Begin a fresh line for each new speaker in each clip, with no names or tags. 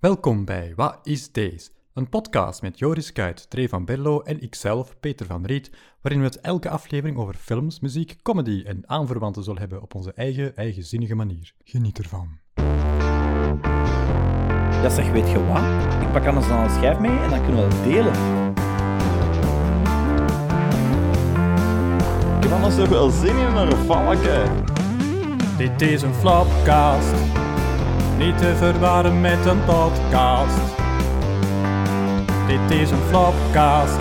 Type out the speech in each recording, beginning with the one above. Welkom bij Wat is Deze? Een podcast met Joris Kuit, Trey van Berlo en ikzelf, Peter van Riet, waarin we het elke aflevering over films, muziek, comedy en aanverwanten zullen hebben op onze eigen, eigenzinnige manier. Geniet ervan.
Ja zeg, weet je wat? Ik pak anders dan een schijf mee en dan kunnen we dat delen.
Ik heb anders toch wel zin in een valken.
Dit is een flopcast, niet te verwarren met een podcast. Dit is een flopcast,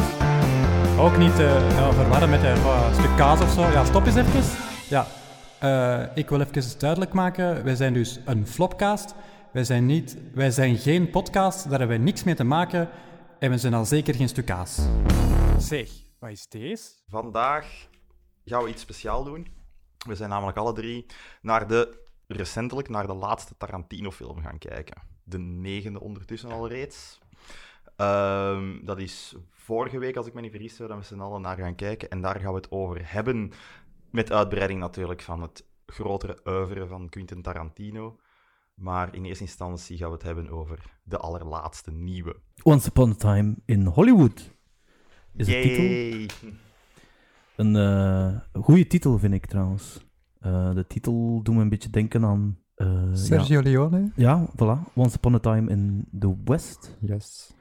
ook niet te eh, verwarren met een eh, stuk kaas of zo. Ja, stop eens even. Ja, eh, ik wil even duidelijk maken, wij zijn dus een flopcast. Wij zijn, niet, wij zijn geen podcast, daar hebben wij niks mee te maken. En we zijn al zeker geen stuk kaas. Zeg, wat is deze?
Vandaag gaan we iets speciaal doen. We zijn namelijk alle drie naar de, recentelijk naar de laatste Tarantino-film gaan kijken. De negende ondertussen al reeds. Ehm, dat is vorige week, als ik me niet vergis, zijn we daar met z'n allen naar gaan kijken. En daar gaan we het over hebben. Met uitbreiding natuurlijk van het grotere oeuvre van Quentin Tarantino. Maar in eerste instantie gaan we het hebben over de allerlaatste nieuwe.
Once Upon a Time in Hollywood is de titel.
Yay!
Een eh goede titel vind ik trouwens. Eh, de titel doet me een beetje denken aan... eh, ja.
Leone?
ja, voilà. Once Upon a Time in the West.
Yes.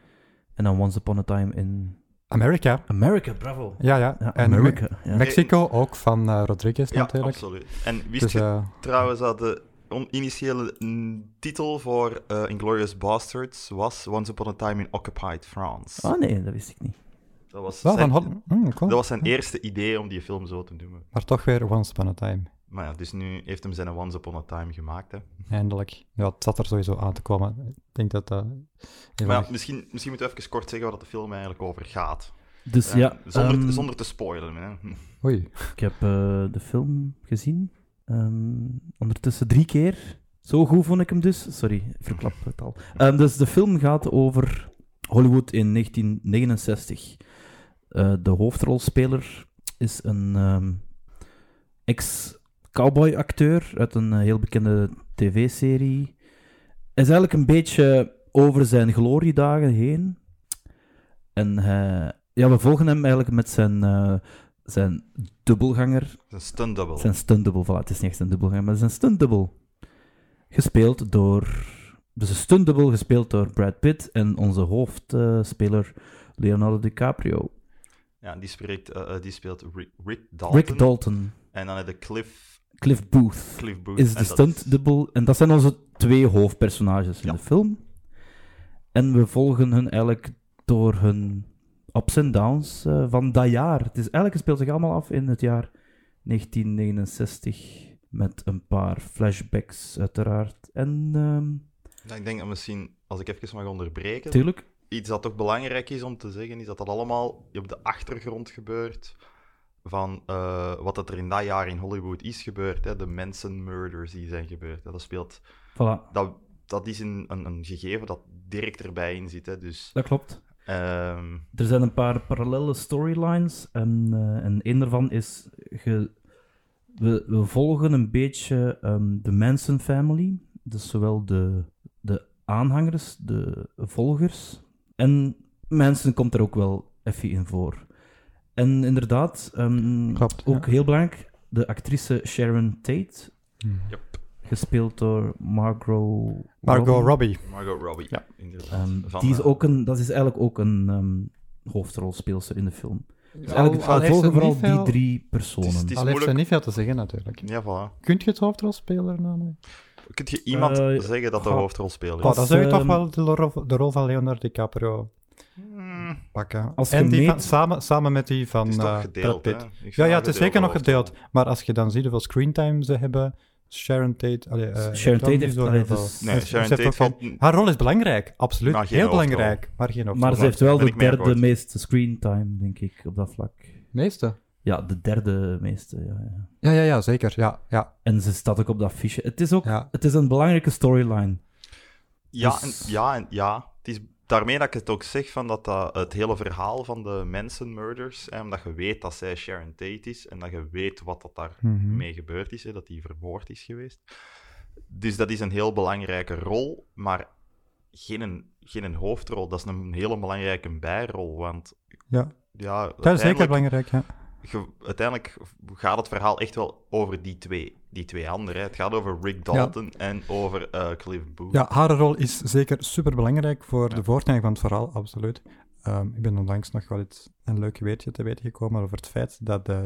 En dan Once Upon a Time in
America.
America, bravo.
Ja, ja.
Ja,
En
America. Ja.
Mexico, ook van eh, Rodriguez
Ja,
natuurlijk.
absoluut. En wist
Dus,
je
eh,
trouwens dat de on- initiële mm, titel voor eh, Inglourious Bastards was Once Upon a Time in Occupied France?
Ah nee, dat wist ik niet.
Dat, was
wel
zijn,
van Holland. Hmm, cool.
dat was zijn eerste idee om die film zo te noemen.
Maar toch weer Once Upon a Time.
Maar ja, dus nu heeft hem zijn Once Upon a Time gemaakt. Hè.
Eindelijk. Ja, het zat er sowieso aan te komen. Ik denk dat dat... een
Maar
van
ja,
de-
misschien, misschien moeten we even kort zeggen waar dat de film eigenlijk over gaat.
Dus
Eh,
ja,
zonder,
ehm,
zonder te spoilen. Hè.
Oei.
Ik heb eh, de film gezien. Ehm, ondertussen drie keer. Zo goed vond ik hem dus. Sorry, ik verklap het al. Ehm, dus de film gaat over Hollywood in 1969. Eh, de hoofdrolspeler is een ehm, ex-cowboy-acteur uit een eh, heel bekende tv-serie. Hij is eigenlijk een beetje over zijn gloriedagen heen. En hij- ja, we volgen hem eigenlijk met zijn, eh, zijn dubbelganger
Het is een stunt double.
zijn stuntdubbel, voilà, het is niet echt een dubbelganger, maar het is een stuntdubbel. Gespeeld door... Dus een stuntdubbel gespeeld door Brad Pitt en onze hoofdspeler eh, Leonardo DiCaprio.
Ja, die, spreekt, eh, eh, die speelt Rick, Rick Dalton.
Rick Dalton,
En dan heb je Cliff,
Cliff Booth
Cliff Booth.
is de
En dat is-
stuntdubbel. En dat zijn onze twee hoofdpersonages in
Ja.
de film. En we volgen hun eigenlijk door hun ups en downs eh, van dat jaar. Het is eigenlijk het speelt zich allemaal af in het jaar 1969. Met een paar flashbacks, uiteraard. En ehm
Ja, Ik denk dat misschien, als ik even mag onderbreken,
tuurlijk,
iets dat toch belangrijk is om te zeggen, is dat dat allemaal op de achtergrond gebeurt van eh, wat dat er in dat jaar in Hollywood is gebeurd. Hè? De mensenmurders die zijn gebeurd. Hè? Dat speelt...
voilà,
Dat, dat is een, een, een gegeven dat direct erbij in zit. Hè? Dus,
dat klopt.
ehm,
Er zijn een paar parallele storylines. En, eh, en een daarvan is... ge- we, we volgen een beetje ehm, de Manson family. Dus zowel de, de aanhangers, de volgers. En Manson komt er ook wel even in voor. En inderdaad, ehm,
Klopt,
ook
ja.
heel belangrijk, de actrice Sharon Tate,
Hmm.
gespeeld door Margot
Margot Robbie.
Margot Robbie,
Ja.
inderdaad.
Ehm,
Van,
die is
eh,
ook een, dat is eigenlijk ook een ehm, hoofdrolspeelster in de film. Dus eigenlijk het
Al- al
verhaal
heeft
volgen
ze
vooral
niet veel-
die drie personen.
Het is- het is-
Al heeft ze
moeilijk.
niet veel te zeggen natuurlijk.
Ja, voilà.
Kunt je het hoofdrolspeler namen?
Kun je iemand
Eh,
zeggen dat de
goh.
hoofdrolspeler
Oh,
is?
Als,
dan zou je toch
ehm,
wel de rol, de rol van Leonardo DiCaprio
Hmm,
pakken.
Als je
en die
meet-
van, samen, samen met die van
het
eh,
is toch
Brad
gedeeld, hè?
Pitt.
Ik vind
Ja, ja,
dat
het is
gedeelde
zeker nog
hoofdrol.
gedeeld. Maar als je dan ziet hoeveel screentime ze hebben... Sharon Tate... Allee, eh,
Sharon
dan
Tate
is
heeft...
er
allee,
wel-
dus-
Nee,
Ze- ze
Sharon
heeft
Tate
ook wel-
gaat-
Haar rol is belangrijk, absoluut.
Maar geen
Heel
hoofdrol.
belangrijk, maar geen hoofdrol.
maar ze heeft wel
Ben
de
ik mee
derde
akkoord.
meeste screentime, denk ik, op dat vlak.
Meeste?
Ja, de derde meeste, ja. ja.
Ja, ja, ja, zeker. Ja, ja,
En ze staat ook op dat affiche. Het is ook
ja.
het is een belangrijke storyline.
Ja, en,
Dus-
ja, en, ja. Het is daarmee dat ik het ook zeg van dat, dat het hele verhaal van de Manson murders, hè, omdat je weet dat zij Sharon Tate is en dat je weet wat dat daarmee
Mhm.
gebeurd is, hè, dat die vermoord is geweest. Dus dat is een heel belangrijke rol, maar geen, geen een hoofdrol. Dat is een hele belangrijke bijrol. Want
Ja.
ja,
Dat is zeker
uiteindelijk-
belangrijk, ja.
ge- uiteindelijk gaat het verhaal echt wel over die twee, die twee anderen. hè. Het gaat over Rick Dalton en over eh, Cliff Booth.
Ja, haar rol is zeker superbelangrijk voor de voortgang van het verhaal, absoluut. Ehm, ik ben onlangs nog wel iets, een leuk weetje te weten gekomen over het feit dat eh,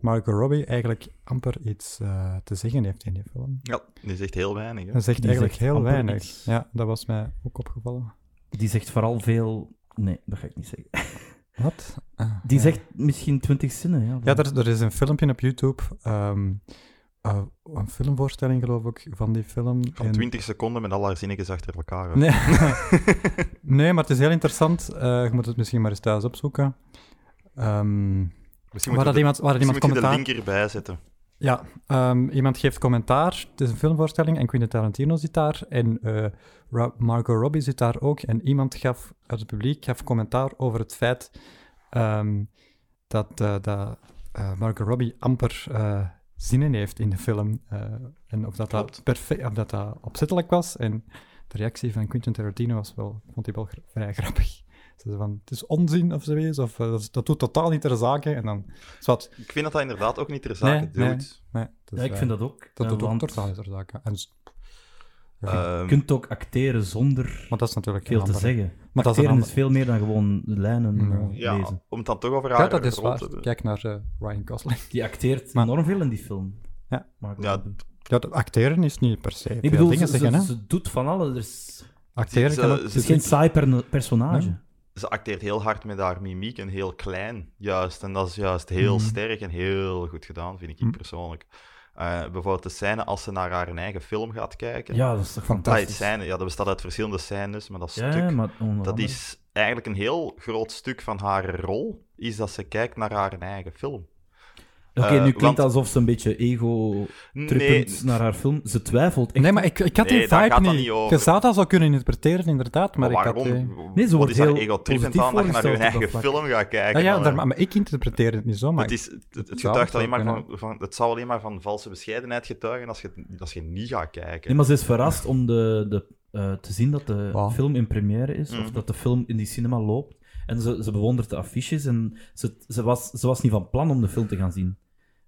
Margot Robbie eigenlijk amper iets eh, te zeggen heeft in die film.
Ja, die is echt heel weinig. Hè?
Dat zegt
Die
eigenlijk
zegt
heel
amper
weinig.
iets.
Ja, dat was mij ook opgevallen.
Die zegt vooral veel... Nee, dat ga ik niet zeggen.
Wat? Ah,
Die
ja.
zegt misschien twintig zinnen. Ja,
Ja, er, er is een filmpje op YouTube, ehm, eh, een filmvoorstelling geloof ik, van die film.
Van
En-
20 seconden met al haar zinnetjes achter elkaar. hè.
Nee. nee, maar het is heel interessant. Eh, je moet het misschien maar eens thuis opzoeken. Ehm,
Misschien
waar
moet je
dat
de,
iemand, waar dat iemand
misschien moet je de
commentaar...
link erbij zetten.
Ja, ehm, iemand geeft commentaar. Het is een filmvoorstelling en Quentin Tarantino zit daar. En eh, Ra- Margot Robbie zit daar ook. En iemand gaf, uit het publiek gaf commentaar over het feit ehm, dat, eh, dat eh, Margot Robbie amper eh, zinnen heeft in de film. Eh, en of dat, dat,
Klopt.
perfect, of dat dat opzettelijk was. En de reactie van Quentin Tarantino was wel, vond hij wel gra- vrij grappig. Ze zei van, het is onzin of zoiets, of eh, dat, is- dat doet totaal niet ter zake. En dan, zwart,
Ik vind dat dat inderdaad ook niet ter zake
Nee,
doet.
nee. nee. het is,
Ja, ik
eh,
vind dat ook.
dat
eh,
doet ook
want
totaal ter zake. En, s-
Ehm,
Je kunt ook acteren zonder
maar dat is natuurlijk
veel
een
te
andere-
zeggen.
Maar dat is een
acteren
ander...
is veel meer dan gewoon lijnen
Mm.
eh,
ja,
lezen.
om het dan toch over haar
Ja, dat is
rol
waar.
te hebben.
Kijk naar eh, Ryan Gosling.
Die acteert
Maar-
enorm veel in die film.
Ja.
Maar
Ja,
Ja, dat- acteren is niet per se
ik
veel
bedoel, ze,
dingen zeggen, hè.
ze, ze doet van alles. Er is,
Acteren
ze-
kan ook-
ze-
het
het is
is
geen saai per- personage.
Nee.
Ze acteert heel hard met haar mimiek en heel klein, juist. En dat is juist heel
Mm.
sterk en heel goed gedaan, vind ik
Mm.
persoonlijk. Eh, bijvoorbeeld de scène als ze naar haar eigen film gaat kijken.
Ja, dat is toch
Dat, is
fantastisch.
scène, ja, dat bestaat uit verschillende scènes, maar dat
ja,
stuk,
maar onder
dat
andere-
is eigenlijk een heel groot stuk van haar rol, is dat ze kijkt naar haar eigen film.
Oké,
eh,
nu klinkt
want-
alsof ze een beetje ego trippend
Nee,
naar haar film. Ze twijfelt echt.
Nee, maar ik, ik had die
Nee, daar
vibe
gaat dat
niet.
niet over.
Je zou dat zo kunnen interpreteren, inderdaad, maar, ik
waarom?
had... eh,
Nee, ze
Wat
wordt
is haar
heel
egotrippend
positief
aan dat je naar je
voorgesteld op
eigen
dat vlak. Ah
film gaat kijken?
ja, Ah, ja,
dan,
daar-
hè?
maar ik interpreteer het niet zo, maar...
Het, is, het, het
het zou
getuigt
zo
alleen maar
kunnen.
van, van, het zou alleen maar van valse bescheidenheid getuigen als je, als je niet gaat kijken.
Nee, maar ze is verrast om de, de, eh, te zien dat de
Wow.
film in première is, of
Mhm.
dat de film in die cinema loopt. En ze, ze bewondert de affiches en ze, ze, was, ze was niet van plan om de film te gaan zien.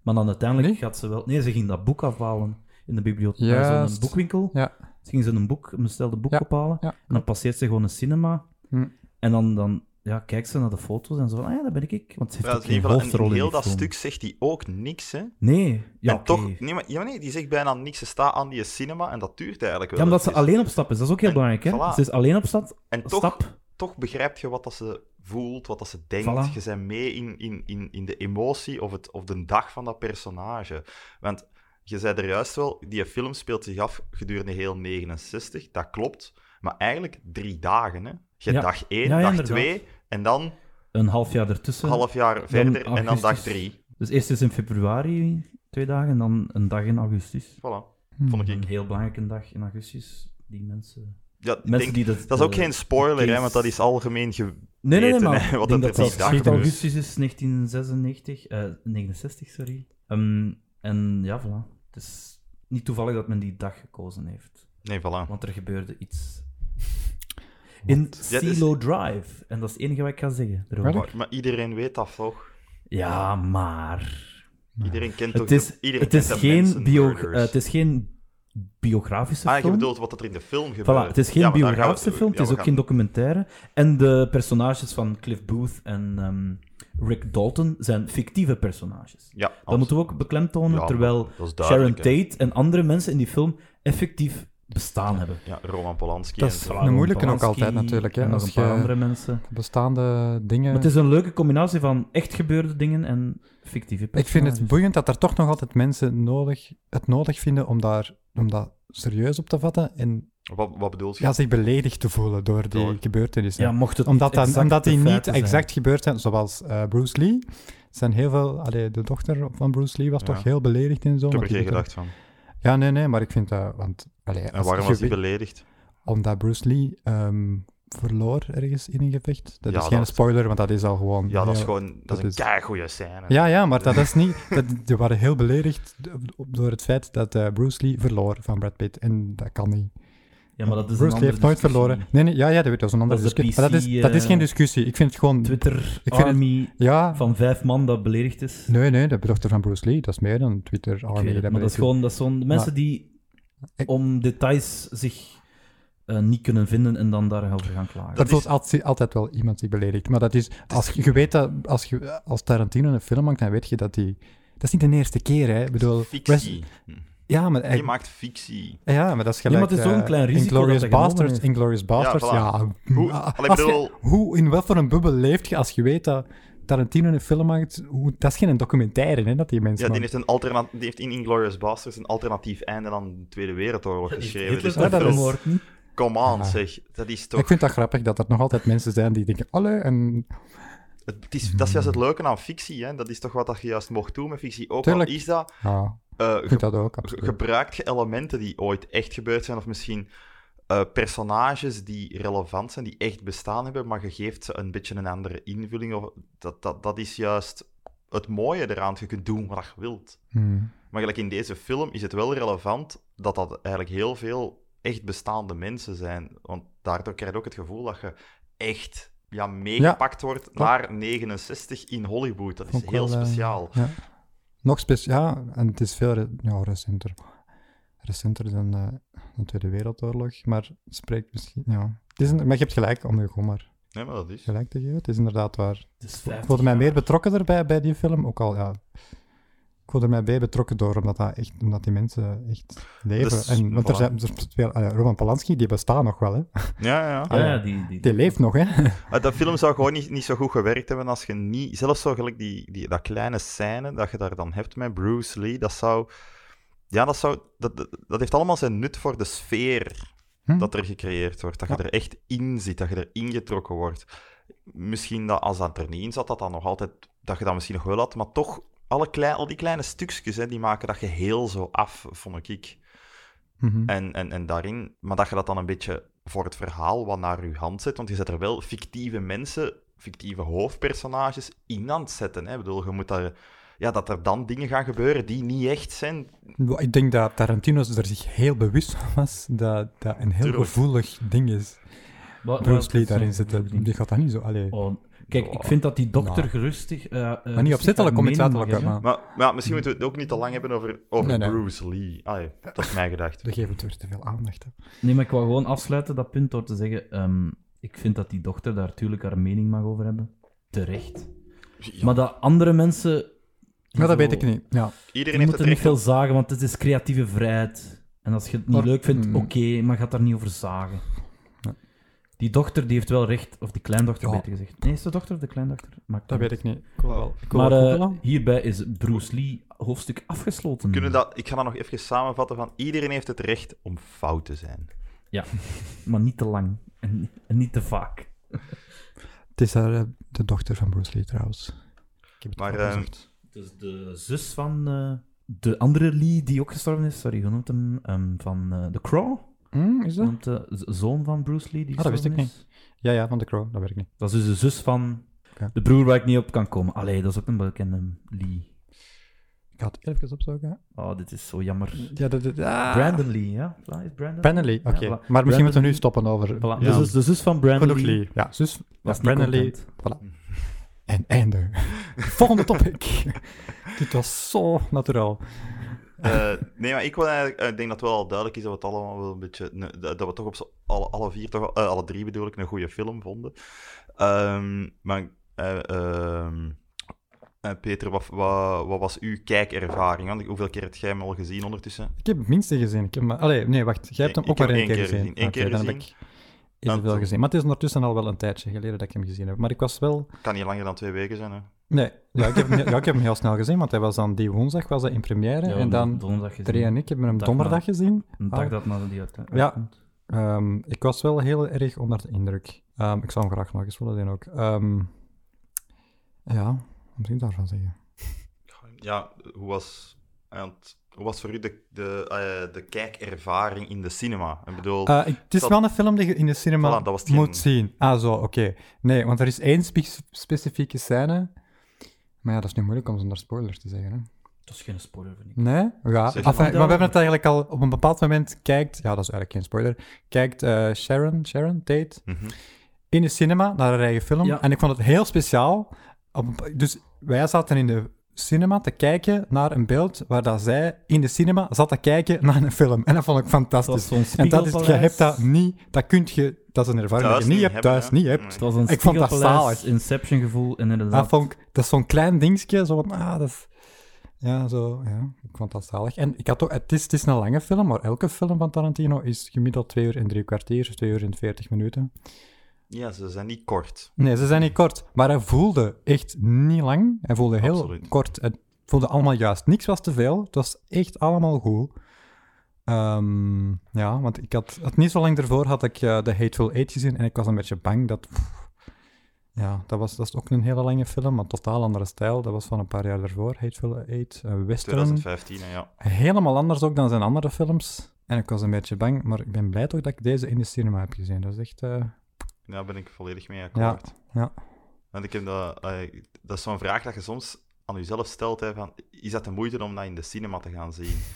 Maar dan uiteindelijk
Nee?
gaat ze wel... Nee, ze ging dat boek afhalen in de bibliotheek,
Juist.
bij zo'n boekwinkel.
Ja.
Ze ging ze een boek, een bestelde boek
Ja,
ophalen.
ja.
En dan passeert ze gewoon een cinema.
Hm.
En dan, dan ja, kijkt ze naar de foto's en zo van, ah ja, daar ben ik ik. Want ze heeft
Ja,
ook
dat is in
geen
ieder geval- en
hoofdrol
in
in
heel
die
dat
film.
stuk zegt hij ook niks, hè.
Nee, ja,
en
oké.
toch, nee, maar, ja, maar nee, die zegt bijna niks. Ze staat aan die cinema en dat duurt eigenlijk wel.
Ja, omdat
even.
ze alleen op stap is. Dat is ook heel
En-
belangrijk, hè.
voilà.
Ze is alleen op stap.
En toch,
stap.
toch begrijp je wat dat ze voelt, wat dat ze denkt.
Voilà.
Je bent mee in, in, in, in de emotie of, het, of de dag van dat personage. Want je zei er juist wel, die film speelt zich af gedurende heel 69, dat klopt. Maar eigenlijk drie dagen, hè. Je hebt
Ja.
dag 1,
Ja, ja,
dag
inderdaad.
2 en dan
een half jaar ertussen.
een half jaar verder en dan dag
augustus.
3.
Dus eerst is in februari twee dagen, en dan een dag in augustus.
Voilà,
Hmm.
vond
Een
ik.
heel belangrijke dag in augustus. Die mensen.
Ja, ik
mensen
denk-
die dat,
dat is ook
eh,
geen spoiler, hè,
case-
want dat is algemeen ge-
Nee, nee, nee,
weten,
maar
hè,
ik
wat
denk
dat
dat
er
dat
die dag
8
gebeurt.
augustus is 1996, eh 69, sorry. Ehm, en ja, voilà. Het is niet toevallig dat men die dag gekozen heeft,
Nee, voilà.
want er gebeurde iets. In
Ja, dus- het is-
Silo Drive. En dat is het enige wat ik ga zeggen. erover.
Wel?
Maar, maar iedereen weet dat toch?
Ja, maar.
Iedereen kent toch
Het is,
de, iedereen
het, is
kent de
geen
mensen
bio,
murders.
eh, het is geen biografische
Ah, je
film.
bedoelt wat dat er in de film gebeurt.
Voilà, het is geen
Ja, maar daar
biografische
gaan we-
film, het
ja,
is
we
ook
gaan-
geen documentaire. En de personages van Cliff Booth en ehm, Rick Dalton zijn fictieve personages.
Ja,
Dat moeten we ook beklemtonen,
Ja,
terwijl
dat is
Sharon
duidelijk,
Tate en andere mensen in die film effectief bestaan hebben.
Ja, Roman Polanski.
Dat
en
is
zo.
een moeilijke ook
Polanski
altijd natuurlijk, hè,
en nog
als
een paar
je-
andere mensen.
hmm, Bestaande dingen...
Maar het is een leuke combinatie van echt gebeurde dingen en fictieve
Ik
personages.
vind het boeiend dat er toch nog altijd mensen nodig, het nodig vinden om, daar, om dat serieus op te vatten en
Wat, wat bedoel je?
ja, zich beledigd te voelen door die
Door-
gebeurtenissen.
Ja, mocht het
omdat,
niet
Dus dan,
exact
omdat
de
die niet
feiten zijn.
exact gebeurd zijn, zoals eh, Bruce Lee. Zijn heel veel, allee, de dochter van Bruce Lee was
Ja.
toch heel beledigd en zo.
ik heb
want
er
die doet
geen
dat-
gedacht van.
Ja, nee, nee, maar ik vind dat. Want, allee,
En
als
waarom
je
was hij
weet-
beledigd?
Omdat Bruce Lee ehm, verloor ergens in een gevecht. Dat
Ja,
is geen
dat-
spoiler, want dat is al gewoon.
Ja, dat is
heel-
gewoon dat
dat
is een
is-
keigoeie scène.
Ja, ja, maar dat is niet. Dat, die waren heel beledigd d- door het feit dat eh, Bruce Lee verloor van Brad Pitt. En dat kan niet.
Ja, maar dat is
Bruce
een
Lee
andere
heeft nooit
discussie.
verloren. Nee, nee, ja, ja, dat weet- dat is een andere
Dat is de
discussie. Maar dat
PC,
is, dat is
eh,
geen discussie. Ik vind het gewoon...
Twitter
Ik vind het-
army
ja,
van vijf man dat beledigd is.
nee, nee, de dochter van Bruce Lee. Dat is meer dan Twitter
Ik
Army.
weet het,
dat
maar dat is
weet ik.
gewoon dat is zo'n- de mensen die
Ik-
om details zich eh, niet kunnen vinden en dan daarover gaan klagen.
Er
Dat
voelt
is-
altijd, altijd wel iemand die beledigt. Maar dat is, als je je weet dat als, je, als Tarantino een film maakt, dan weet je dat die. Dat is niet de eerste keer, hè? Ik bedoel, Wes-
Fictie.
ja, maar,
Je
eigenlijk-
maakt fictie.
ja, maar dat is
maar
gelijk.
het is zo'n
eh,
klein risico
Inglourious
dat hij genomen
Basterds,
heeft.
Inglourious Basterds,
voilà.
ja.
Hoe-
ah,
Allee,
als
bedoel-
je- hoe, in wat voor een bubbel leef je als je weet dat Tarantino een film maakt? Hoe, dat is geen documentaire, hè, dat die mensen
Ja,
maken.
die heeft, een alternat- die heeft in Inglourious Basterds een alternatief einde aan de Tweede Wereldoorlog geschreven.
Hitler
Dus
is
dat
dat
is-
is...
vermoord, niet?
Come on,
Ah.
zeg. Dat is toch...
Ik vind dat grappig dat er nog altijd mensen zijn die denken, allee, en
Het, het is, dat is juist het leuke aan fictie, hè. Dat is toch wat dat je juist mocht doen met fictie. Ook al
Tuurlijk.
is dat...
ja,
eh,
ik
ge-
vind dat ook.
ge-
absoluut.
gebruikt je elementen die ooit echt gebeurd zijn, of misschien eh, personages die relevant zijn, die echt bestaan hebben, maar je geeft ze een beetje een andere invulling. Of, dat, dat, dat is juist het mooie eraan. Je kunt doen wat je wilt.
Hmm.
Maar gelijk in deze film is het wel relevant dat dat eigenlijk heel veel echt bestaande mensen zijn. Want daardoor krijg je ook het gevoel dat je echt ja, meegepakt wordt naar 69 in Hollywood. Dat is
Ook
heel
wel, eh,
speciaal.
Ja. Nog speciaal, ja, en het is veel re- ja, recenter. Recenter dan eh, de Tweede Wereldoorlog, maar het spreekt misschien. Ja. Het is een- maar je hebt gelijk om je gewoon maar
Nee, maar dat is...
gelijk te geven. Het is inderdaad waar.
Het is
Ik
50
voelde mij
jaar.
meer betrokken erbij bij die film, ook al ja. Ik voelde er mij bij betrokken door, omdat, dat echt, omdat die mensen echt leven.
Dus,
en, want er
voilà.
zijn er zijn veel, ah ja, Roman Polanski, die bestaat nog wel, hè?
Ja, ja.
Ja, ja, die, die,
Ah, Die leeft nog, hè?
Maar dat film zou gewoon niet, niet zo goed gewerkt hebben als je niet... Zelfs zo gelijk die, die, dat kleine scène dat je daar dan hebt met Bruce Lee, dat zou... Ja, dat, zou, dat, dat, dat heeft allemaal zijn nut voor de sfeer
Hm.
dat er gecreëerd wordt. Dat je
Ja.
er echt in zit, dat je erin getrokken wordt. Misschien dat als dat er niet in zat, dat dan nog altijd... Dat je dat misschien nog wel had, maar toch... Alle klein, al die kleine stukjes, hè, die maken dat geheel zo af, vond ik.
Mhm.
En, en, en daarin, maar dat je dat dan een beetje voor het verhaal wat naar uw hand zet. Want je zet er wel fictieve mensen, fictieve hoofdpersonages in aan het zetten. Hè? Ik bedoel, je moet daar, ja, dat er dan dingen gaan gebeuren die niet echt zijn.
Wel, Ik denk dat Tarantino er zich heel bewust van was dat dat een heel
Tuurlijk.
gevoelig ding is.
Wa- wa-
Bruce Lee
zo-
daarin
zo-
zitten, die gaat dat niet zo. Allee.
Oh, kijk, ik vind dat die dokter gerustig... eh, eh,
maar
rustig
niet opzettelijk,
haar
kom iets
mening
uiterlijk
mag
uit,
hebben.
maar
Maar, maar ja, misschien moeten we het ook niet te lang hebben over, over
Nee, nee.
Bruce Lee. Ah, ja, dat is mijn gedacht.
we geven het weer te veel aandacht. hè.
Nee, maar ik wou gewoon afsluiten dat punt door te zeggen... ehm, ik vind dat die dochter daar natuurlijk haar mening mag over hebben. Terecht. Maar dat andere mensen... die
Maar dat
zo-
weet ik niet. Ja.
Iedereen
Je
heeft
moet
het
er niet
recht.
veel zagen, want het is creatieve vrijheid. En als je het niet
Maar-
leuk vindt,
mm.
oké, maar gaat daar niet over zagen.
Ja.
Die dochter die heeft wel recht, of die kleindochter
Ja.
beter gezegd. Nee, is de dochter of de kleindochter? Maakt
Dat
niet
weet ik niet. Ik wil wel. Ik wil
uit. Maar
wel
eh,
googelen.
hierbij is Bruce Lee hoofdstuk afgesloten.
Kunnen dat, ik ga dat nog even samenvatten van iedereen heeft het recht om fout te zijn.
Maar niet te lang en, en niet te vaak.
Het is daar, eh, de dochter van Bruce Lee trouwens. Ik heb het
Maar,
al
eh,
gezegd.
Dus de zus van eh, de andere Lee die ook gestorven is, sorry, hoe noemt hem? Ehm, van eh, The Crow?
Hm, is dat?
Hoe noemt de z- zoon van Bruce Lee die
Ah, dat wist
gestorven
ik
is?
Ja, ja, van de Crow, dat weet ik niet.
Dat is dus de zus van
Oké.
de broer waar ik niet op kan komen. Allee, dat is ook een bekende Lee.
Ik ga het even opzoeken.
Oh, dit is zo jammer.
Ja, dat, dat, ah.
Brandon Lee, ja? Voilà, is Brandon
Brandon Lee, oké.
Ja, voilà.
Maar misschien
Brandon
moeten we nu
Lee.
stoppen over...
Voilà,
Ja.
De, zus, de zus van Brandon
Genoeg
Lee.
Lee. Ja, zus.
was niet
Brandon Lee.
content.
En einde. Volgende topic. Dit was zo natuurlijk.
Eh, nee, maar ik wil eigenlijk, eh, ik denk dat wel al duidelijk is dat we het allemaal wel een beetje, ne- dat dat we toch op z'n- alle, alle vier, toch, wel- eh, alle drie bedoel ik, een goede film vonden. Ehm, maar eh, ehm, eh, Peter, wat, wat, wat was uw kijkervaring? Want hoeveel keer heb jij hem al gezien ondertussen?
Ik heb het minste gezien. Ik heb maar... Allee, nee, wacht. Jij hebt hem
Ik-
ook
ik
maar één
heb
keer
één keer
gezien.
gezien. Eén
Oké,
keer
dan
gezien.
heb ik heel veel
Want-
gezien. Maar het is ondertussen al wel een tijdje geleden dat ik hem gezien heb. Maar ik was wel...
Kan niet langer dan twee weken zijn, hè?
Nee, ja, ik heb hem, ja, ik heb hem heel snel gezien, want hij was dan die woensdag was hij in première.
Ja,
en dan
donderdag gezien.
Dre en ik hebben hem
Dag
donderdag
maar.
gezien.
Een dag dat na die uit.
Ja. Ehm, ik was wel heel erg onder de indruk. Ehm, ik zou hem graag nog eens willen doen ook. Ehm, ja, wat moet ik daarvan zeggen?
Ja, hoe was, eh, want hoe was voor u de, de, eh, de kijkervaring in de cinema? Ik bedoel,
Eh, ik- het is
Dat-
wel een film die je in de cinema
Voilà, dat was het
moet
geen-
zien. Ah, zo, oké. Nee, want er is één spe- specifieke scène. Maar ja, dat is nu moeilijk om zonder spoilers te zeggen. Hè.
Dat is geen spoiler, vind ik.
Nee? Ja. Enfin,
Zeg
maar.
maar we hebben het eigenlijk al op een bepaald moment kijkt... Ja, dat is eigenlijk geen spoiler. Kijkt eh, Sharon, Sharon Tate
Mhm.
in de cinema naar haar eigen film.
Ja.
En ik vond het heel speciaal. Op een bepa- dus wij zaten in de cinema te kijken naar een beeld waar dat zij in de cinema zat te kijken naar een film. En dat vond ik
Het was
fantastisch.
zo'n
En dat is, je
spiegelpaleis.
hebt dat niet... Dat, kunt je, dat is een ervaring
Thuis
dat je niet hebt,
niet hebben,
thuis
hè?
niet hebt.
Nee.
Het was een
Ik vond dat
spiegelpaleis,
zalig.
Inception-gevoel, en inderdaad.
Dat, vond ik, dat is zo'n klein dingetje, zo van, ah, dat is... Ja, zo, ja, ik vond dat zalig. En ik had ook, het, is, het is een lange film, maar elke film van Tarantino is gemiddeld twee uur en drie kwartier, dus twee uur en veertig minuten.
Ja, ze zijn niet kort.
Nee, ze zijn niet kort, maar hij voelde echt niet lang. Hij voelde heel
Absoluut.
kort. Het voelde allemaal juist. Niks was te veel. Het was echt allemaal goed. Ehm, ja, want ik had, had niet zo lang daarvoor had ik eh The Hateful Eight gezien en ik was een beetje bang dat... pff, ja, dat was, dat is ook een hele lange film, maar totaal andere stijl. Dat was van een paar jaar daarvoor, Hateful Eight, een western.
2015, hè, ja.
Helemaal anders ook dan zijn andere films. En ik was een beetje bang, maar ik ben blij toch dat ik deze in de cinema heb gezien. Dat is echt... eh,
Daar ben ik volledig mee akkoord.
ja.
Want ik heb dat, eh, dat is zo'n vraag dat je soms aan jezelf stelt: hè, van, is dat de moeite om dat in de cinema te gaan zien?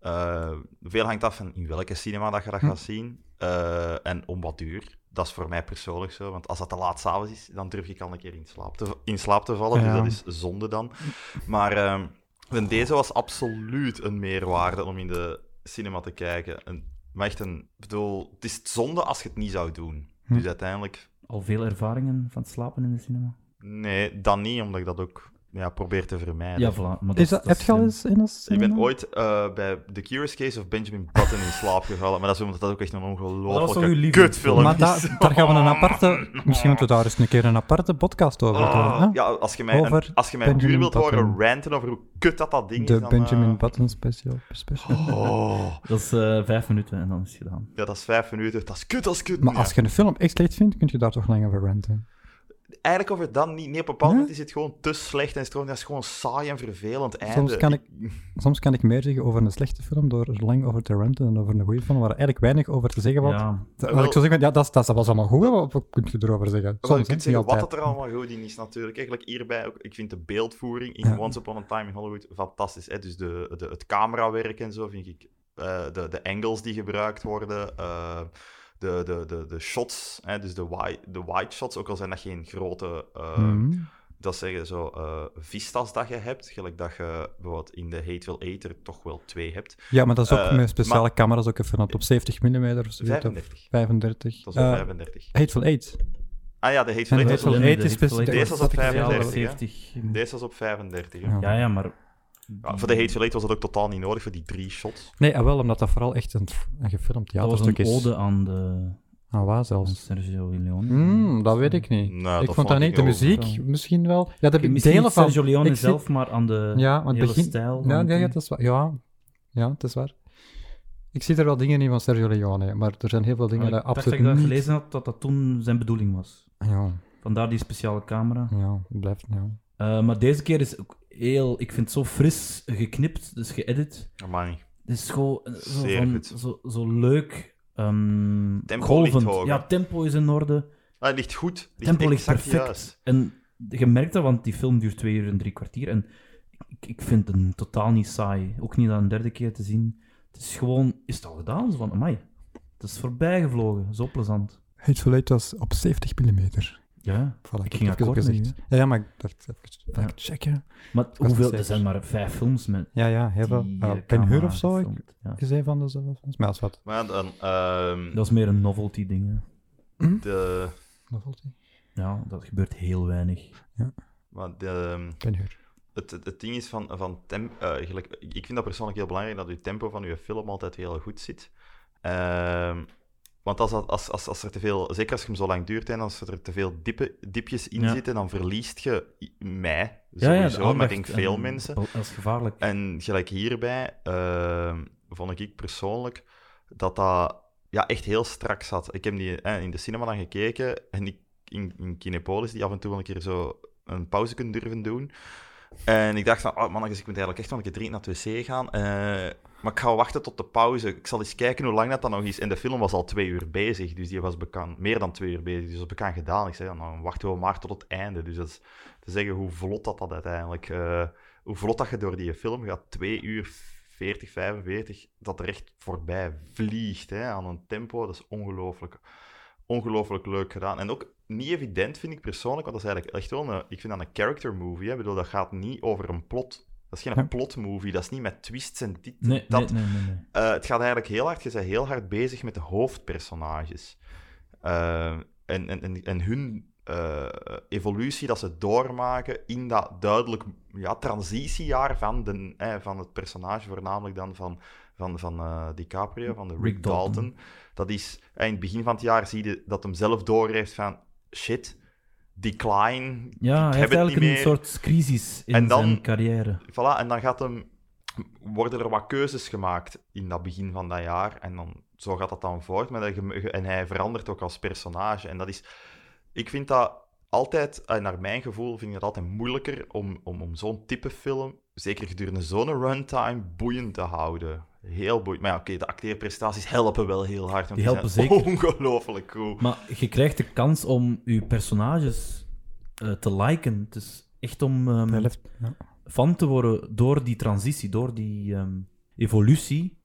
Eh, veel hangt af van in welke cinema dat je
Hm.
dat gaat zien eh, en om wat uur. Dat is voor mij persoonlijk zo, want als dat te laat s'avonds is, dan durf ik al een keer in slaap te, in slaap te vallen.
Ja.
Dus dat is zonde dan. Maar ehm, en deze was absoluut een meerwaarde om in de cinema te kijken. En, maar echt een, ik bedoel, het is zonde als je het niet zou doen.
Hm.
Dus uiteindelijk
Al veel ervaringen van het slapen in de cinema.
Nee, dan niet, omdat ik dat ook ja, probeer te vermijden.
Ja, voilà. Maar dat,
Is dat,
dat
heb je al
slim.
eens in een
Ik
cinema?
ben ooit eh, bij The Curious Case of Benjamin Button in slaap gevallen, maar dat is omdat dat ook echt een
Dat was toch uw
ongelooflijke
lievelingsfilm?
kutfilm
Maar
is.
da- daar gaan we een aparte... Misschien moeten we daar eens een keer een aparte podcast over doen.
Ah,
Hè?
ja, als je mij,
Over
een, als je mij een uur
Benjamin
wilt horen
Button.
ranten over hoe kut dat dat ding
De
is, dan,
Benjamin
eh,
Button special. special.
Oh,
Dat is eh, vijf minuten en dan is het gedaan.
ja, dat is vijf minuten. Dat is kut, dat is kut.
Maar
Ja.
als je een film echt slecht vindt, kun je daar toch lang over ranten.
Eigenlijk over dan niet. Nee, op een bepaald
Nee?
moment is het gewoon te slecht en stroom. Dat is gewoon saai en vervelend. Einde.
kan ik- Soms kan ik meer zeggen over een slechte film door er lang over te ranten dan over een goede film, waar er eigenlijk weinig over te zeggen valt.
Ja.
Dat-
Wel-
Wat ik zou zeggen, ja, dat, is- dat, is- dat was allemaal goed, hè, wat, wat kun je erover zeggen?
Wel,
Soms, hè,
je kunt
niet
zeggen wat
altijd.
het er allemaal goed in is, natuurlijk. Eigenlijk hierbij ook, ik vind de beeldvoering in
Ja.
Once Upon a Time in Hollywood fantastisch. Hè? Dus de, de, het camerawerk en zo vind ik. eh, de, de angles die gebruikt worden, eh, de, de, de, de shots, hè? dus de wide, de wide shots, ook al zijn dat geen grote, eh,
Mhm.
dat zeggen zo, eh, vistas dat je hebt. Gelijk dat je bijvoorbeeld in de Hateful Eater toch wel twee hebt.
Ja, maar dat is ook
Eh,
met speciale camera's ook even op 70 mm of zoiets. of
35.
35.
Dat is
Eh,
op 35.
Hateful Eight.
Ah ja, de
en
Hateful Eight
de Hateful
was op,
Hateful
Eight
Eight
is
is op
speciaal.
35, hè?
70.
deze was op 35. hè.
Ja.
Ja, ja, maar...
Ja, voor de Hateful Eight was dat ook totaal niet nodig, voor die drie shots.
Nee, ah, wel, omdat dat vooral echt een, een gefilmd
dat was
theaterstuk
een
is.
ode aan de
Aan waar
aan
zelfs?
Sergio Leone.
Mm, dat weet ik niet.
Nou, dat
ik vond dat niet. De
ook
muziek
wel.
misschien wel. Ja, de
Misschien
delen
niet
van...
Sergio Leone
ik zie-
zelf, maar aan de
Ja, want
hele
begin-
stijl.
Ja,
van
ja, ja,
toen.
dat is waar. Ja. ja, dat is waar. Ik zie er wel dingen in van Sergio Leone, maar er zijn heel veel dingen die
Maar ik dacht dat
absoluut
ik dat
niet...
gelezen had, dat dat toen zijn bedoeling was.
Ja,
Vandaar die speciale camera.
ja, het blijft... Ja.
Eh, maar deze keer is ook heel... Ik vind het zo fris geknipt, dus geëdit.
Amai.
Het is gewoon eh, zo,
Zeer
van-
goed.
zo, zo leuk... ehm,
Tempo
golvend.
ligt hoog,
Ja,
hè?
tempo is in orde.
Ah, het ligt goed. Het ligt
tempo ligt
exact
perfect.
juist.
En je merkt dat, want die film duurt twee uur en drie kwartier. En ik, ik vind het een totaal niet saai. Ook niet aan een derde keer te zien. Het is gewoon, is het al gedaan? Zo van, amai, het is voorbijgevlogen. Zo plezant.
Het verleid was op 70 mm.
Ja.
Voilà,
Ik ging akkoord met
gezegd. Ja, ja, maar ik dacht even
Ja.
fact checken.
Maar
was
hoeveel,
niet
er zijn maar vijf films met
Ja, ja, heel veel.
die,
eh,
eh,
ben Hur
camera
of zo, ik
gefilmd. Ja.
gezien van de zelf. Maar als wat.
Maar dan, ehm,
Dat is meer een novelty ding. hè.
de,
Wat valt die?
Ja, dat gebeurt heel weinig.
maar de,
Ben Hur.
het, het, het ding is van, van tempo. gelijk, ik ik vind dat persoonlijk heel belangrijk dat je tempo van je film altijd heel goed zit. Ehm, want als, dat- als, als, als er te veel, zeker als je hem zo lang duurt en als er te veel diepe, diepjes in
Ja.
zitten, dan verliest je i- mij
Ja, ja, de
sowieso, maar ik denk
aandacht
veel
en-
mensen.
Dat is gevaarlijk.
En gelijk hierbij ehm, vond ik persoonlijk dat dat ja, echt heel strak zat. Ik heb die eh, in de cinema dan gekeken en ik, in, in Kinepolis die af en toe wel een keer zo een pauze kunnen durven doen. En ik dacht van, oh mannetjes, ik moet eigenlijk echt wel een keer dringend naar het wc gaan. Eh, maar ik ga wachten tot de pauze. Ik zal eens kijken hoe lang dat dan nog is. En de film was al twee uur bezig, dus die was bekend, meer dan twee uur bezig. Dus dat was bekend nou, gedaan. Ik zei, dan wachten we maar tot het einde. Dus dat is te zeggen hoe vlot dat, dat uiteindelijk eh, hoe vlot dat je door die film gaat, 2 uur 40, 45, dat er echt voorbij vliegt hè, aan een tempo. Dat is ongelooflijk, ongelooflijk leuk gedaan. En ook niet evident, vind ik persoonlijk, want dat is eigenlijk echt wel een, ik vind dat een character movie. Hè. Ik bedoel, dat gaat niet over een plot. Dat is geen
Ja.
plot movie, dat is niet met twists en dit,
Nee,
dat.
nee, nee, nee, nee.
Eh, het gaat eigenlijk heel hard, je bent heel hard bezig met de hoofdpersonages. Eh, en, en, en, en hun eh, evolutie dat ze doormaken in dat duidelijk ja, transitiejaar van, de, eh, van het personage, voornamelijk dan van, van, van eh, DiCaprio, van de Rick,
Rick
Dalton.
Dalton.
Dat is, eh, in het begin van het jaar zie je dat hem zelf doorheeft van shit, decline,
Ja,
ik heb
hij heeft
het
eigenlijk
niet
een
meer.
soort crisis in
En dan-
zijn carrière.
Voilà, en dan gaat hem, worden er wat keuzes gemaakt in dat begin van dat jaar. En dan, zo gaat dat dan voort. Maar dat je- je- en hij verandert ook als personage. En dat is... Ik vind dat altijd, eh, naar mijn gevoel, vind ik het altijd moeilijker om, om, om zo'n type film, zeker gedurende zo'n runtime, boeiend te houden. Heel boeiend. Maar ja, oké, de acteerprestaties helpen wel heel hard. want
Die helpen
zijn
zeker.
ongelooflijk goed.
Maar je krijgt de kans om je personages eh, te liken. Het is echt om ehm,
Hij left- Mm. ja.
fan te worden door die transitie, door die ehm, evolutie.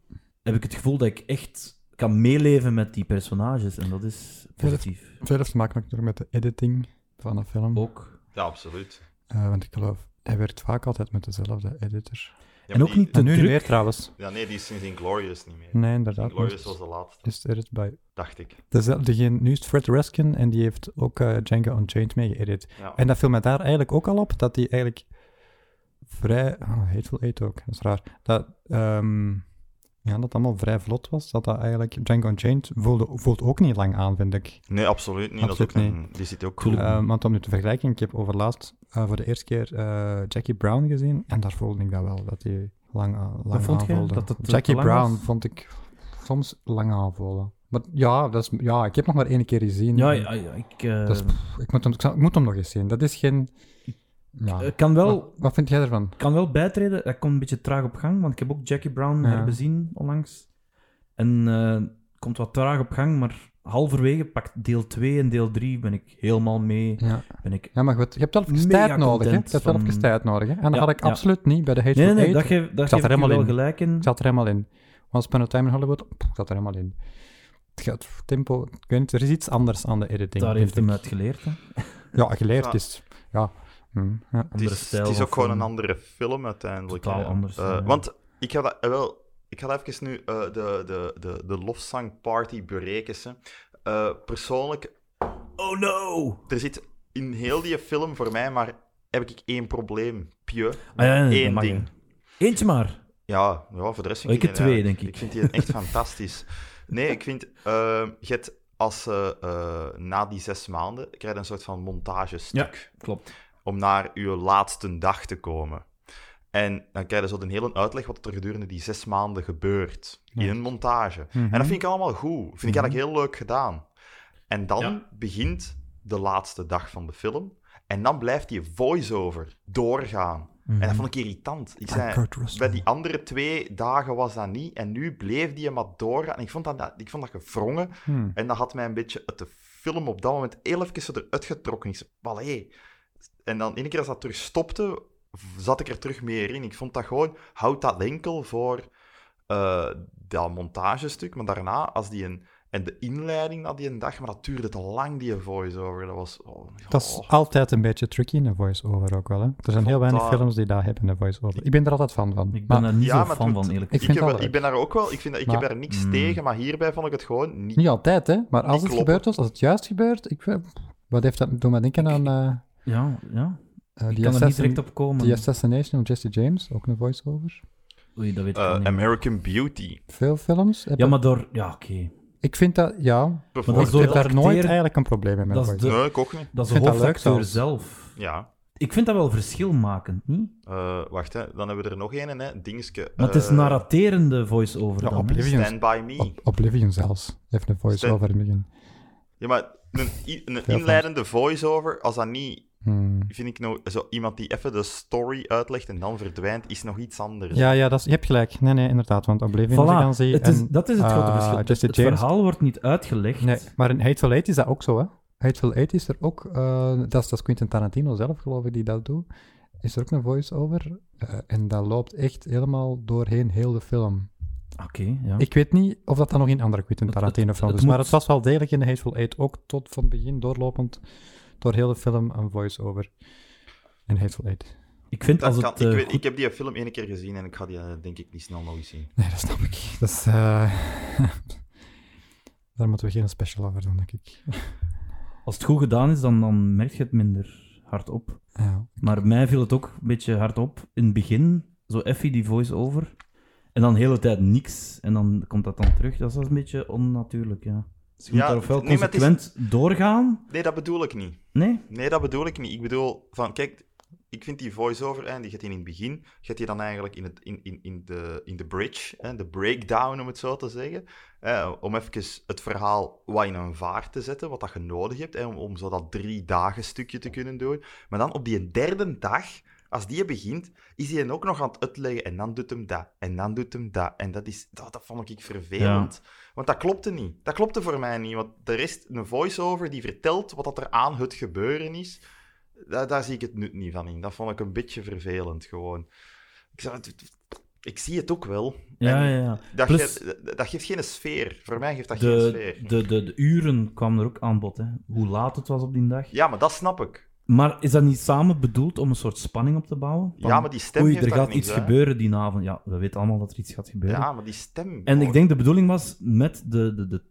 Heb ik het gevoel dat ik echt kan meeleven met die personages. En dat is positief.
Veel heeft te maken ook nog met de editing van de film.
Ook.
Ja, absoluut.
Eh, want ik geloof, hij werkt vaak altijd met dezelfde editor.
Ja,
En
maar
ook
die-
niet te
nu niet meer
druk.
trouwens.
Ja, nee, die is sinds Inglorious niet meer.
Nee, inderdaad. maar
Inglorious was
het
de laatste,
Is er het bij?
dacht ik.
Dezelfde, degene- nu is het Fred Raskin en die heeft ook eh, Django Unchained mee geëdit.
Ja.
En dat viel mij daar eigenlijk ook al op, dat die eigenlijk vrij... Oh, Hateful Eight ook, dat is raar. Dat, ehm, ja, dat allemaal vrij vlot was, dat dat eigenlijk... Django Unchained voelde, voelt ook niet lang aan, vind ik.
Nee, absoluut niet.
Absoluut
dat is ook een- die zit ook
Tuurlijk.
Ehm, want om nu te vergelijken, ik heb overlaatst eh, voor de eerste keer eh, Jackie Brown gezien en daar voelde ik dat wel, dat hij lang, aan- lang
vond jij?
aanvoelde.
Dat het, eh,
Jackie
te lang
Brown
was?
vond ik soms lang aanvoelen. Maar ja, dat is, ja, ik heb nog maar één keer gezien.
Ja, ja, ja, ik, eh,
Dat is- Ik, moet hem, ik zal- ik moet hem nog eens zien. Dat is geen... Ja.
eh, kan wel
Wat, wat vind jij ervan?
Ik kan wel bijtreden. Dat komt een beetje traag op gang, want ik heb ook Jackie Brown
Ja.
herbezien onlangs. En eh, komt wat traag op gang, maar halverwege pakt deel 2 en deel 3 ben ik helemaal mee.
Ja,
Ben ik...
ja maar goed, je hebt wel even
Mega
tijd nodig. Hè? Je
content
hebt wel
van-
even tijd nodig. Hè? En dat
Ja,
had ik
ja.
absoluut niet bij de Hateful
Nee, nee, nee,
Eight.
dat geef,
zat
dat geef
er
ik je
helemaal
wel
in.
gelijk in.
Ik zat er helemaal in. Once Upon a Time in Hollywood, pff, ik zat er helemaal in. Het gaat tempo... Ik weet niet, er is iets anders aan de editing.
Daar
vind
heeft hem
ik.
uit geleerd. Hè.
Ja, geleerd
Ja.
is... Ja. Hm, ja.
Het
Andere
is,
stijl
het is
van
ook gewoon
film.
een andere film uiteindelijk.
Totaal
hè.
anders,
Eh,
ja.
Want ik ga dat eh, wel. Ik ga dat even nu eh, de, de, de, de lofzang party berekenen. Eh, persoonlijk,
Oh no!
er zit in heel die film voor mij maar heb ik één probleem. Pieu.
Ah, ja, ja, dat
Eén
mag,
ding.
hè. Eentje maar.
Ja, ja, voor de rest vind
Oh, ik
die
heb twee,
eigenlijk-
denk ik.
Ik vind die echt fantastisch. Nee, ik vind... eh, je hebt als eh, eh, na die zes maanden krijg je een soort van montagestuk.
Klopt.
om naar uw laatste dag te komen. En dan krijg je zo een hele uitleg wat er gedurende die zes maanden gebeurt. In een montage. En
Mm.
dat vind ik allemaal goed. Vind ik eigenlijk heel leuk gedaan. En dan
Ja.
begint de laatste dag van de film. En dan blijft die voice-over doorgaan.
Mhm.
En
Mhm.
dat vond ik irritant. Ik zei,
Ah, Kurt Russell.
bij die andere twee dagen was dat niet. En nu bleef die maar doorgaan. En ik vond dat- dat, ik vond dat gevrongen.
Hmm.
En dat had mij een beetje uit de film op dat moment heel even zo eruit getrokken. Ik zei, "Wallé." En dan, ene keer als dat terug stopte, v- zat ik er terug meer in. Ik vond dat gewoon, houd dat enkel voor eh, dat montagestuk. Maar daarna, als die een... En de inleiding na die een dag, maar dat duurde te lang, die voice-over. Dat was... Oh,
Dat is ah,
oh.
altijd een beetje tricky in de voice-over ook wel. Hè? Er zijn heel weinig
Totaal.
films die dat hebben, de voice-over. Ik ben er altijd fan van.
Ik ben
Maar-
daar niet
Ja, maar
zo
het
fan
moet-
van, eerlijk
Ik
Ik,
vind dat
heb, wel-
leuk.
ik ben daar ook wel... Ik, vind dat, ik
Maar-
heb er niks
Mm.
tegen, maar hierbij vond ik het gewoon niet...
Niet altijd, hè? Maar als
Niet
het
kloppen.
gebeurd was, als het juist gebeurt, ik... weet- Wat heeft dat... Doe maar denken aan... eh, eh,
Ja, ja.
die
Ik kan er niet
Assassin-
direct op komen.
The Assassination of Jesse James, ook een voice-over.
Oei, dat weet ik
Eh,
wel niet.
American Beauty.
Veel films. hebben-
Ja, maar door... Ja, oké.
Ik vind dat, ja,
Maar dat is
ik
door
heb
het
daar nooit
acteren-
eigenlijk een probleem mee. met
dat is
voice-over.
de-
Nee, ik ook niet.
Dat is
Ik
de
vind dat leuk
hoofdacteur
zelfs.
zelf.
Ja.
Ik vind dat wel verschilmakend, niet?
Eh, wacht, hè. dan hebben we er nog een, hè. Dingetje.
Maar het is
eh,
narraterende voice-over
Ja,
dan, hè?
Oblivion,
Stand by me.
Ob- Oblivion zelfs heeft een voice-over in het begin.
Ja, maar een, i- een
van.
inleidende voice-over, als dat niet,
Hmm.
vind ik nou, zo iemand die even de story uitlegt en dan verdwijnt, is nog iets anders.
Ja, ja dat is, je hebt gelijk. Nee, nee, inderdaad. Want Oblivion, als ik dan
Dus- Voilà,
zie...
het is,
en-
dat is het grote
ah,
verschil. Het,
Jesse
het
James.
verhaal wordt niet uitgelegd.
Nee, maar in Hateful Eight is dat ook zo, hè. Hateful Eight is er ook... eh, dat, is, dat is Quentin Tarantino zelf, geloof ik, die dat doet. is er ook een voice-over. eh, en dat loopt echt helemaal doorheen heel de film.
Oké, ja.
Ik weet niet of dat dan nog in andere Quentin
Het-
Tarantino
het-
films
het
is, maar
moet-
het was wel degelijk in de Hateful Eight. Ook tot van het begin doorlopend door heel de film een voice-over. En Hateful Eight.
Ik vind als
Dat
het...
kan, ik,
eh,
weet-
goed-
ik heb die film één keer gezien en ik ga die eh, denk ik niet snel nog eens zien.
Nee, dat snap ik. Dat is, eh, Daar moeten we geen special over doen, denk ik.
Als het goed gedaan is, dan, dan merk je het minder hard op.
Ja.
Maar mij viel het ook een beetje hard op in het begin. Zo effie die voice-over. En dan de hele tijd niks. En dan komt dat dan terug. Dat is wel een beetje onnatuurlijk, ja. Dus je moet
Ja,
daar ofwel
nee, maar het is-
consequent doorgaan.
Nee, dat bedoel ik niet.
Nee?
Nee, dat bedoel ik niet. Ik bedoel, van kijk, ik vind die voice-over, hè, die gaat in het begin, je hebt die dan eigenlijk in, het, in, in, in, de, in de bridge, hè, de breakdown om het zo te zeggen, hè, om even het verhaal wat in een vaart te zetten, wat dat je nodig hebt, hè, om, om zo dat drie dagen stukje te kunnen doen. Maar dan op die derde dag, als die begint, is hij dan ook nog aan het uitleggen en dan doet hem dat, en dan doet hem dat. En dat, is, dat, dat vond ik vervelend. Want dat klopte niet. Dat klopte voor mij niet. Want er is een voice-over die vertelt wat dat er aan het gebeuren is. Daar, daar zie ik het nut niet van in. Dat vond ik een beetje vervelend gewoon. Ik, zou het, ik zie het ook wel.
Ja,
En
ja, ja.
Dat,
Plus-
ge- dat- dat geeft geen sfeer. Voor mij geeft dat geen
De,
sfeer.
de, de, de uren kwamen er ook aan bod, hè. Hoe laat het was op die dag.
Ja, maar dat snap ik.
Maar is dat niet samen bedoeld om een soort spanning op te bouwen? Van,
Ja, maar die stem
Oei,
geeft
er
daar
gaat
niks,
iets
hè.
gebeuren die avond. Ja, we weten allemaal dat er iets gaat gebeuren.
Ja, maar die stem. Oh,
En ik
hoor.
denk de bedoeling was met de, de, de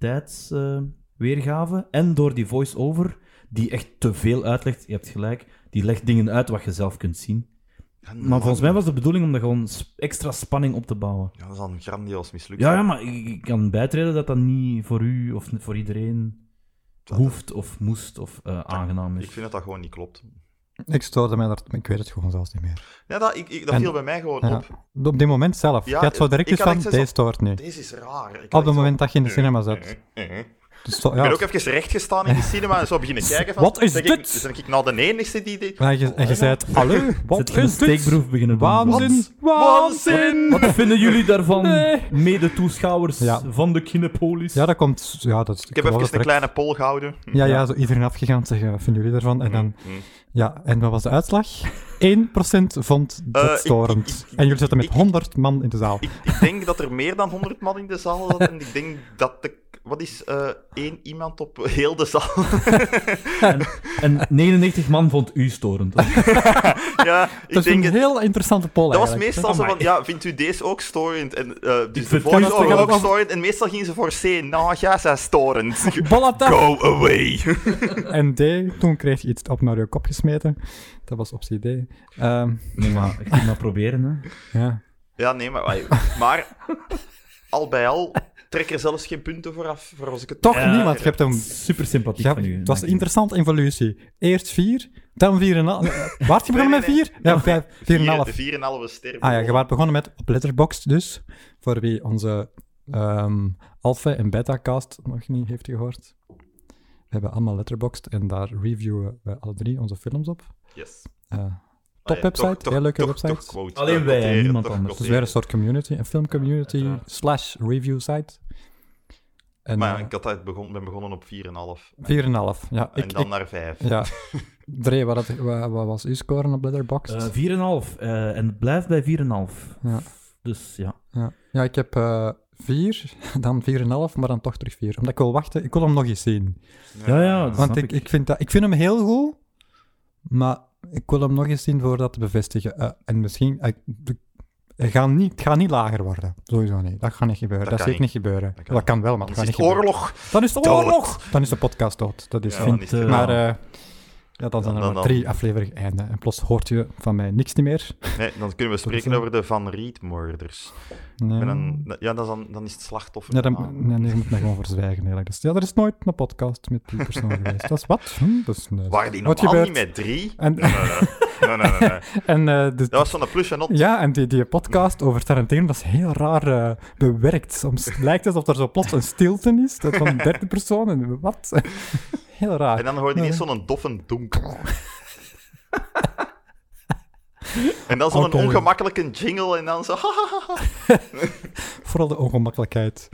tijdsweergave en door die voice-over, die echt te veel uitlegt, je hebt gelijk, die legt dingen uit wat je zelf kunt zien.
Ja,
Maar volgens mij was de bedoeling om daar gewoon sp- extra spanning op te bouwen.
Ja, dat is al een grandioos mislukt.
Ja, ja maar ik, ik kan bijtreden dat dat niet voor u of voor iedereen
Dat-
hoeft of moest of eh, aangenaam is.
Ik vind dat dat gewoon niet klopt.
Ik stoorde mij daar... Ik weet het gewoon zelfs niet meer.
Ja, dat, ik, ik- dat
En-
viel bij mij gewoon
Ja.
op.
Op dit moment zelf.
Ja,
je had zo direct
ik
dus
had
van,
echt zo-
deze stoort nu.
Deze is raar. Ik
Op
had iets
het moment
van-
dat je in de cinema zat.
Eh, eh.
Dus zo-
Ik
ja,
ben ook even recht gestaan in de cinema en zo beginnen kijken van...
Wat is
zeg
dit?
Ik, ben ik nou de enige die... die...
En je, en je zei het, hallo, wat
Zet je een
is dit?
steekproef beginnen doen.
Waanzin,
Waanzin!
Wat vinden jullie daarvan, mede-toeschouwers
Ja.
van de Kinepolis?
Ja, dat komt... Ja, dat,
Ik heb even een
direct.
kleine poll gehouden.
Ja, ja, zo iedereen afgegaan zeggen, wat vinden jullie ervan? En dan,
Mm.
ja, en wat was de uitslag? 1% vond dat
Eh, ik-
storend.
ik- ik-
en jullie zitten met
ik-
100 man in de zaal.
Ik, ik denk dat er meer dan 100 man in de zaal zat en ik denk dat de... Wat is eh, één iemand op heel de zaal?
En 99 man vond u storend.
ja, ik
dat is een
denk... het-
heel interessante poll
Dat was
eigenlijk.
meestal zo van,
Amai.
ja, vindt u deze ook storend? En eh dus de
vind
voice
dat toch
over ook
wel-
storend. En meestal gingen ze voor C. Nou, ja, ze is storend.
Bollata!
Go away.
En D, toen kreeg je iets op naar je kop gesmeten. Dat was optie D. Ehm,
Nee, maar ik moet maar proberen, hè.
ja.
Ja, nee, maar... wij- Maar, al bij al, trek er zelfs geen punten voor af, voor als ik het...
Toch
Ja,
niemand. Je hebt hem...
Super sympathiek
je hebt-
van u.
het was een
dank u.
interessante evolutie. Eerst 4, dan 4,5. Waart je begonnen met
nee, nee.
4? Ja, 5, 4,5.
Vier- De 4,5 ster.
Ah ja, je waart begonnen met op Letterboxd dus. Voor wie onze ehm alpha- en beta-cast nog niet heeft gehoord. We hebben allemaal Letterboxd en daar reviewen we alle drie onze films op.
Yes.
Eh
Ah ja,
website,
toch- toch-
heel leuke
toch-
website.
toch quote,
Alleen
eh,
wij,
quoteren,
niemand
toch
anders.
het is
quoteren.
weer een soort community, een filmcommunity slash review site. En
Maar ja,
eh,
ik had dat begon, ben begonnen op 4,5.
4,5. Ja,
En
ik,
dan
ik-
naar 5.
ja. Dre, wat, had- wat, wat was uw score op Letterboxd?
Eh, 4,5. eh, en het blijft bij 4,5.
Ja.
Dus ja.
Ja, ja ik heb eh vier, dan 4,5, maar dan toch terug vier. Omdat ik wil wachten, ik wil hem nog eens zien.
Ja, ja. dat
Want
snap
ik, ik, vind dat, ik vind hem heel goed, maar ik wil hem nog eens zien voor dat te bevestigen. Eh, en misschien, eh, de- het gaat, niet, het gaat niet lager worden. Sowieso niet. Dat gaat niet gebeuren. Dat,
Dat kan
zie ik niet gebeuren. Dat
Dat
kan,
kan
wel, maar het
Anders
gaat
is
niet
het
gebeuren.
oorlog.
Dan is de
Dood.
oorlog! Dan is de podcast dood. Dat is
Ja,
vind-
dan is het-
Maar
eh,
eh, ja, dan zijn er
dan-
maar
dan-
drie afleveringen einde. En plots hoort je van mij niks niet meer.
Nee, dan kunnen we spreken
eh,
over de Van Riet-moorders.
Nee.
En dan- Ja, dat is dan, dan is het slachtoffer.
Ja, dan,
Ah.
nee, nee, je moet mij gewoon verzwijgen, eerlijk. Dus, ja, er is nooit een podcast met die persoon geweest. Dat is wat? Hm, dat is, nee.
Waren die
Wat
normaal niet
gebeurt?
met drie?
En,
Nee, nee, nee. nee, nee, nee.
en, eh, de-
Dat was van de plus en op.
ja, en die, die podcast over Tarantino, dat is heel raar eh, bewerkt. Soms lijkt het alsof er zo plots een stilte is dat van een derde persoon. En wat? Heel
En
raar.
dan hoorde je ineens zo'n doffe donker. en dan zo'n
Oké.
ongemakkelijke jingle en dan zo...
Vooral de ongemakkelijkheid.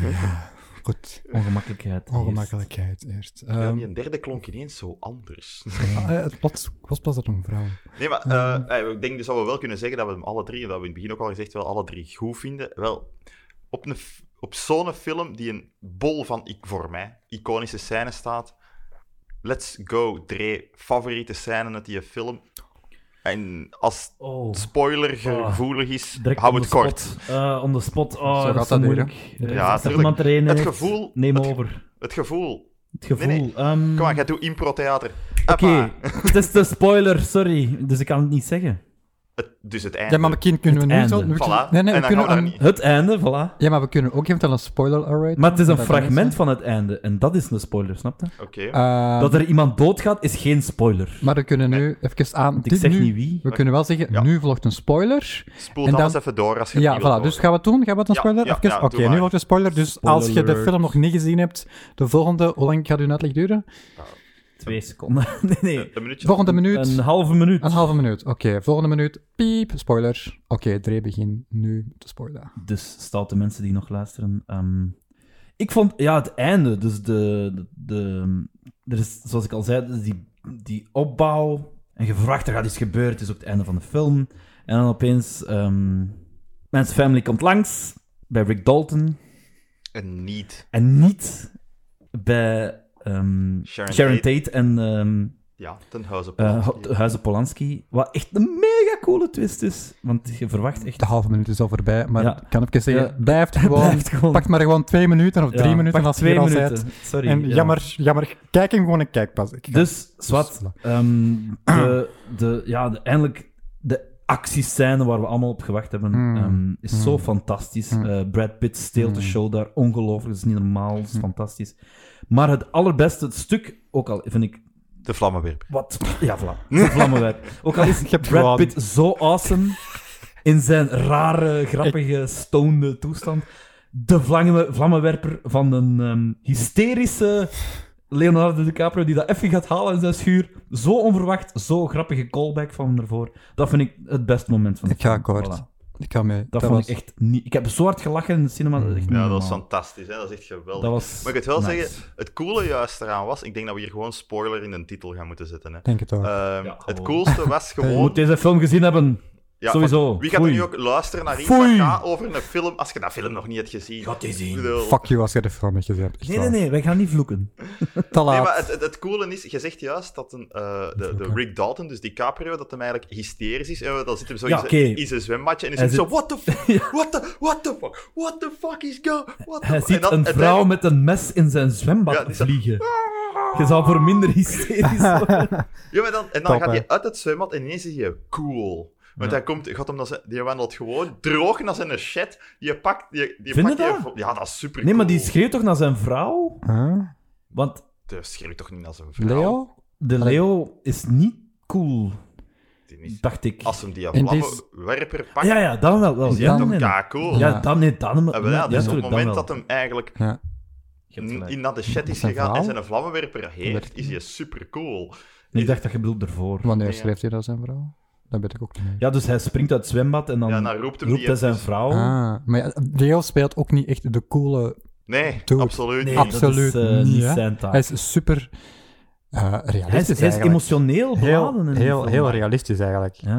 Ja. Goed,
Ongemakkelijkheid. eerst.
ongemakkelijkheid eerst.
Ja,
Ehm,
die een derde klonk ineens zo anders.
ah, eh, het plots, was plots dat een vrouw.
Nee, maar eh, eh, ik denk dus dat we wel kunnen zeggen dat we hem alle drie, en dat we in het begin ook al gezegd wel alle drie goed vinden. Wel, op, een f- op zo'n film die een bol van, ik, voor mij, iconische scènes staat. Let's go, Dre, favoriete scène uit die film. En als
Oh.
het spoiler
Ah,
gevoelig is,
Direct
hou
on
het
the
kort.
spot. Eh, on the spot. Oh,
Zo
dat
gaat
is zo
dat weer,
moeilijk.
hè?
Eh,
Ja,
als er
tuurlijk.
iemand er één
Het
heeft,
gevoel-
Neem
het-
over.
Het gevoel.
Het gevoel.
Nee, nee.
ehm,
Mm.
Kom maar, jij doet improtheater.
Oké, het is de spoiler, sorry. Dus ik kan het niet zeggen.
Het- dus het einde.
Ja, maar misschien kunnen we
Het
nu zo...
einde.
we kunnen-
Voilà.
Nee, nee,
en
we
dan
kunnen
gaan we
aan-
daar niet.
Het einde, voilà.
Ja, maar we kunnen ook eventueel een spoiler alright.
Maar het is een fragment van het einde. En dat is een spoiler, snap je?
Oké.
Eh,
Dat er iemand doodgaat, is geen spoiler.
Maar we kunnen nu
Eh,
even aan...
Want ik
dit
zeg
nu-
niet wie.
We kunnen wel zeggen,
Ja.
nu volgt een spoiler.
Spoel
en
dan
dan-
eens even door als je het
Ja,
niet wilt
voilà. Dus gaan we het doen? Gaan we het een
Ja,
spoiler?
ja,
Even-
ja, doe
Oké, nu
maar.
wordt een spoiler. Dus als je de
Spoiler.
film nog niet gezien hebt, de volgende... Hoe lang gaat uw uitleg duren?
Twee seconden. nee,
horen.
nee.
Een minuutje.
Volgende minuut.
Een halve minuut.
Een halve minuut. Oké, volgende minuut. Piep, spoiler. Oké, Dre, begin nu met de spoiler.
Dus stoute mensen die nog luisteren. ehm, ik vond, ja, het einde. Dus de, de, de- er is, zoals ik al zei, dus die, die opbouw. En je verwacht, er gaat iets gebeuren. Het is ook het einde van de film. En dan opeens, ehm Man's Family komt langs bij Rick Dalton.
En niet.
En niet bij ehm,
Sharon
Sharon, Tate. en ehm
Ja, ten huize.
eh, Ho- Huizen Polanski. Wat echt een mega coole twist is. Want je verwacht echt...
De halve minuut is al voorbij, maar
Ja.
ik kan even zeggen,
Ja.
blijft gewoon...
Blijft gewoon-
Pak maar gewoon twee minuten of
Ja,
drie minuten
pak
als je
twee
er al
minuten.
bent.
Sorry.
En
ja.
jammer, jammer, kijk hem gewoon een kijkpas. Ik ga-
Dus, zwart.
voilà.
ehm, de, de, ja, de, eindelijk de actiescène waar we allemaal op gewacht hebben,
Mm.
ehm, is zo
Mm.
fantastisch.
Mm.
Eh, Brad Pitt steelt de
Mm.
show daar ongelooflijk. Dat is niet normaal, dat is
Hmm.
fantastisch. Maar het allerbeste stuk, ook al vind ik
De vlammenwerper.
wat... Ja, voilà. De vlammenwerp. Ook al is
Je hebt
Brad
gewonnen.
Pitt zo awesome in zijn rare, grappige, stoned toestand. De vlamme, vlammenwerper van een ehm, hysterische Leonardo DiCaprio die dat even gaat halen in zijn schuur. Zo onverwacht, zo grappige callback van hem ervoor. Dat vind ik het beste moment van de
Ik ga
film.
akkoord.
Voilà.
Ik ga mee.
Dat, vond ik echt niet... Ik heb zo hard gelachen in de cinema. Dat is echt niet
Ja, dat was
normaal.
fantastisch. Hè? Dat is echt geweldig.
Dat was
Maar ik het wel
nice.
zeggen, het coole juist eraan was... Ik denk dat we hier gewoon spoiler in de titel gaan moeten zetten. Hè?
denk het
Eh,
ook.
Ehm,
Ja,
het
gewoon.
coolste was
Je moet
gewoon...
deze film gezien hebben.
Ja,
sowieso.
van- Wie gaat er
Foei.
nu ook luisteren naar iets dat
Foei.
gaat over een film... Als je dat film nog niet hebt gezien.
Gaat die zien.
Ik bedoel-
Fuck you als je de film hebt gezien. Echt
Nee, nee,
waar.
nee. Wij gaan niet vloeken.
Te laat.
Nee, maar het, het, het coole is, je zegt juist dat een, eh, de, de Rick Dalton, dus DiCaprio, dat hem eigenlijk hysterisch is. En dan zit hem zo
Ja,
in, zijn,
oké.
in zijn zwembadje en is
Hij
hij zo,
zit-
what the fuck, what the, what the fuck, what the fuck is go, what the
Hij
fuck." En
ziet
dan
een vrouw
uiteindelijk-
met een mes in zijn zwembad
Ja, die zat-
vliegen. Je zou voor minder hysterisch worden.
Ja, maar dan, en dan
Top,
gaat
hè.
hij uit het zwembad en ineens is hij cool. Want
Ja.
hij komt, gaat hem dan zijn- die wandelt gewoon droog naar zijn shit. Je pakt, je, die
Vind je
pakt die
dat?
vo- ja, dat is super
Nee, maar die
cool.
schreeuwt toch naar zijn vrouw?
Huh?
Want
Dat schreeuwt toch niet als een vrouw?
Leo?
de
Allee.
Leo is niet cool,
Die is-
dacht ik. Ah,
Als hem die
En die is-
vlammenwerper pakt,
Ja, ja, dan wel. wel.
is hij
Ja,
dan
toch
nee, nee.
kakool?
Ja, dan nee, dan.
Ah, wel, ja, dus
ja,
op het
tuurlijk, dan
moment
wel.
dat hem eigenlijk
Ja.
Je hebt gelijk.
in naar de chat is
Zijn
gegaan en
verhaal?
zijn vlammenwerper heeft,
Werkt
is hij supercool.
Ik dacht dat je bedoelt ervoor.
Wanneer
Nee, ja.
schreef hij dat zijn vrouw? Dat weet ik ook niet meer.
Ja, dus hij springt uit het zwembad en dan,
Ja, dan roept hem dus- die even.
hij zijn vrouw.
Ah, maar ja, Leo speelt ook niet echt de coole...
Nee,
Dude.
absoluut
nee,
niet.
Absoluut.
dat is eh,
niet,
niet
hè?
zijn taak.
Hij is super eh realistisch
Hij is, hij is
eigenlijk.
emotioneel beladen.
heel,
in die
heel,
film.
heel realistisch eigenlijk.
Ja.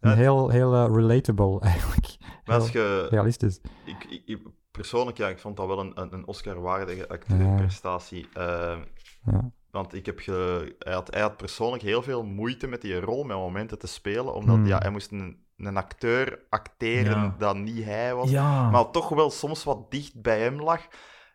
En
Ja.
Heel, heel eh, relatable eigenlijk.
Maar als
Heel
je,
Realistisch.
ik, ik, ik- persoonlijk, ja, ik vond dat wel een, een- een Oscar-waardige acteerprestatie. Eh,
Ja.
want ik heb ge, hij, had, hij had persoonlijk heel veel moeite met die rol, met momenten te spelen, omdat
Hmm.
ja, hij moest een, een acteur acteren
Ja.
dat niet hij was.
ja.
maar toch wel soms wat dicht bij hem lag.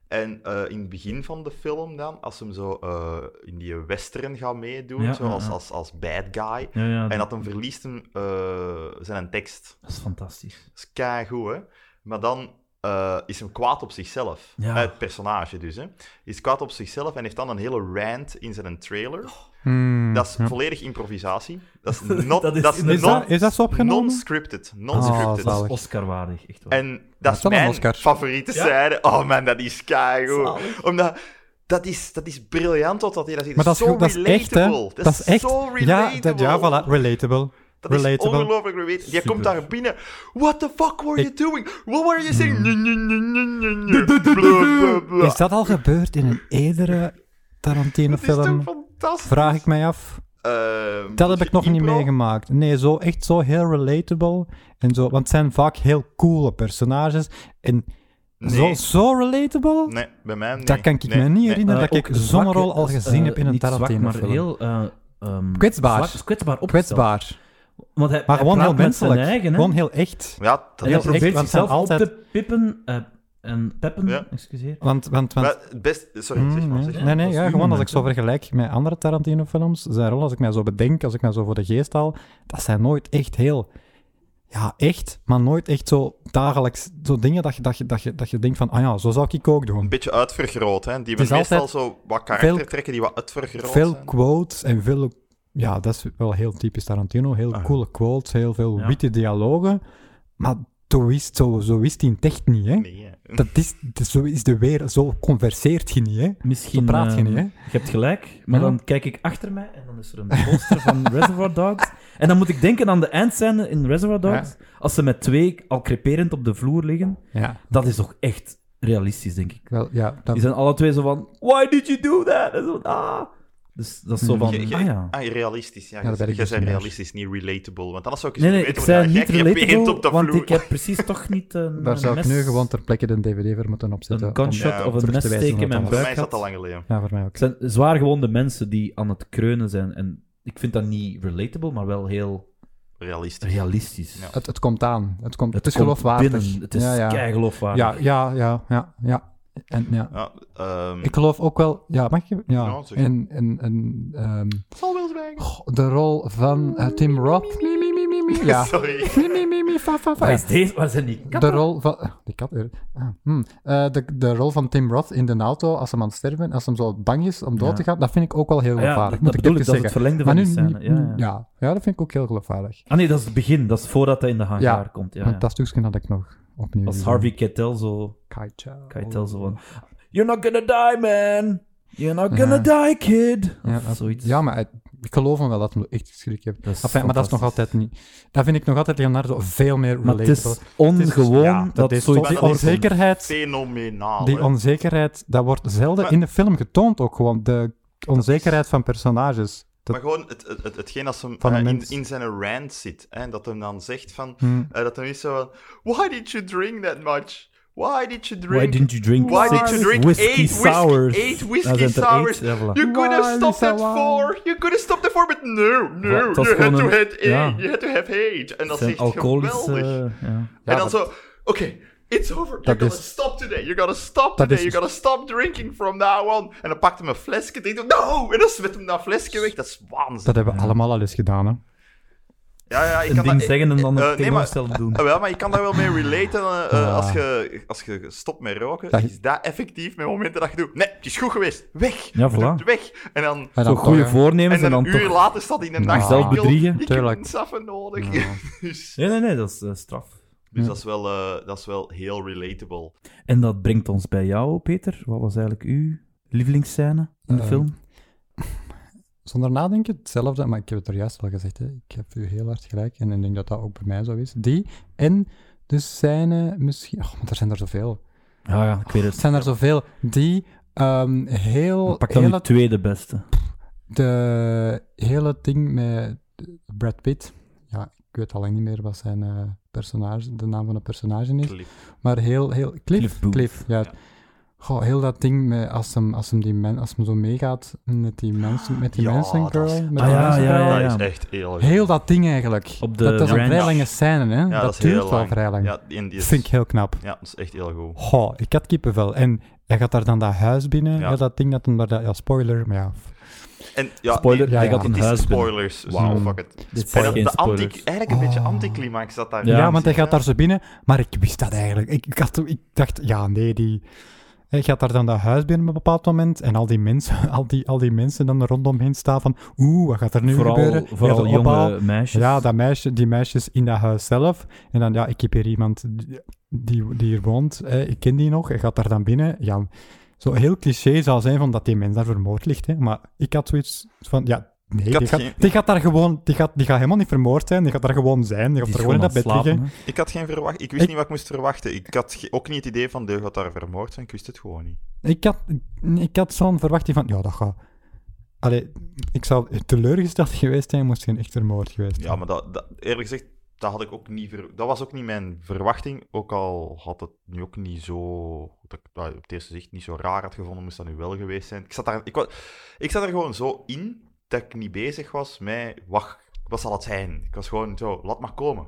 En eh, in het begin van de film dan, als hem zo eh, in die western gaat meedoen,
Ja,
zo
ja,
als,
ja.
als, als bad guy,
ja, ja,
en dat hem verliest hem, eh, zijn tekst.
dat is fantastisch.
Dat is keigoed, hè. Maar dan eh, is hem kwaad op zichzelf.
Ja.
Eh, het personage dus, hè. Is kwaad op zichzelf en heeft dan een hele rant in zijn trailer.
Oh.
Hmm,
Dat is
ja.
volledig improvisatie. Dat is not...
Dat is Ah,
dat is
is,
inderdaad-
non-
dat, is dat zo opgenomen?
non-scripted. Non-scripted.
zalig.
Dat is Oscar-waardig, echt waar.
En
Dat
dat
is
is
wel een
mijn
Oscar.
favoriete
Ja?
scène. Oh man, dat is keigoed.
Zalig.
Omdat... Dat is, dat is briljant wat dat hij dat ziet.
Maar dat is,
zo
goed, dat is echt, hè?
relatable.
Dat is echt.
zo relatable.
Ja, dat, ja, voilà, relatable.
Dat
Relatable.
is ongelooflijk relatable. Je komt
Super.
daar binnen. What the fuck were you doing? What were you saying?
Mm.
Nye, nye, nye, nye, nye. Blah, blah, blah.
Is dat al gebeurd in een eerdere
Dat is toch
Tarantino-film?
fantastisch?
Vraag ik mij af.
Ehm,
Dat heb ik nog niet
impro-
meegemaakt. Nee, zo, echt zo heel relatable. En zo, want het zijn vaak heel coole personages. En zo,
Nee.
zo relatable,
Nee, bij mij niet.
dat kan ik
Nee,
me niet
nee.
herinneren
Eh,
dat ik
ook
zo'n
zwak,
rol al
eh,
gezien heb in een
niet zwak,
Tarantino-film.
maar heel... eh, ehm,
Kwetsbaar.
zwak- kwetsbaar opgesteld.
kwetsbaar.
Want hij,
Maar
hij
gewoon
praat
heel
met zijn
menselijk.
Eigen, hè.
gewoon heel echt.
Ja, dat
en hij
heel
is...
echt,
probeert
want zijn
zichzelf altijd...
altijd-
op te pippen... eh, en peppen,
Ja.
excuseer.
Want, want, want
Maar het best... Sorry, zeg maar.
Mm,
Zeg
nee.
maar.
nee, nee,
Dat is
ja,
uw
gewoon als
moment,
ik zo
hè?
vergelijk met andere Tarantino-films, zijn rollen, als ik mij zo bedenk, als ik mij zo voor de geest haal, dat zijn nooit echt heel... Ja, echt, maar nooit echt zo dagelijks... Zo dingen dat je, dat je, dat je, dat je denkt van, ah ja, zo zou ik ook
Een
doen.
beetje uitvergroot, hè. Die
Het
hebben
is
meestal
altijd
zo wat karaktertrekken die wat uitvergroot
Veel
zijn.
quotes en veel... Ja, dat is wel heel typisch Tarantino. Heel
Ah.
coole quotes, heel veel
Ja.
witte dialogen. Maar zo is, zo, zo is hij het echt niet, hè.
Nee, hè.
Dat is, dat- zo is de wereld, zo converseert je niet, hè. Zo
Misschien...
praat je
ehm,
niet, hè.
Je hebt gelijk, maar
Ja.
dan kijk ik achter mij en dan is er een poster van Reservoir Dogs. En dan moet ik denken aan de eindscène in Reservoir Dogs. Als ze met twee al creperend op de vloer liggen.
Ja,
Dat is toch echt realistisch, denk ik.
wel, ja dan-
Die zijn alle twee zo van... Why did you do that? En zo, ah. Dus dat
Hmm.
is zo van...
Je- je-
Ah ja.
Ah, realistisch. Ja,
Ja, dat ben
je
ik
jij
dus
zei
niet meer.
realistisch, niet relatable. Want anders zou ik eens
Nee, nee, ik
weten
zei
wat jij
niet
crepeert op
relatable,
dat
want
vloer.
ik heb precies toch niet een
Daar
een
zou ik
mes-
nu gewoon ter plekke de DVD voor moeten opzetten.
Een
om-
gunshot
Ja,
of een
terug te
mes
wijzen
steken in
wat
mijn
dat
Voor
buik
mij is dat
had.
al lang geleden.
Ja, voor mij ook.
Het zijn zwaargewonde mensen die aan het kreunen zijn. En ik vind dat niet relatable, maar wel heel
Realistisch.
realistisch.
Ja.
Het, het komt aan. Het, komt, het, is
komt
geloofwaardig.
binnen. Het is
ja, ja.
keigeloofwaardig.
ja, ja, ja, ja, ja. En, ja.
Ja, ehm,
Ik geloof ook wel... Ja, mag je? Ja.
Ja, zeker.
en en, en ehm,
zal wel zijn.
goh, de rol van eh, Tim Roth. Mie, mie, mie, mie, mie. Ja.
Sorry.
Mie, mie, mie, mie, fa, fa, fa.
Waar is deze? Waar zijn die
De
katten?
rol van... ah, Die kat... eh, ah, hmm. Eh, de, de rol van Tim Roth in de auto, als hem aan het sterven, als hem zo bang is om dood
Ja.
te gaan, dat vind ik ook wel heel
Ah ja,
gevaarlijk.
dat,
moet
dat
ik
bedoel ik,
even
dat is het
zeggen.
verlengde
Maar
van
nu...
die scène. Ja, ja.
ja. Ja, dat vind ik ook heel geloofwaardig.
Ah nee, dat is het begin. Dat is voordat hij in de hangar
Ja,
komt. Ja,
Want
ja.
dat stukje had ik nog opnieuw.
Als
gezien.
Harvey Keitel zo...
Keitel.
Keitel zo van... You're not gonna die, man! You're
Ja.
not gonna die, kid!
Ja,
Of
dat-
zoiets.
ja, maar het- ik geloof hem wel dat hij echt schrik heeft.
Dat is
Enfin, maar dat is nog
fantastisch.
altijd niet... Dat vind ik nog altijd Leonardo veel meer
Maar het
relatable.
is ongewoon
ja,
dat,
is
zoiets
Die
dat is-
voorkomt.
onzekerheid,
Fenomenaal.
die
hè.
onzekerheid, dat wordt zelden
Maar-
in de film getoond ook gewoon. De onzekerheid van personages. Dat,
Maar gewoon het, het, het, hetgeen als hem
Van een
eh, in,
mens.
in zijn rant zit. Hè, dat hem dan zegt van...
Hmm.
Hm.
eh, dat hem is zo van... Why did you drink that much? Why did you drink...
Why didn't you drink
Why did
six
you drink
whiskey
eight whiskey-
sours?
eight
Daar
whiskey
zijn er
sours.
eight, ja, voilà.
You could have
Why,
stopped
Lisa,
at
why?
four. You could have stopped at four, but no,
Wa-
no.
het was
You had
gewoon
to
een-
have eight.
ja.
You had to have eight. En dat
zijn
is echt
alcoholische...
geweldig.
ja.
en
maar-
dan zo, oké, it's over. You're
Dat
gonna
is-
stop today. You're gonna
Dat
stop today.
is-
You're gonna stop drinking from now on. En dan pakt hem een flesje. En denkt, no! En dan zweet hem dat flesje weg. Dat is waanzin.
dat hebben we allemaal al eens gedaan, hè.
Ja, ja, ik
Een
kan
ding
dat-
zeggen en dan
eh,
het
nee, maar-
tegenovergestelde doen.
Ah, wel, maar je kan daar wel mee relaten eh, eh,
Ah.
als, je, als je stopt met roken.
Dat-
Is dat effectief met momenten dat je doet? Nee, het is goed geweest. Weg.
Ja, voilà.
Je doet het Weg. En dan,
En
Zo
dan
goede
toch, hè.
voornemens
en
en
dan
dan
een uur
toch...
later staat hij in een nacht.
Zelf
bedriegen,
Ik heb
tuurlijk.
een saffen nodig.
Ja.
dus
Nee, nee, nee, dat is eh, straf.
dus dat, is wel, eh, dat is wel heel relatable.
En dat brengt ons bij jou, Peter. Wat was eigenlijk uw lievelingsscène in de
Eh,
film?
Zonder nadenken, hetzelfde, maar ik heb het er juist al gezegd, hè. ik heb u heel hard gelijk en ik denk dat dat ook bij mij zo is. Die en de scène misschien, oh, want er zijn er zoveel.
Ja, ja, ik weet
Er
het.
zijn er zoveel die ehm, heel,
Pak dan
heel
de
het,
tweede beste.
de, hele ding met Brad Pitt. Ja, ik weet al lang niet meer wat zijn eh, personage, de naam van het personage is.
Clip.
Maar heel, heel... Cliff?
Cliff Booth.
ja.
Ja.
Goh, heel dat ding met als hem, als hem, die men, als hem zo meegaat met die mensen, met die
Ja,
mensen
dat is-
girl. Met
Ah,
die
ja,
mensen
ja,
girl.
ja, ja.
Dat is echt heel...
Heel dat ding eigenlijk.
Op de
dat is een
ranch.
vrij lange scène, hè.
Ja,
dat,
dat is
duurt
heel
wel
lang.
vrij lang.
Ja, in die
Dat vind ik heel knap.
ja, dat is echt heel goed.
Goh, ik had kippenvel. En hij gaat daar dan dat huis binnen,
Ja.
heel dat ding dat hem daar... dat- Ja, spoiler, maar ja.
En, ja,
Spoiler,
nee,
hij
dit
gaat
een
is
huis binnen.
spoilers. Dus
Wauw.
fuck it.
Dit
En
zijn
dat,
geen
de anti,
spoilers.
eigenlijk een beetje
Oh.
anticlimax dat daar
Ja,
Ja,
want hij
zit,
gaat
hè.
daar zo binnen, maar ik wist dat eigenlijk. Ik, ik, had, ik dacht, ja, nee, die... Hij gaat daar dan dat huis binnen op een bepaald moment en al die mensen, al die, al die mensen dan er rondomheen staan van oeh, wat gaat er nu
Vooral,
gebeuren? Heel
vooral
de
jonge
opbouw.
meisjes.
Dus Ja, dat meisje, die meisjes in dat huis zelf. En dan, ja, ik heb hier iemand die, die, die hier woont, hè, ik ken die nog, hij gaat daar dan binnen. Ja, zo heel cliché zou zijn van dat die mens daar vermoord ligt, hè, maar ik had zoiets van, ja, Nee,
had
die gaat,
geen-
die gaat daar gewoon... Die gaat, die gaat helemaal niet vermoord zijn. Die gaat daar gewoon zijn. Die gaat
Die
er
is
gewoon in dat bed
aan het slapen,
liggen.
hè.
Ik had geen verwacht... Ik wist
Ik-
niet wat ik moest verwachten. Ik had ge- ook niet het idee van, deur gaat daar vermoord zijn. Ik wist het gewoon niet.
Ik had, ik had zo'n verwachting van... Ja, dat gaat... Allee, ik zou teleurgesteld geweest zijn moest geen echte moord geweest zijn.
Ja, maar dat, dat, eerlijk gezegd, dat, had ik ook niet ver- dat was ook niet mijn verwachting. Ook al had het nu ook niet zo... Dat ik dat op het eerste zicht niet zo raar had gevonden, moest dat nu wel geweest zijn. Ik zat daar, ik, wa- ik zat er gewoon zo in dat ik niet bezig was met... Wacht, wat zal het zijn? Ik was gewoon zo, laat maar komen.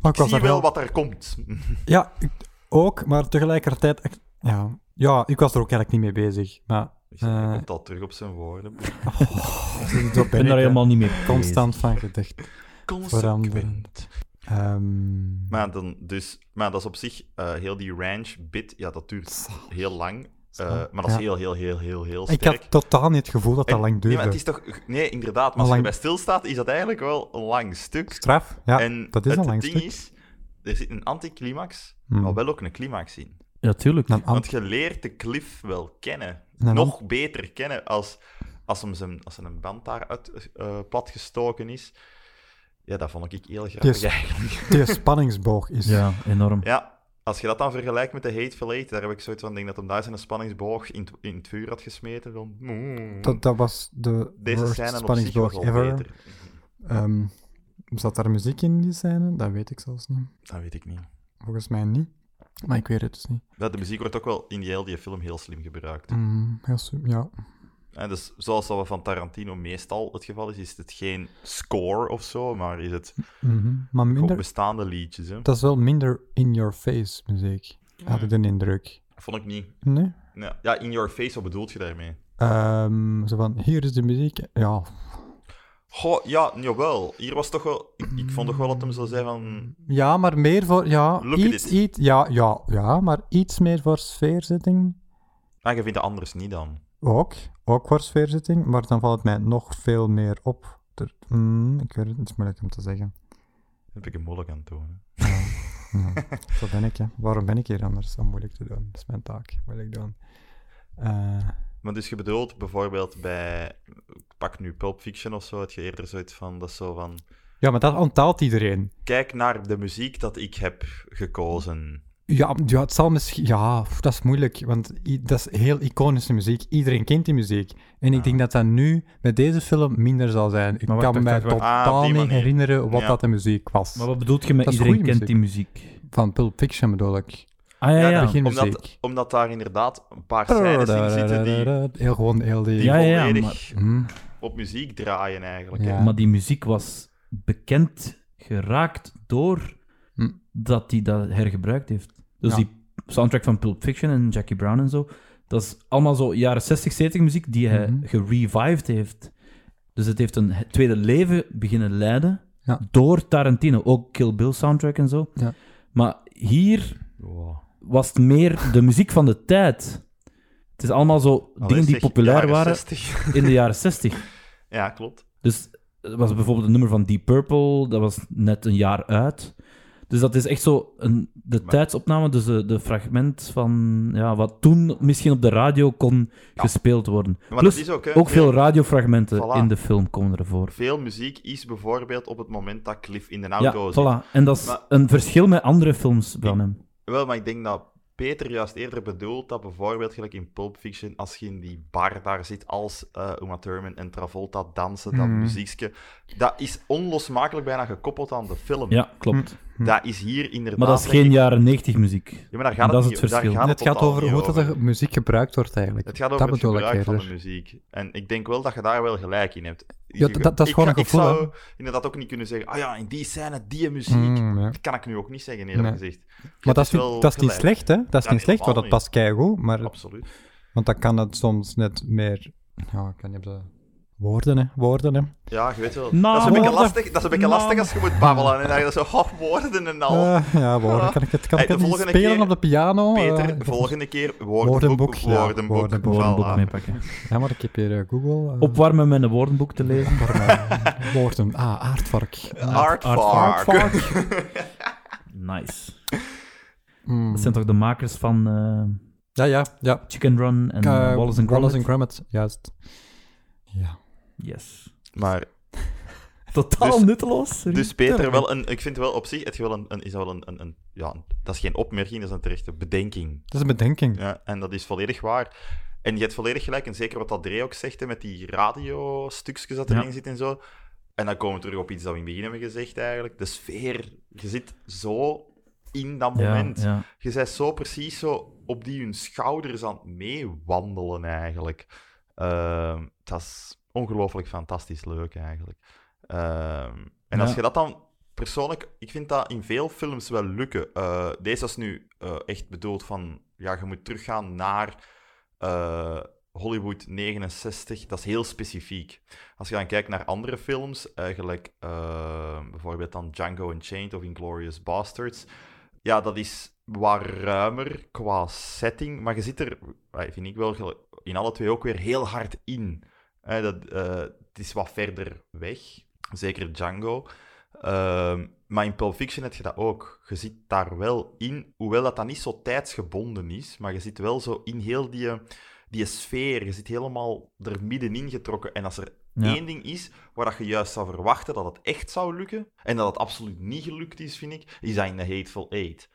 Maar
Ik,
was
zie
daar
wel wat er komt.
Ja, ik- ook, maar tegelijkertijd... echt- Ja, ja, ik was er ook eigenlijk niet mee bezig. Maar
Hij
Eh.
komt al terug op zijn woorden.
zo
Oh. Ik ben daar helemaal niet mee
constant van gedicht.
Consequent.
Ehm,
Maar, dan, dus, maar dat is op zich, eh, heel die ranch-bit, ja, dat duurt heel lang. eh, maar dat is
Ja.
heel, heel, heel, heel, heel
ik
sterk.
had totaal niet het gevoel dat dat
En-
lang
Nee,
duurde.
maar het is toch... Nee, inderdaad. Maar als
Lang-
je erbij stilstaat, is dat eigenlijk wel een lang stuk.
Straf, ja,
en
dat is
het
al lang
ding
stuk.
is, er zit een anticlimax,
Hmm.
maar wel ook een climax in.
Ja, tuurlijk.
Dan
Want je leert de cliff wel kennen.
Een
Nog beter kennen als, als, hem zijn, als zijn band daaruit eh platgestoken is. Ja, dat vond ik heel grappig
Dus-
eigenlijk.
Die spanningsboog is...
Ja, enorm.
Ja, als je dat dan vergelijkt met de Hateful Eight, daar heb ik zoiets van, ik denk dat hem daar zijn spanningsboog in, het- in het vuur had gesmeten. Dan...
Dat, dat was de
Deze
worst
scène op zich was
spanningsboog
al
ever.
beter.
Ehm zat daar muziek in die scène? Dat weet ik zelfs niet.
Dat weet ik niet.
Volgens mij niet. Maar ik weet het dus niet.
Ja, de muziek wordt ook wel in die heel die film heel slim gebruikt.
Mm, heel su- ja.
En dus, zoals dat van Tarantino meestal het geval is, is het geen score of zo, maar is het
Mhm. Maar
gewoon
minder...
bestaande liedjes. Hè?
Dat is wel minder in-your-face muziek. Had ik de indruk.
Vond ik niet.
Nee?
Ja, ja, in your face, wat bedoelt je daarmee?
Ehm, zo van, hier is de muziek. Ja,
Goh, ja, jawel. Hier was toch wel... Ik, ik vond toch wel dat hem zo zei van...
ja maar meer voor... Ja,
Look at
iets,
it.
iets, ja, ja, ja, maar iets meer voor sfeerzetting.
Ah, je vindt de anders niet dan.
Ook, ook voor sfeerzetting, maar dan valt het mij nog veel meer op. Er- mm, ik weet het, het is moeilijk om te zeggen.
Dat heb ik een moeilijk aan het tonen.
Zo ben ik, hè. Waarom ben ik hier anders? Zo moeilijk te doen. Dat is mijn taak. Moeilijk doen. Eh,
Maar dus je bedoelt bijvoorbeeld bij... Ik pak nu Pulp Fiction of zo, had je eerder zoiets van... Dat is zo van...
ja, maar dat onttaalt iedereen.
Kijk naar de muziek dat ik heb gekozen.
Ja, ja, het zal misschien... Ja, pff, dat is moeilijk, want i- dat is heel iconische muziek. Iedereen kent die muziek. En ik denk dat dat nu met deze film minder zal zijn. Ik
Maar wacht,
kan
wacht,
mij
wacht, wacht.
Ah,
totaal
op die
niet
manier.
herinneren wat
Ja.
dat de muziek was.
Maar wat bedoelt je met
Dat is
iedereen
goeie
kent die muziek?
Van Pulp Fiction bedoel ik.
Ah ja, ja.
dat
ja.
begin-
omdat,
muziek.
omdat daar inderdaad een paar scènes in zitten die,
Heel gewoon, heel die...
die
Ja, ja, ja,
volledig
Hm.
op muziek draaien eigenlijk. hè.
Ja.
Maar die muziek was bekend geraakt door
Hm.
dat hij dat hergebruikt heeft. Dus
Ja.
die soundtrack van Pulp Fiction en Jackie Brown en zo, dat is allemaal zo jaren 60, 70 muziek die hij
Mhm.
gerevived heeft. Dus het heeft een he- tweede leven beginnen leiden
Ja.
door Tarantino. Ook Kill Bill soundtrack en zo.
Ja.
Maar hier was het meer de muziek van de tijd. Het is allemaal zo
Allee,
dingen die
zeg,
populair
jaren
waren
60.
in de jaren 60.
Ja, klopt.
Dus er was bijvoorbeeld een nummer van Deep Purple, dat was net een jaar uit. Dus dat is echt zo een, de
Maar-
tijdsopname, dus de, de fragment van ja, wat toen misschien op de radio kon gespeeld worden.
Maar
Plus,
dat is ook, hè,
ook veel radiofragmenten
Voilà.
in de film komen ervoor.
Veel muziek is bijvoorbeeld op het moment dat Cliff in de
Ja,
auto zit.
voilà. En dat is
Maar-
een verschil met andere films van hem.
Wel, maar ik denk dat Peter juist eerder bedoelt dat bijvoorbeeld gelijk in Pulp Fiction, als je in die bar daar zit als eh Uma Thurman en Travolta dansen, dat
Mhm.
Hmm.
muziekje, dat is onlosmakelijk bijna gekoppeld aan de film.
Ja, klopt.
Dat is hier inderdaad...
Maar dat is
denk
geen
ik-
jaren 90 muziek.
Ja, maar daar gaat
dat
het, niet-
is het
daar
verschil.
gaat
het gaat
totaal
over
niet
hoe dat
over.
er muziek gebruikt wordt eigenlijk.
Het gaat over
dat
het
bedoel ik
gebruik van de
eerder.
muziek. En ik denk wel dat je daar wel gelijk in hebt.
Ja,
Je-
dat- dat is
ik
gewoon een
ga-
gevoel,
Ik zou inderdaad ook niet kunnen zeggen, ah ja, in die scène, die muziek.
Mm, ja.
Dat kan ik nu ook niet zeggen, eerlijk
Nee.
gezegd. Je
Maar
hebt
dat is,
dus
niet-
wel
dat is niet
gelijk.
slecht, hè? Dat is
Ja,
niet slecht, want
helemaal
dat past keigoed. Maar,
Absoluut.
want dan kan het soms net meer... Ja, ik kan niet op de... Woorden, hè? Woorden, hè?
Ja, je weet wel.
Nou,
dat is een beetje
woorden.
lastig, dat is een beetje
Nou.
lastig als je moet babbelen. En dan je zo, oh, woorden en al.
Eh, ja, woorden. Kan ik het, kan
Hey,
ik het
de
niet
volgende
spelen
keer,
op de piano?
Peter,
Eh,
volgende keer
Woordenboek,
woordenboek,
ja,
woordenboek.
woordenboek.
Woordenboek
voilà.
meepakken.
Ja, maar ik heb hier eh, Google. eh,
Opwarmen met een woordenboek te lezen.
voor mijn woorden. Ah, aardvark.
Aardvark.
Aardvark.
Nice.
Mm.
Dat zijn toch de makers van eh,
Ja, ja, ja.
Chicken Run en
Eh,
Wallace and Gromit?
Wallace and Gromit, juist. Ja.
Yes.
Maar
Totaal
Dus-
nutteloos.
Dus Peter, wel een, ik vind wel op zich, het wel een, een, is wel een, een, een- ja, een- dat is geen opmerking, dat is een terechte bedenking.
Dat is een bedenking.
Ja, en dat is volledig waar. En je hebt volledig gelijk, en zeker wat André ook zegt, hè, met die radiostukjes dat
Ja.
erin zit en zo. En dan komen we terug op iets dat we in het begin hebben gezegd eigenlijk. De sfeer, je zit zo in dat moment.
Ja, ja.
Je bent zo precies zo op die hun schouders aan het meewandelen eigenlijk. Ehm, dat is ongelooflijk fantastisch leuk eigenlijk. Ehm, en als
Ja.
je dat dan persoonlijk, ik vind dat in veel films wel lukken. Eh, deze is nu eh, echt bedoeld van, ja, je moet teruggaan naar eh, Hollywood 69. Dat is heel specifiek. Als je dan kijkt naar andere films, eigenlijk eh, bijvoorbeeld dan Django Unchained of Inglorious Bastards. Ja, dat is wat ruimer qua setting, maar je zit er, eh, vind ik wel, gel- in alle twee ook weer heel hard in. Eh, dat, eh, het is wat verder weg, zeker Django. Ehm, maar in Pulp Fiction heb je dat ook. Je zit daar wel in, hoewel dat dan niet zo tijdsgebonden is, maar je zit wel zo in heel die, eh, die sfeer. Je zit helemaal er middenin getrokken. En als er
Ja.
één ding is waar dat je juist zou verwachten dat het echt zou lukken, en dat het absoluut niet gelukt is, vind ik, is dat in The Hateful Eight.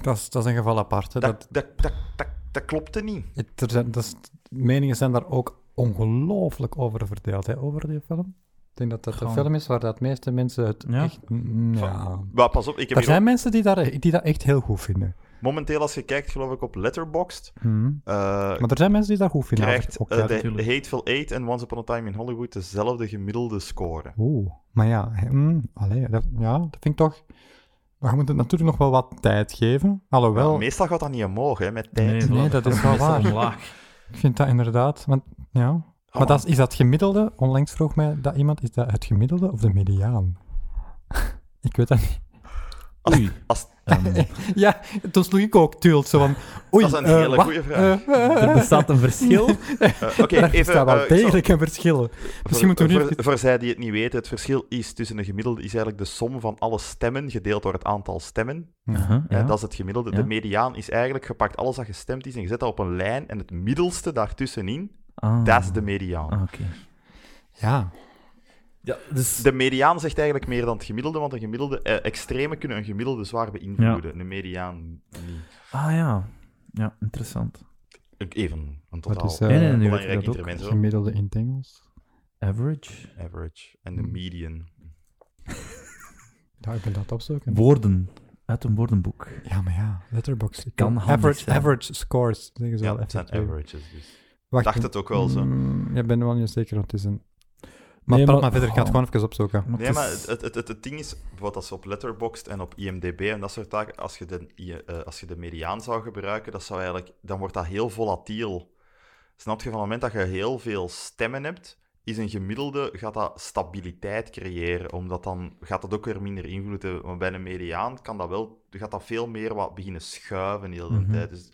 Dat, is, dat is een geval apart. Hè.
Dat,
Dat,
dat, dat, dat, dat klopte niet.
het- er zijn, dat is, meningen zijn daar ook ongelooflijk over verdeeld, hè, over die film. Ik denk dat dat de
Gewoon.
film is waar dat meeste mensen het
Ja.
echt... mm, Ja.
Van- Maar pas op, ik heb
Er
hier
zijn mensen die dat, die dat echt heel goed vinden.
ook- momenteel als je kijkt, geloof ik, op Letterboxd,
Hm.
Hmm.
eh,
Maar er zijn mensen die dat goed vinden.
krijgt
Ook
eh,
dat-
The-
natuurlijk.
The Hateful Eight en Once Upon a Time in Hollywood dezelfde gemiddelde score.
Oeh, maar ja, hè, mm, allee, dat, ja, dat vind ik toch... Maar je moet het natuurlijk nog wel wat tijd geven. Alhoewel,
Maar meestal gaat dat niet omhoog, hè, met tijd.
Nee,
Nee,
voilà.
dat is wel waar.
Omlaag.
ik vind dat inderdaad... Want, ja. maar dat is, is dat gemiddelde? Onlangs vroeg mij dat iemand, is dat het gemiddelde of de mediaan? ik weet dat niet.
Oei.
Als-
Ehm,
Ja, toen sloeg ik ook tult. Zo van, oei,
Dat is een
eh,
hele
wacht,
goeie vraag.
eh, eh,
er bestaat een verschil.
Eh, Oké,
er
even...
bestaat
eh,
wel
ik zal-
degelijk een verschil. Misschien moeten we nu...
voor, voor zij die het niet weten, het verschil is tussen een gemiddelde is eigenlijk de som van alle stemmen gedeeld door het aantal stemmen.
Aha,
Eh,
ja.
dat is het gemiddelde.
Ja.
De mediaan is eigenlijk gepakt alles dat gestemd is en je zet dat op een lijn en het middelste daartussenin,
Hmm.
Ah.
dat is de mediaan.
Ah, oké.
Ja,
Ja, dus...
De mediaan zegt eigenlijk meer dan het gemiddelde, want een gemiddelde, eh, extremen kunnen een gemiddelde zwaar beïnvloeden. De mediaan niet.
Ah ja. Ja, interessant.
Ik- Even, een
Wat
totaal
is, eh,
Nee, nee, nee, nu weet ik
belangrijk
dat ook.
intermezzo.
gemiddelde in het Engels.
Average.
eh,
Average en de median.
Ja, ik ben dat opzoeken.
Woorden. Uit een woordenboek.
Ja, maar ja, letterbox.
kan handig
average,
zijn.
average scores, zeggen ze
Ja,
wel.
het zijn
effectief.
averages dus.
Wacht,
Dacht het ook wel zo.
Mm, ja, ik ben er wel niet zeker wat het is. Een... Maar praat
Nee,
maar, Oh.
maar-
verder, ik ga het gewoon even opzoeken.
Nee, maar
is-
het, het, het, het ding is, bijvoorbeeld als op Letterboxd en op IMDb en dat soort zaken, als je de, i- eh, als je de mediaan zou gebruiken, dat zou eigenlijk, dan wordt dat heel volatiel. Snap je, van het moment dat je heel veel stemmen hebt, is een gemiddelde, gaat dat stabiliteit creëren, omdat dan gaat dat ook weer minder invloed hebben. Want bij een mediaan kan dat wel, gaat dat veel meer wat beginnen schuiven heel de hele
Mhm.
tijd. Dus ik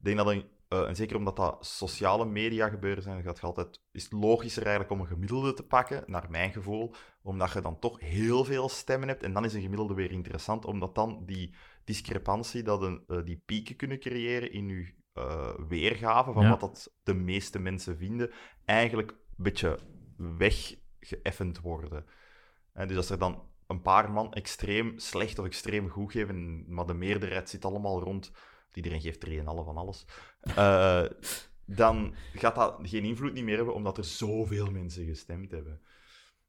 denk dat een, eh, en zeker omdat dat sociale media gebeuren zijn, gaat je altijd, is het logischer eigenlijk om een gemiddelde te pakken, naar mijn gevoel, omdat je dan toch heel veel stemmen hebt. En dan is een gemiddelde weer interessant, omdat dan die discrepantie, dat een, eh, die pieken kunnen creëren in je eh, weergave van
Ja.
wat dat de meeste mensen vinden, eigenlijk een beetje weggeëffend worden. En dus als er dan een paar man extreem slecht of extreem goed geven, maar de meerderheid zit allemaal rond, want iedereen geeft 3,5 van alles, eh, dan gaat dat geen invloed niet meer hebben, omdat er zoveel mensen gestemd hebben.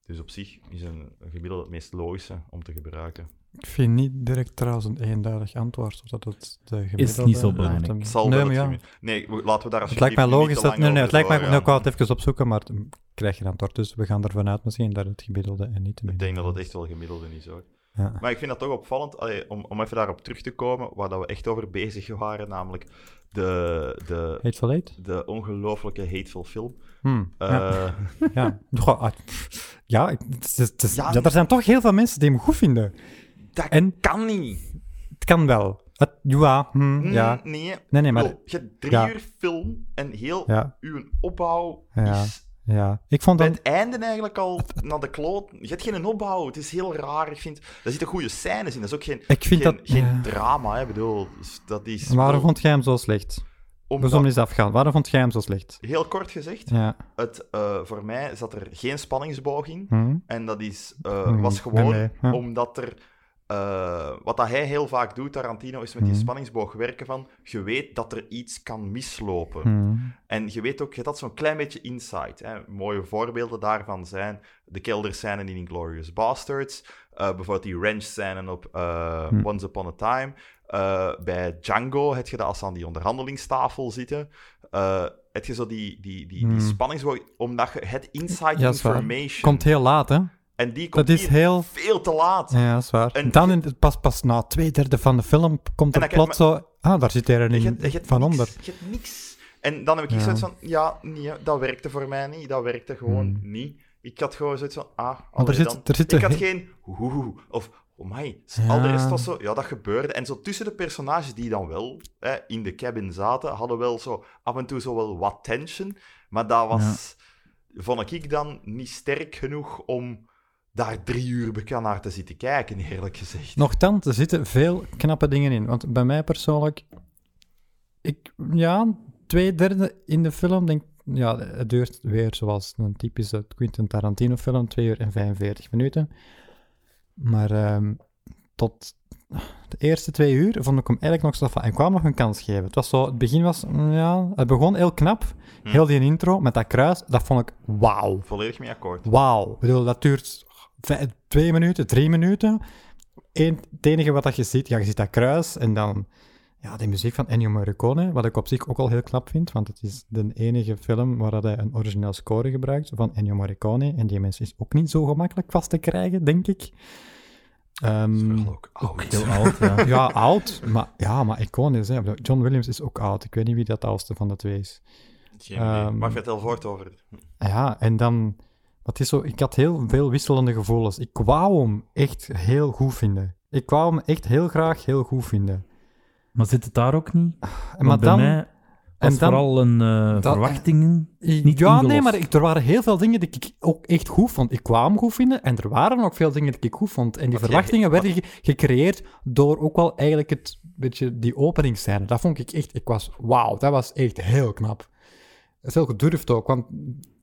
Dus op zich is een, een gemiddelde het meest logische om te gebruiken.
Ik vind niet direct trouwens een eenduidig antwoord. Of dat het de gemiddelde...
niet zo
of
belangrijk.
een-
Het zal
nee,
wel
maar
het
ja.
gemi- Nee, we- laten we daar
Het
alsjeblieft
lijkt mij
niet
logisch
te
dat...
lang
Nee, nee, het
over
lijkt mij...
doorgaan.
Nou, ik wou het even opzoeken, maar dan krijg je een antwoord. Dus we gaan ervan uit misschien dat het gemiddelde en niet de
Ik denk dat
mediaan
het
is.
echt wel gemiddelde is hoor.
Ja.
Maar ik vind dat toch opvallend, allee, om, om even daarop terug te komen, waar dat we echt over bezig waren, namelijk de, de,
Hateful Eight?
de ongelooflijke hateful film.
Hm, ja.
Eh,
Ja, Goh, ah, pff, ja, ik- het is- het is-
Ja,
ja, er zijn toch heel veel mensen die hem goed vinden.
Dat
En
kan niet.
het kan wel. Het, ja, hm, ja.
Mm, Nee,
Nee, nee, maar...
Bro, je hebt drie
ja.
uur film en heel
Ja,
uw opbouw
Ja.
is
ja. Ik vond
bij
dat...
het einde eigenlijk al naar de kloot. Je hebt geen opbouw, het is heel raar. Ik vind, daar zitten goede scènes in, dat is ook geen,
Ik vind
geen,
dat...
geen
ja.
drama, hè. Ik bedoel, dus dat is...
Waarom vond jij hem zo slecht? We
Omdat,
zullen eens afgaan. Waarom vond jij hem zo slecht?
heel kort gezegd,
Ja.
het, eh, voor mij zat er geen spanningsboog in.
Hm?
En dat is, eh,
Mm,
was
bij
gewoon
mij, ja.
omdat er... eh, wat dat hij heel vaak doet, Tarantino, is met die
Mhm.
spanningsboog werken van... Je weet dat er iets kan mislopen.
Hm.
En je weet ook, je had zo'n klein beetje insight. Hè. Mooie voorbeelden daarvan zijn de kelderscène in Inglourious Bastards. eh, bijvoorbeeld die ranch-scène op eh,
Hm.
Once Upon a Time. Eh, bij Django heb je dat als ze aan die onderhandelingstafel zitten. Eh heb je zo die, die, die,
Hm.
die spanningsboog, omdat je het insight
Ja, is waar.
information...
Komt heel laat, hè?
en die komt
Dat is
hier
heel...
veel te laat.
Ja, dat is waar.
En-
En dan, in, pas, pas na twee derde van de film, komt
En
er
dan kijk-
plots zo... Ah, daar zit hij er
Je
niet
hebt- je hebt
van
niks,
onder.
Je hebt niks. En dan heb ik
Ja.
zoiets van, ja, nee, dat werkte voor mij niet. Dat werkte gewoon niet. Ik had gewoon zoiets van, ah,
Hmm. Want er
allee
zit-
dan.
er zit
ik
een-
had geen hoehoe, of oh my,
Ja.
al de rest was zo, ja, dat gebeurde. En zo tussen de personages die dan wel hè, in de cabin zaten, hadden wel zo af en toe zo wel wat tension. Maar dat was, vond ik dan niet sterk genoeg om daar drie uur bekend naar te zitten kijken, eerlijk gezegd.
Nochtans, er zitten veel knappe dingen in. Want bij mij persoonlijk, ik, ja, twee derde in de film, denk ja, het duurt weer zoals een typische Quentin Tarantino film, 2 uur en 45 minuten. Maar ehm, tot de eerste twee uur vond ik hem eigenlijk nog zo van, en kwam nog een kans geven. Het was zo, het begin was, mm, ja, het begon heel knap. Heel die intro met dat kruis, dat vond ik wauw.
Volledig mee akkoord.
Wauw. Ik bedoel, dat duurt vij- twee minuten, drie minuten. Eén, het enige wat dat je ziet, ja, je ziet dat kruis en dan ja, die muziek van Ennio Morricone, wat ik op zich ook al heel knap vind, want het is de enige film waar dat hij een origineel score gebruikt van Ennio Morricone. En die mensen is ook niet zo gemakkelijk vast te krijgen, denk ik. Ehm,
Vooral ook oud.
Heel oud, ja.
ja, oud, maar, ja, maar iconisch. Hè. Ik bedoel, John Williams is ook oud. Ik weet niet wie dat oudste van de twee is.
Geen idee.
Ehm,
maar vertel voort over het.
Ah Ja, en dan... Dat is zo, ik had heel veel wisselende gevoelens. Ik wou hem echt heel goed vinden. Ik wou hem echt heel graag heel goed vinden.
Maar zit het daar ook niet?
En
Want
Ah, maar
bij
dan...
mij
en
was
dan-
vooral een eh
dat-
verwachting. niet
ja,
ingelost.
nee, maar ik, er waren heel veel dingen die ik ook echt goed vond. Ik kwam hem goed vinden en er waren ook veel dingen die ik goed vond. En die
Wat jij-
verwachtingen werden ge- gecreëerd door ook wel eigenlijk het, weet je, die openingsscène. Dat vond ik echt, ik was, wauw, dat was echt heel knap. Dat is heel gedurfd ook, want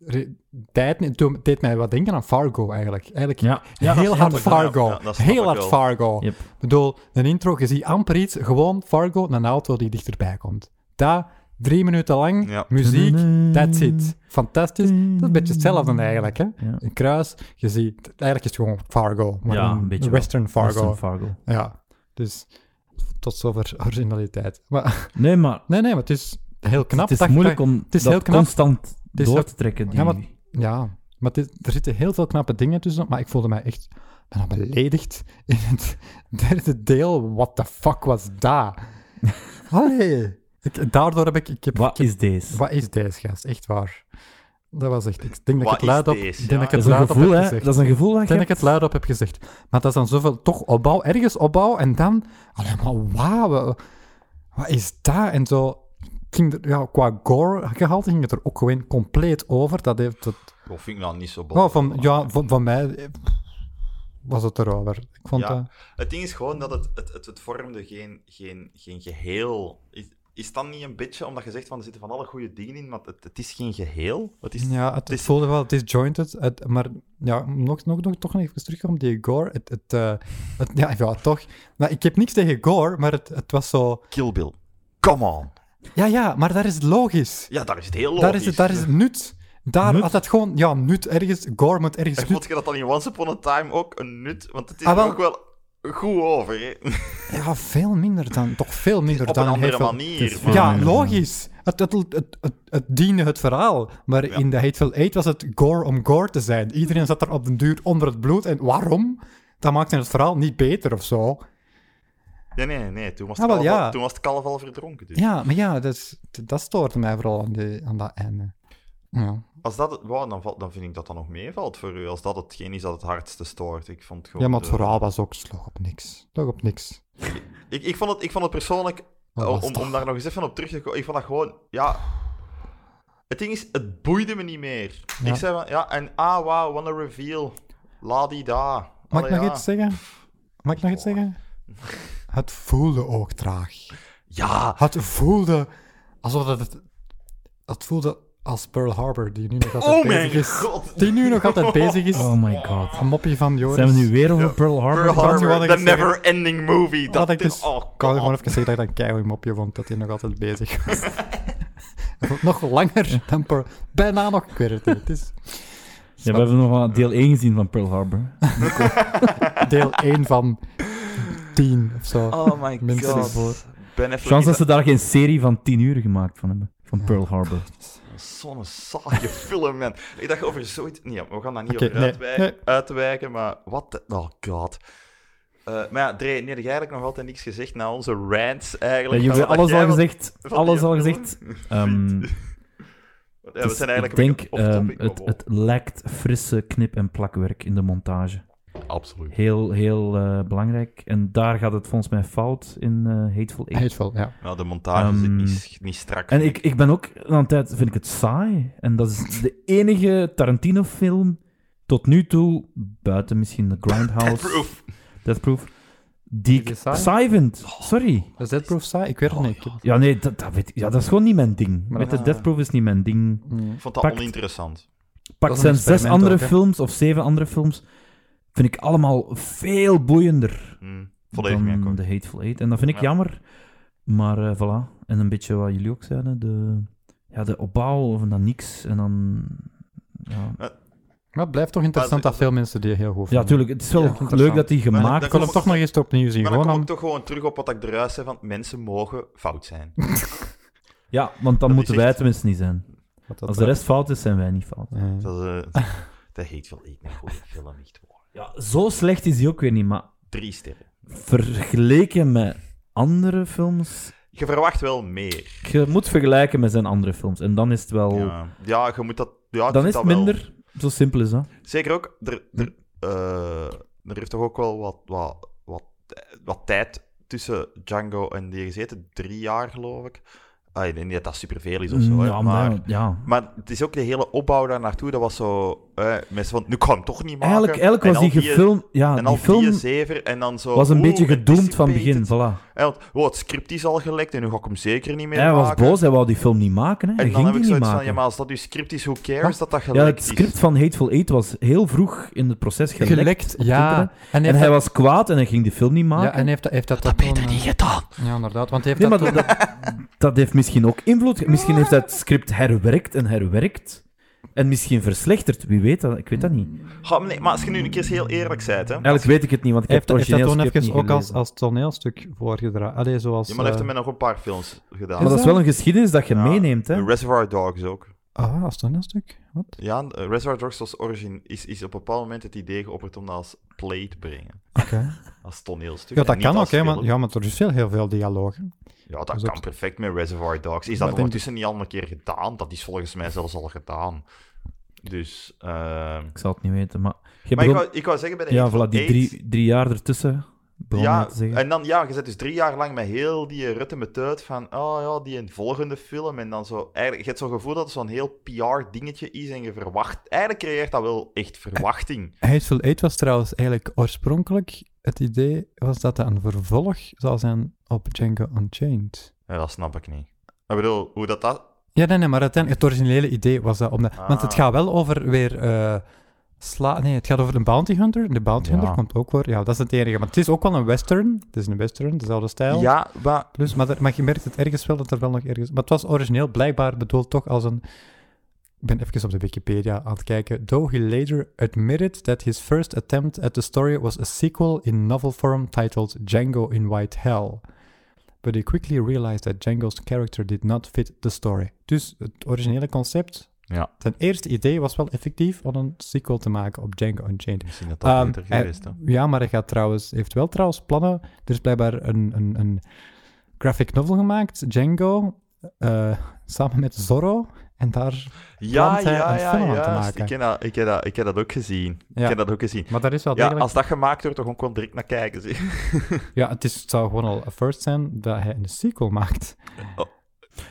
re- tijd, toen deed mij wat denken aan Fargo eigenlijk. Eigenlijk
Ja. Ja,
heel
dat
hard
snap ik wel.
Fargo.
Ja, dat snap
heel
ik
hard
wel.
Fargo.
Yep.
Ik bedoel, een intro, je ziet amper iets, gewoon Fargo, een auto die dichterbij komt. Daar, drie minuten lang,
Ja.
muziek, that's it. Fantastisch. Dat is een beetje hetzelfde eigenlijk, hè.
Ja.
Een kruis, je ziet, eigenlijk is het gewoon Fargo. Maar
Ja,
dan
een beetje
Western Fargo.
Western Fargo.
Ja, dus tot zover originaliteit. Maar,
Nee, maar
nee, nee, maar het is heel knap.
het is
dat-
moeilijk om
is
dat
heel knap.
constant
is
door
ook-
te trekken. Die...
Ja, maar- Ja, maar het is- er zitten heel veel knappe dingen tussen, maar ik voelde mij echt bijna beledigd in het derde deel. What the fuck was dat? Allee. Ik, daardoor heb ik... ik, heb,
Wat
ik heb-
is deze?
wat is deze gast? Echt waar. Dat was echt... Ik denk dat ik
Wat
het luid
is
op... ik
deze?
denk
Ja,
dat ik het
Dat is een
luid
gevoel,
op heb
hè?
gezegd.
Dat is een gevoel dat
Ik denk
je
dat ik het luid op heb gezegd. Maar dat is dan zoveel... Toch opbouw, ergens opbouw en dan... Allee, maar wauw. Wat is dat? En zo... Ging er, ja, qua gore-gehalte ging het er ook gewoon compleet over. Dat heeft... Dat,
Dat vind ik nou niet zo
Oh,
belangrijk.
van, ja, van, van mij eh, was het erover. Ik vond
Ja.
dat...
Het ding is gewoon dat het, het, het, het vormde geen, geen, geen geheel. Is, is dat niet een beetje omdat je zegt van er zitten van alle goede dingen in, maar het, het is geen geheel? Het is,
Ja, het,
het is-
voelde wel, het is jointed. Het, maar ja, nog, nog, nog toch nog even terug om die gore. Het, het, eh, het- ja, ja, toch. Maar ik heb niks tegen gore, maar het, het was zo...
Kill Bill. Come on.
Ja, ja, maar daar is het logisch.
Ja, daar is het heel logisch.
Daar is het, daar is het nut. Daar
Nut?
had dat gewoon... Ja, nut ergens. Gore moet ergens
En
nut...
vond je dat dan in Once Upon a Time ook een nut? Want het is
Ah, wel.
er ook wel goed over. Hè?
Ja, veel minder dan... Toch veel minder
Op
dan...
een andere
heel veel-
manier.
is
maar-
Ja,
Ja.
logisch. Het, het, het, het, het diende het verhaal. Maar
Ja.
in The Hateful Eight was het gore om gore te zijn. Iedereen zat er op den duur onder het bloed. En waarom? Dat maakte het verhaal niet beter of zo.
Ja, nee, nee. Toen was
Ah,
het,
wel,
kalf, al-
ja.
toen was het kalf al verdronken. Dus.
Ja, maar ja, dat, is- dat stoorde mij vooral aan, de, aan dat einde. Ja,
Als dat het, wou, dan, valt- dan vind ik dat dat nog meevalt voor u. Als dat hetgeen is dat het hardste stoort. Ik vond gewoon
ja maar het
de-
verhaal was ook slag op niks. Slag op niks.
Ik, ik, vond het, ik vond het persoonlijk eh,
Wat
Om-
was
om,
Oh, dat?
om daar nog eens even op terug te komen, ik vond dat gewoon, ja... Het ding is, het boeide me niet meer.
Ja.
Ik zei van, ja, en ah, wow, what a reveal. La di da.
Mag ik
Allee,
nog
ja.
iets zeggen? Mag ik nog iets zeggen? Het voelde ook traag.
Ja,
Het voelde Alsof dat het... Het voelde als Pearl Harbor, die nu nog altijd
Oh
bezig
mijn
is.
god!
Die nu nog altijd bezig is.
Oh my god.
Een moppie van Joris.
Zijn we nu weer over
Ja.
Pearl
Pearl
Harbor?
Dat is wat
Harbor,
ik
the
zeg.
never-ending movie.
Dat
Dat
ik
is...
dus-
Oh,
Ik wou
god.
gewoon even zeggen dat ik dat een keihard mopje vond, dat hij nog altijd bezig was. nog langer dan Pearl... Bijna nog, ik weet het niet. Het is
Ja, we hebben nog maar deel 1 gezien van Pearl Harbor.
deel 1 van 10 of zo.
Oh my
Minstens
god.
voor.
Ben Affleck
Chance dat
is
ze daar geen serie van 10 uur gemaakt van hebben. Van
Oh,
Pearl Harbor.
Zo'n saaie film, man. Ik dacht over zoiets... Nee, we gaan daar niet
Oké,
over
nee,
uitwijken,
nee.
uitwijken, maar wat de... Oh god. Eh, maar ja, Dre, nee, heb jij eigenlijk nog altijd niks gezegd na onze rants,
Ja,
eigenlijk.
jullie hebben
Wat
alles
jij
al
wat-
gezegd.
wat
Alles
jij
al
wil
gezegd.
doen.
Ehm,
Ja,
dus
we zijn eigenlijk
ik
een
denk,
beetje off-topic,
ehm, het,
maar
het lekt frisse knip- en plakwerk in de montage.
wel. Absoluut.
Heel, heel eh, belangrijk. En daar gaat het volgens mij fout in eh, Hateful Eight.
Hateful, ja.
Nou, de montage zit
Ehm,
niet, niet strak.
En ik, ik ben ook aan het tijd, vind ik het saai. En dat is de enige Tarantino-film tot nu toe, buiten misschien The Grindhouse,
Proof.
Death Proof, die
Is
ik
het saai?
saai? vind.
Oh.
Sorry.
Is dat proof saai? Ik weet het niet.
Ja, nee, dat, dat, weet, ik- ja, dat is gewoon niet mijn ding.
Maar-
Weet je, Death Proof is niet mijn ding.
Mm.
Ik vond dat
Pakt.
oninteressant.
Pak
een
zijn zes
experiment
andere
ook, hè?
films of zeven andere films, vind ik allemaal veel boeiender.
Hm, volledig mee
dan
akkoord.
de Hateful Eight. En dat vind ik
Ja.
jammer. Maar eh, voilà. En een beetje wat jullie ook zeiden. De, ja, de opbouw van dan niks. En dan... Ja,
Maar het blijft toch interessant dat veel mensen die heel goed
ja
vinden.
tuurlijk. Het is wel
Ja,
leuk
interessant.
dat die
Maar
gemaakt
dat
Ik wil hem
komt-
toch nog eens opnieuw zien.
Maar dan
Gewoon
kom
om...
ik toch gewoon terug op wat ik eruit zei van mensen mogen fout zijn.
Ja, want dan
is
moeten wij
echt-
tenminste niet zijn.
wat dat
Als de rest fout is, zijn wij niet fout.
Ja.
Dat, is, eh, dat heet wel niet een goede film, niet waar.
Ja, zo slecht is die ook weer niet. Maar
Drie sterren.
vergeleken met andere films...
Je verwacht wel meer.
Je moet vergelijken met zijn andere films. En dan is het wel...
Ja, ja je moet dat... Ja,
Oh. dan
doet
is het
dat wel.
minder. Hm. Zo simpel is dat.
Zeker ook, er, er, eh, er heeft toch ook wel wat, wat, wat, wat tijd tussen Django en die gezeten. Drie jaar, geloof ik. Ah, ik denk niet dat dat superveel is of zo, hè,
Mm, ja,
maar...
maar ja,
Maar het is ook de hele opbouw daar naartoe. Dat was zo... eh, mensen van, nu kan hem toch niet maken.
Eigenlijk, eigenlijk
En al
was die gefilm... Ja,
En al
die film
die zever en dan zo...
was een
oeh,
beetje gedoemd van begin,
anticipated.
voilà.
Hij had, wow, het script is al gelekt en nu ga ik hem zeker niet meer
Hij was
maken.
boos, hij wou die film niet maken, hè.
En
hij
dan
ging
heb
die
ik
niet
zoiets van,
maken.
ja, maar als dat uw script is, hoe cares dat dat
Ja,
gelekt
het script van Hateful Eight was heel vroeg in het proces gelekt.
Gelekt,
op
ja.
internet.
En, heeft
En
dat-
hij was kwaad en hij ging die film niet
ja,
maken.
en heeft, heeft dat
is. Dat
dan,
beter
eh,
niet gedaan.
Ja, inderdaad. Want heeft
Nee, maar
dat
dat, dat, dat heeft misschien ook invloed. ge- Misschien heeft hij het script herwerkt en herwerkt. En misschien verslechterd, wie weet dat, ik weet dat niet.
Ja, maar, nee, maar als je nu een keer eens heel eerlijk bent, hè.
Eigenlijk weet ik het niet, want ik heb
heeft,
het
heeft dat
origineel
toen
script
even
niet
ook als,
gelezen.
als toneelstuk voorgedraaid. Allee, zoals...
Ja, maar hij heeft
eh,
hem met nog een paar films gedaan.
Maar dat is wel een geschiedenis dat je
Ja,
meeneemt, hè.
en Reservoir Dogs ook.
Ah, als toneelstuk? Wat?
Ja, eh, Reservoir Dogs als origin is, is op een bepaald moment het idee geopperd om dat als play te brengen.
Oké.
Als toneelstuk.
Ja,
en
dat
niet
kan ook,
als
hè. Maar,
film.
ja, maar er is wel heel veel dialoog. hè.
Ja,
Dat
dat
is
kan
ook-
perfect met Reservoir Dogs.
Maar
Is dat
ik
ondertussen niet al een keer gedaan? Dat is volgens mij zelfs al gedaan. Dus, ehm,
Ik zal het niet weten, maar... Je
Maar
begon-
ik, wou, ik wou zeggen bij de
Ja,
Hateful
voilà, die
Eight-
drie, drie jaar ertussen, begon
ja,
hij te zeggen.
en dan, ja, je zit dus drie jaar lang met heel die rutte met uit van, oh ja, die een volgende film. En dan zo, eigenlijk, je hebt zo'n gevoel dat het zo'n heel PR-dingetje is en je verwacht, eigenlijk creëert dat wel echt verwachting.
Hateful Eight was trouwens eigenlijk oorspronkelijk... Het idee was dat dat een vervolg zou zijn op Django Unchained.
Ja, dat snap ik niet. Ik bedoel, hoe dat dat...
Ja, nee, nee, maar uiteindelijk, het originele idee was dat... Om de, Want het
Ah.
gaat wel over weer... eh, sla, nee, het gaat over een bounty hunter. De bounty
Ja.
hunter komt ook voor. Ja, dat is het enige. Maar het is ook wel een western. Het is een western, dezelfde stijl.
Ja, maar...
Plus, maar, er- maar je merkt het ergens wel dat er wel nog ergens... Maar het was origineel blijkbaar bedoeld toch als een... Ik ben even op de Wikipedia aan het kijken. Though he later admitted that his first attempt at the story was a sequel in novel form titled Django in White Hell. But he quickly realized that Django's character did not fit the story. Dus het originele concept...
Ja.
Zijn eerste idee was wel effectief om een sequel te maken op Django Unchained.
Misschien dat
Ehm, hij- Ja, maar hij gaat trouwens, heeft wel trouwens plannen. Er is blijkbaar een, een, een graphic novel gemaakt, Django, eh, samen met Zorro. En daar...
Ja,
plant hij
ja,
een
ja,
film aan te
juist.
maken.
Ik ken dat, ik ken dat, ik ken dat ook gezien.
Ja.
Ik ken dat ook gezien.
Maar daar is wel
Ja,
degelijk...
als dat gemaakt wordt, dan gewoon kon ik direct naar kijken. Zeg.
Ja, het, is, het zou gewoon al een first zijn dat hij een sequel maakt.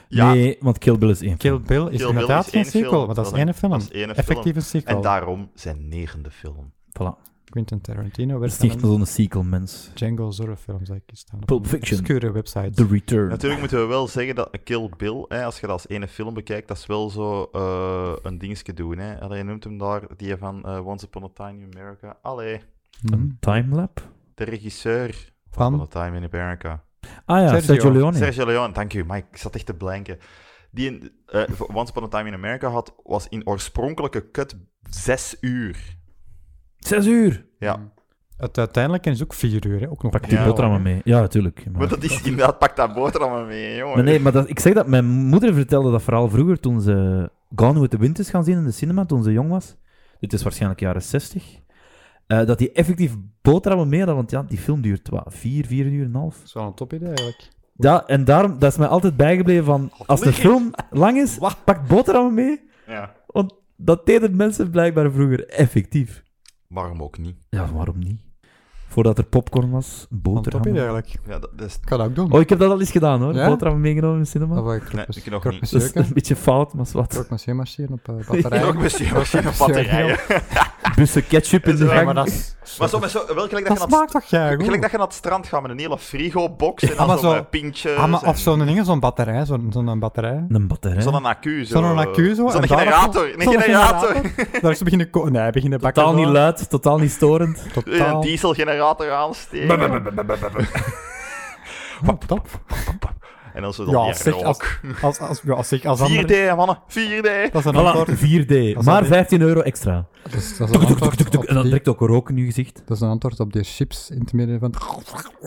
Ja,
Nee, want Kill Bill is één.
Kill Bill is
Kill Bill
inderdaad
is
geen
één
sequel,
film.
maar dat is
Dat is-
één film.
dat is één film.
Effectief een sequel.
en daarom zijn negende film.
Voilà.
Quentin Tarantino
Het is
werkt
niet
aan een
zo'n sequel, mens.
Django Zorro-film, zag ik hier staan. op
Pulp
een
Fiction.
Obscure website.
The Return.
Natuurlijk moeten we wel zeggen dat Kill Bill, hè, als je dat als ene film bekijkt, dat is wel zo eh, een dingetje doen. Hè. Allee, je noemt hem daar, die van eh, Once Upon a Time in America. Allee,
Een timelap.
de regisseur van Once
Hmm. Van?
Upon a Time in America.
Ah ja,
Sergio.
Sergio, Leone.
Sergio Leone, dank u, maar ik zat echt te blanken. Die in, eh, Once Upon a Time in America had, was in oorspronkelijke cut zes uur.
Zes uur!
Ja.
Hmm. Het uiteindelijk is ook vier uur, hè? ook nog.
Pak die
Ja,
boterhammen
hoor.
mee. Ja, natuurlijk. Maar,
Maar dat is inderdaad, pak dat boterhammen mee, jongen.
Maar nee, maar dat, ik zeg dat, mijn moeder vertelde dat verhaal vroeger toen ze Gone with the Wind is gaan zien in de cinema, toen ze jong was. Dit is waarschijnlijk jaren 60. Eh, dat die effectief boterhammen mee hadden, want ja, die film duurt wat, vier, vier uur en een half.
Dat is wel een topidee eigenlijk.
Ja, en daarom, dat is mij altijd bijgebleven van, als de film lang is, pak boterhammen mee,
Ja.
want dat deden mensen blijkbaar vroeger effectief.
Waarom ook niet?
Ja, waarom niet? Voordat er popcorn was,
Wel Een topidee
boterhammen.
eigenlijk. Ik
Ja, dat, dat is...
ga dat ook doen.
Oh, ik heb dat al eens gedaan hoor,
Ja?
boterhammen meegenomen in de cinema.
Dat wil Oh, ik
Nee,
krok
ik nog niet.
Dat is een beetje fout, maar is wat.
Krok marcheren op eh,
Ik
batterijen.
ook misschien misschien op batterijen.
Bussen ketchup in de
Ja,
gang.
maar dat is...
Maar zo, maar zo, wel gelijk dat,
Dat
je naar het
smaakt toch jij
st-
goed?
gelijk dat je naar het strand gaat met een hele frigo-box
Ja,
en dan
maar
zo'n
zo-
eh, pintjes.
Ah, maar
en-
of zo'n ding, zo'n batterij, zo'n zo'n batterij.
Een batterij.
Zo'n accu. zo. eh,
Zo'n accu zo.
Zo'n
en daarop-
generator. Een
zo'n
generator.
Daar is ze beginnen... ko- Nee, beginnen bakken.
totaal niet
zo.
luid, totaal niet storend.
Een
Totaal.
dieselgenerator aansteken.
Oh, top.
En dan zo dat
Ja,
ja,
zeg, als... Als, als, ja, zeg, als andere-
4D, mannen. 4D.
Dat is een
Voilà,
antwoord.
4D.
al
Maar
die-
15 euro extra.
Dat is, dat is
Tuk,
een
tuk, tuk, tuk,
antwoord
tuk.
op
En dan
die-
trekt ook rook in je gezicht.
dat is een antwoord op die chips in het midden van...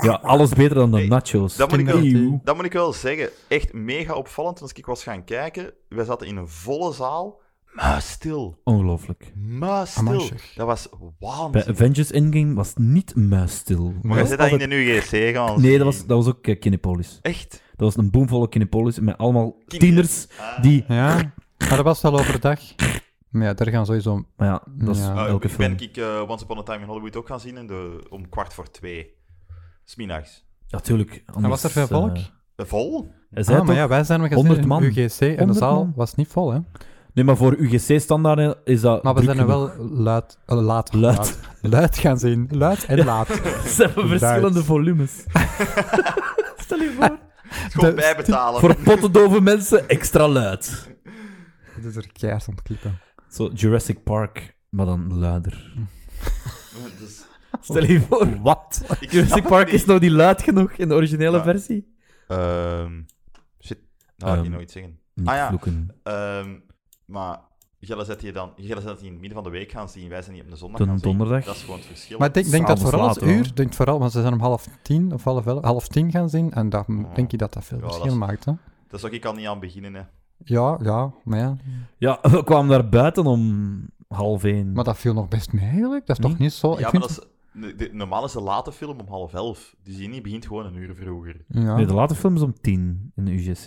Ja, alles beter dan de
Hey,
nachos.
dat moet ik wel-
Eeuw.
Dat moet ik wel zeggen. Echt mega opvallend. Als ik was gaan kijken, wij zaten in een volle zaal. Maar stil.
Ongelooflijk.
Maar
Amai,
stil.
zeg.
Dat was
Bij
waanzinnig.
Avengers Endgame was het niet muisstil.
Maar je
Was
zit dat in
altijd-
de UGC gaan.
Nee, dat was, dat was ook eh, Kinepolis.
Echt?
Dat was een boomvolle Kinepolis met allemaal
Tieners.
tieners die...
Ja, maar dat was wel overdag. Maar ja, daar gaan sowieso...
Maar ja, dat is
Ja.
Ah,
elke
ik ben
film.
ik eh, Once Upon a Time in Hollywood ook gaan zien in de, om kwart voor twee. Smiddags.
Natuurlijk.
En was er veel volk?
Eh, Vol?
Hij zei
Ah, maar
toch-
ja, wij zijn we gezien
100
in
man.
UGC en de
100
zaal
man.
was niet vol, hè?
Nee, maar voor UGC-standaarden is dat...
Maar we
druk
zijn er
genoeg.
wel luid, eh, laat,
Luid.
laat, luid gaan zien. Luid en laat.
Ze hebben verschillende
Duits.
volumes. Stel je voor.
Gewoon
De-
bijbetalen.
Voor pottendove mensen extra luid.
Dit is er keihard aan het klippen.
Zo Jurassic Park, maar dan luider.
Dus,
Stel je voor. Wat?
ik snap
Jurassic
het
Park
niet.
is nog niet luid genoeg in de originele
Ja.
versie.
Ehm, shit, dat ga ik
Ehm.
nooit zeggen.
Niet
Ah ja.
vloeken.
Ehm, maar Jelle zet je dan Jelle zet die in het midden van de week gaan zien. Wij zijn die op de zondag
Dan
gaan zien.
donderdag.
Dat is gewoon het verschil.
Maar ik denk, denk dat
S'avonds
vooral als
laat, hoor.
uur, denk vooral, want ze zijn om half tien of half, elf- half tien gaan zien. En daar
Oh.
denk ik dat dat veel
Ja,
verschil
dat is-
maakt, hè?
Dat zou ik al niet aan beginnen. Hè.
Ja, ja, maar ja.
Hm.
Ja, we kwamen daar buiten om half één.
Maar dat viel nog best mee eigenlijk. Dat is toch
Nee?
niet zo...
Ja,
Oh, ik
maar
vind...
dat is, de- de- normaal is de late film om half elf. Dus die niet begint gewoon een uur vroeger.
Ja,
Nee, de late film is om tien in de UGC.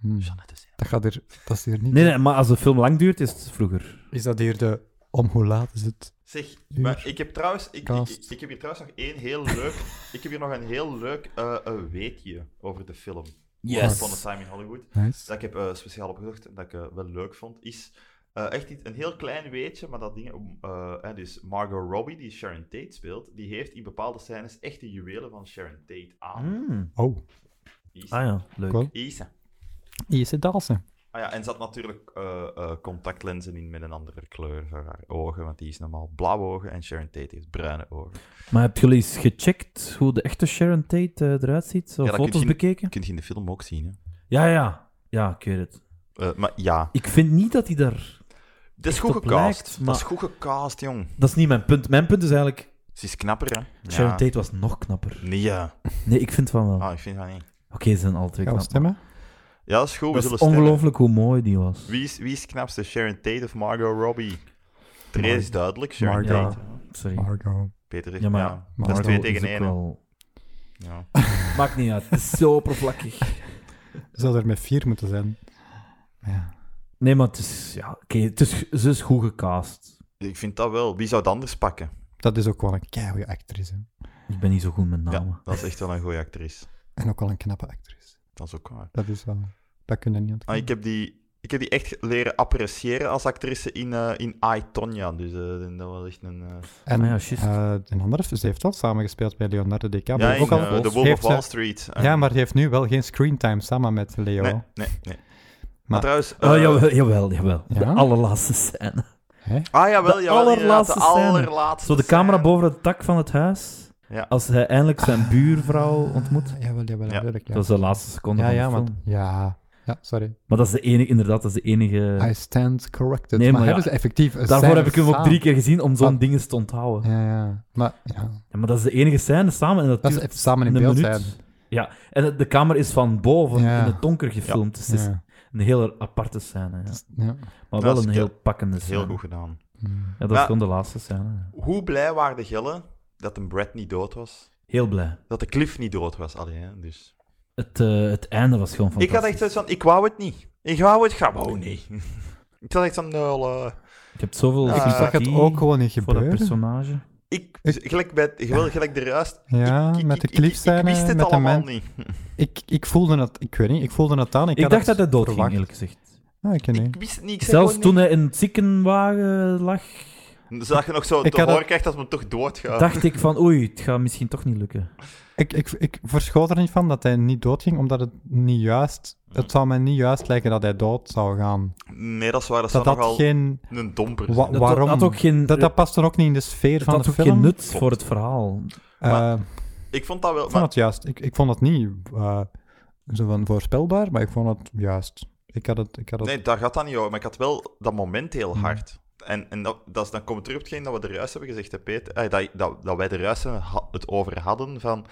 hm.
Jeannette is-
dat gaat hier... Dat is hier niet...
Nee, nee, maar als de film lang duurt, is het vroeger.
Is dat hier de... Om hoe laat is het?
Zeg,
Uur.
maar ik heb trouwens, ik, ik,
Kast.
ik heb hier trouwens nog één heel leuk, ik heb hier nog een heel leuk eh, eh, weetje over de film.
Ah,
Van the Time in Hollywood.
Nice.
Dat ik heb eh, speciaal opgezocht en dat ik eh, wel leuk vond, is eh, echt iets, een heel klein weetje, maar dat ding, om, eh, hè, dus Margot Robbie, die Sharon Tate speelt, die heeft in bepaalde scènes echt de juwelen van Sharon Tate aan.
Mm.
Oh,
Is-
Ah ja, leuk.
Cool.
is-
hier zit Dalsen.
Ah ja, en zat natuurlijk eh, eh, contactlenzen in met een andere kleur voor haar ogen, want die is normaal blauwe ogen en Sharon Tate heeft bruine ogen.
Maar hebben jullie eens gecheckt hoe de echte Sharon Tate eh, eruit ziet? Zo
Ja, dat kun
foto's
je-
bekeken?
Dat kun je in de film ook zien, hè.
Ja, ja. Ja, ik weet het.
Eh, maar ja,
Ik vind niet dat hij daar
Dat is goed
op
gecast.
lijkt,
Dat
maar-
is goed gecast, jong.
Dat is niet mijn punt. Mijn punt is eigenlijk...
Ze is knapper, hè?
Sharon
Ja.
Tate was nog knapper.
Nee, ja.
Nee, ik vind van wel. Oké,
Ah, ik vind dat niet.
ze zijn alle twee
Gaan we
knap.
stemmen?
Ja, dat is goed. Oh, We
Dat
zullen
is
stemmen.
ongelooflijk hoe mooi die was.
Wie is, wie is het knapste, Sharon Tate of Margot Robbie? De reden is duidelijk, Sharon
Margot.
Tate.
Sorry.
Margot.
Peter zegt,
Ja,
ja,
maar-
dat is
Margot
twee tegen
ook
één. hè.
wel-
Ja.
Maakt niet uit. Het is zo oppervlakkig.
Zou er met vier moeten zijn. Ja.
Nee, maar het is... Ja, oké. het is, ze is goed gecast.
Ik vind dat wel. Wie zou het anders pakken?
Dat is ook wel een keiharde actrice. hè.
Ik ben niet zo goed met namen.
Ja, dat is echt wel een goede actrice.
En ook wel een knappe actrice.
Dat is ook waar.
Dat is wel... Dat kun je niet ontkennen.
Ah, ik heb die Ik heb die echt leren appreciëren als actrice in, eh in I, Tonya. Dus eh, dat was echt een... eh,
Ah, ja,
En
juist.
eh een andere, ze heeft al samengespeeld bij Leonardo DiCaprio.
ja, in,
ook al,
eh, The Wolf
heeft
of Wall
ze-
Street. eh.
ja, maar die heeft nu wel geen screentime samen met Leo.
Nee, nee, nee. Maar,
Maar-
trouwens...
Oh,
eh,
jawel, jawel, jawel. De
Ja?
allerlaatste scène.
Ah, jawel,
De
jawel, inderdaad, de
allerlaatste scène.
allerlaatste
Zo de camera
scène.
boven het dak van het huis.
Ja.
Als hij eindelijk zijn buurvrouw ontmoet.
Ah, Jawel, jawel,
Ja.
natuurlijk. Ah. Ja,
Dat is de laatste seconde
ja,
van
ja,
de
maar,
film.
ja. ja, sorry.
Maar dat is de enige, inderdaad, dat is de enige...
I stand corrected.
Nee,
maar
maar ja,
hebben ze effectief een
Daarvoor
Ah, scène
heb ik hem ook
samen? Ah.
drie keer gezien om zo'n
Wat?
dingen te onthouden.
Ja, ja. Maar ja,
Ja, maar dat is de enige scène samen en dat,
dat is
duurt
even samen in
een
beeld
minuut.
zijn.
Ja, en het- de kamer is van boven
Ja.
in het donker gefilmd. Dus het is
Ja.
een heel aparte scène. Ja.
Ja.
Maar
Dat
wel
is
een
heel-
heel pakkende scène.
Heel goed gedaan.
Mm.
Ja, dat
Maar-
is gewoon de laatste scène. ja.
Hoe blij waren de gillen dat een Brad niet dood was?
Heel blij.
Dat de Cliff niet dood was, allee, hè, dus...
Het, eh, het einde was gewoon
Ik
fantastisch.
had echt zoiets van, ik wou het niet. Ik wou het gewoon niet. ik had echt zo'n nul... eh.
Ik heb zoveel
Ik
Ik
Ah,
zag het
sympathie
ook gewoon niet
voor dat
gebeuren.
personage.
Ik, gelijk bij, gewoon gelijk de ruist.
Ja,
ik, ik,
met de
ik- ik-
cliffs zijn
Ik wist het
met de
allemaal
man.
niet.
Ik, ik voelde het, ik weet niet, ik voelde het aan. Ik,
Ik
had
dacht dat hij dood ging,
verwacht.
eerlijk gezegd.
Ah, ik weet niet.
Ik wist het niet. Oh. Ik
Zelfs toen hij in het ziekenwagen lag,
Zodat je nog zo
Ik
te
had
horen
het-
krijgt dat men toch doodgaat.
dacht ik van oei, het gaat misschien toch niet lukken.
Ik, ik, ik verschoot er niet van dat hij niet doodging, omdat het niet juist... Het zou mij niet juist lijken dat hij dood zou gaan.
Nee, Hm. dat is waar. Dat,
Dat
zou
had
nogal
geen...
een domper
Wa-
zijn.
wa-
Dat
Waarom?
had ook geen,
Dat, dat past dan ook niet in de sfeer
het
van
had
de
ook
film.
geen nut
Klopt.
voor het verhaal.
Eh,
Maar- Ik vond dat
ik
wel... maar-
vond het juist. Ik, ik vond het niet eh, zo van voorspelbaar, maar ik vond het juist. Ik had het... Ik had het
Nee, daar gaat dat niet over. Maar ik had wel dat moment heel
Hmm.
hard. En, en dat, dat is, dan komt het terug op hetgeen dat we de ruis hebben gezegd, hè, Peter. Eh, dat, dat, dat wij de ruis ha- het over hadden van...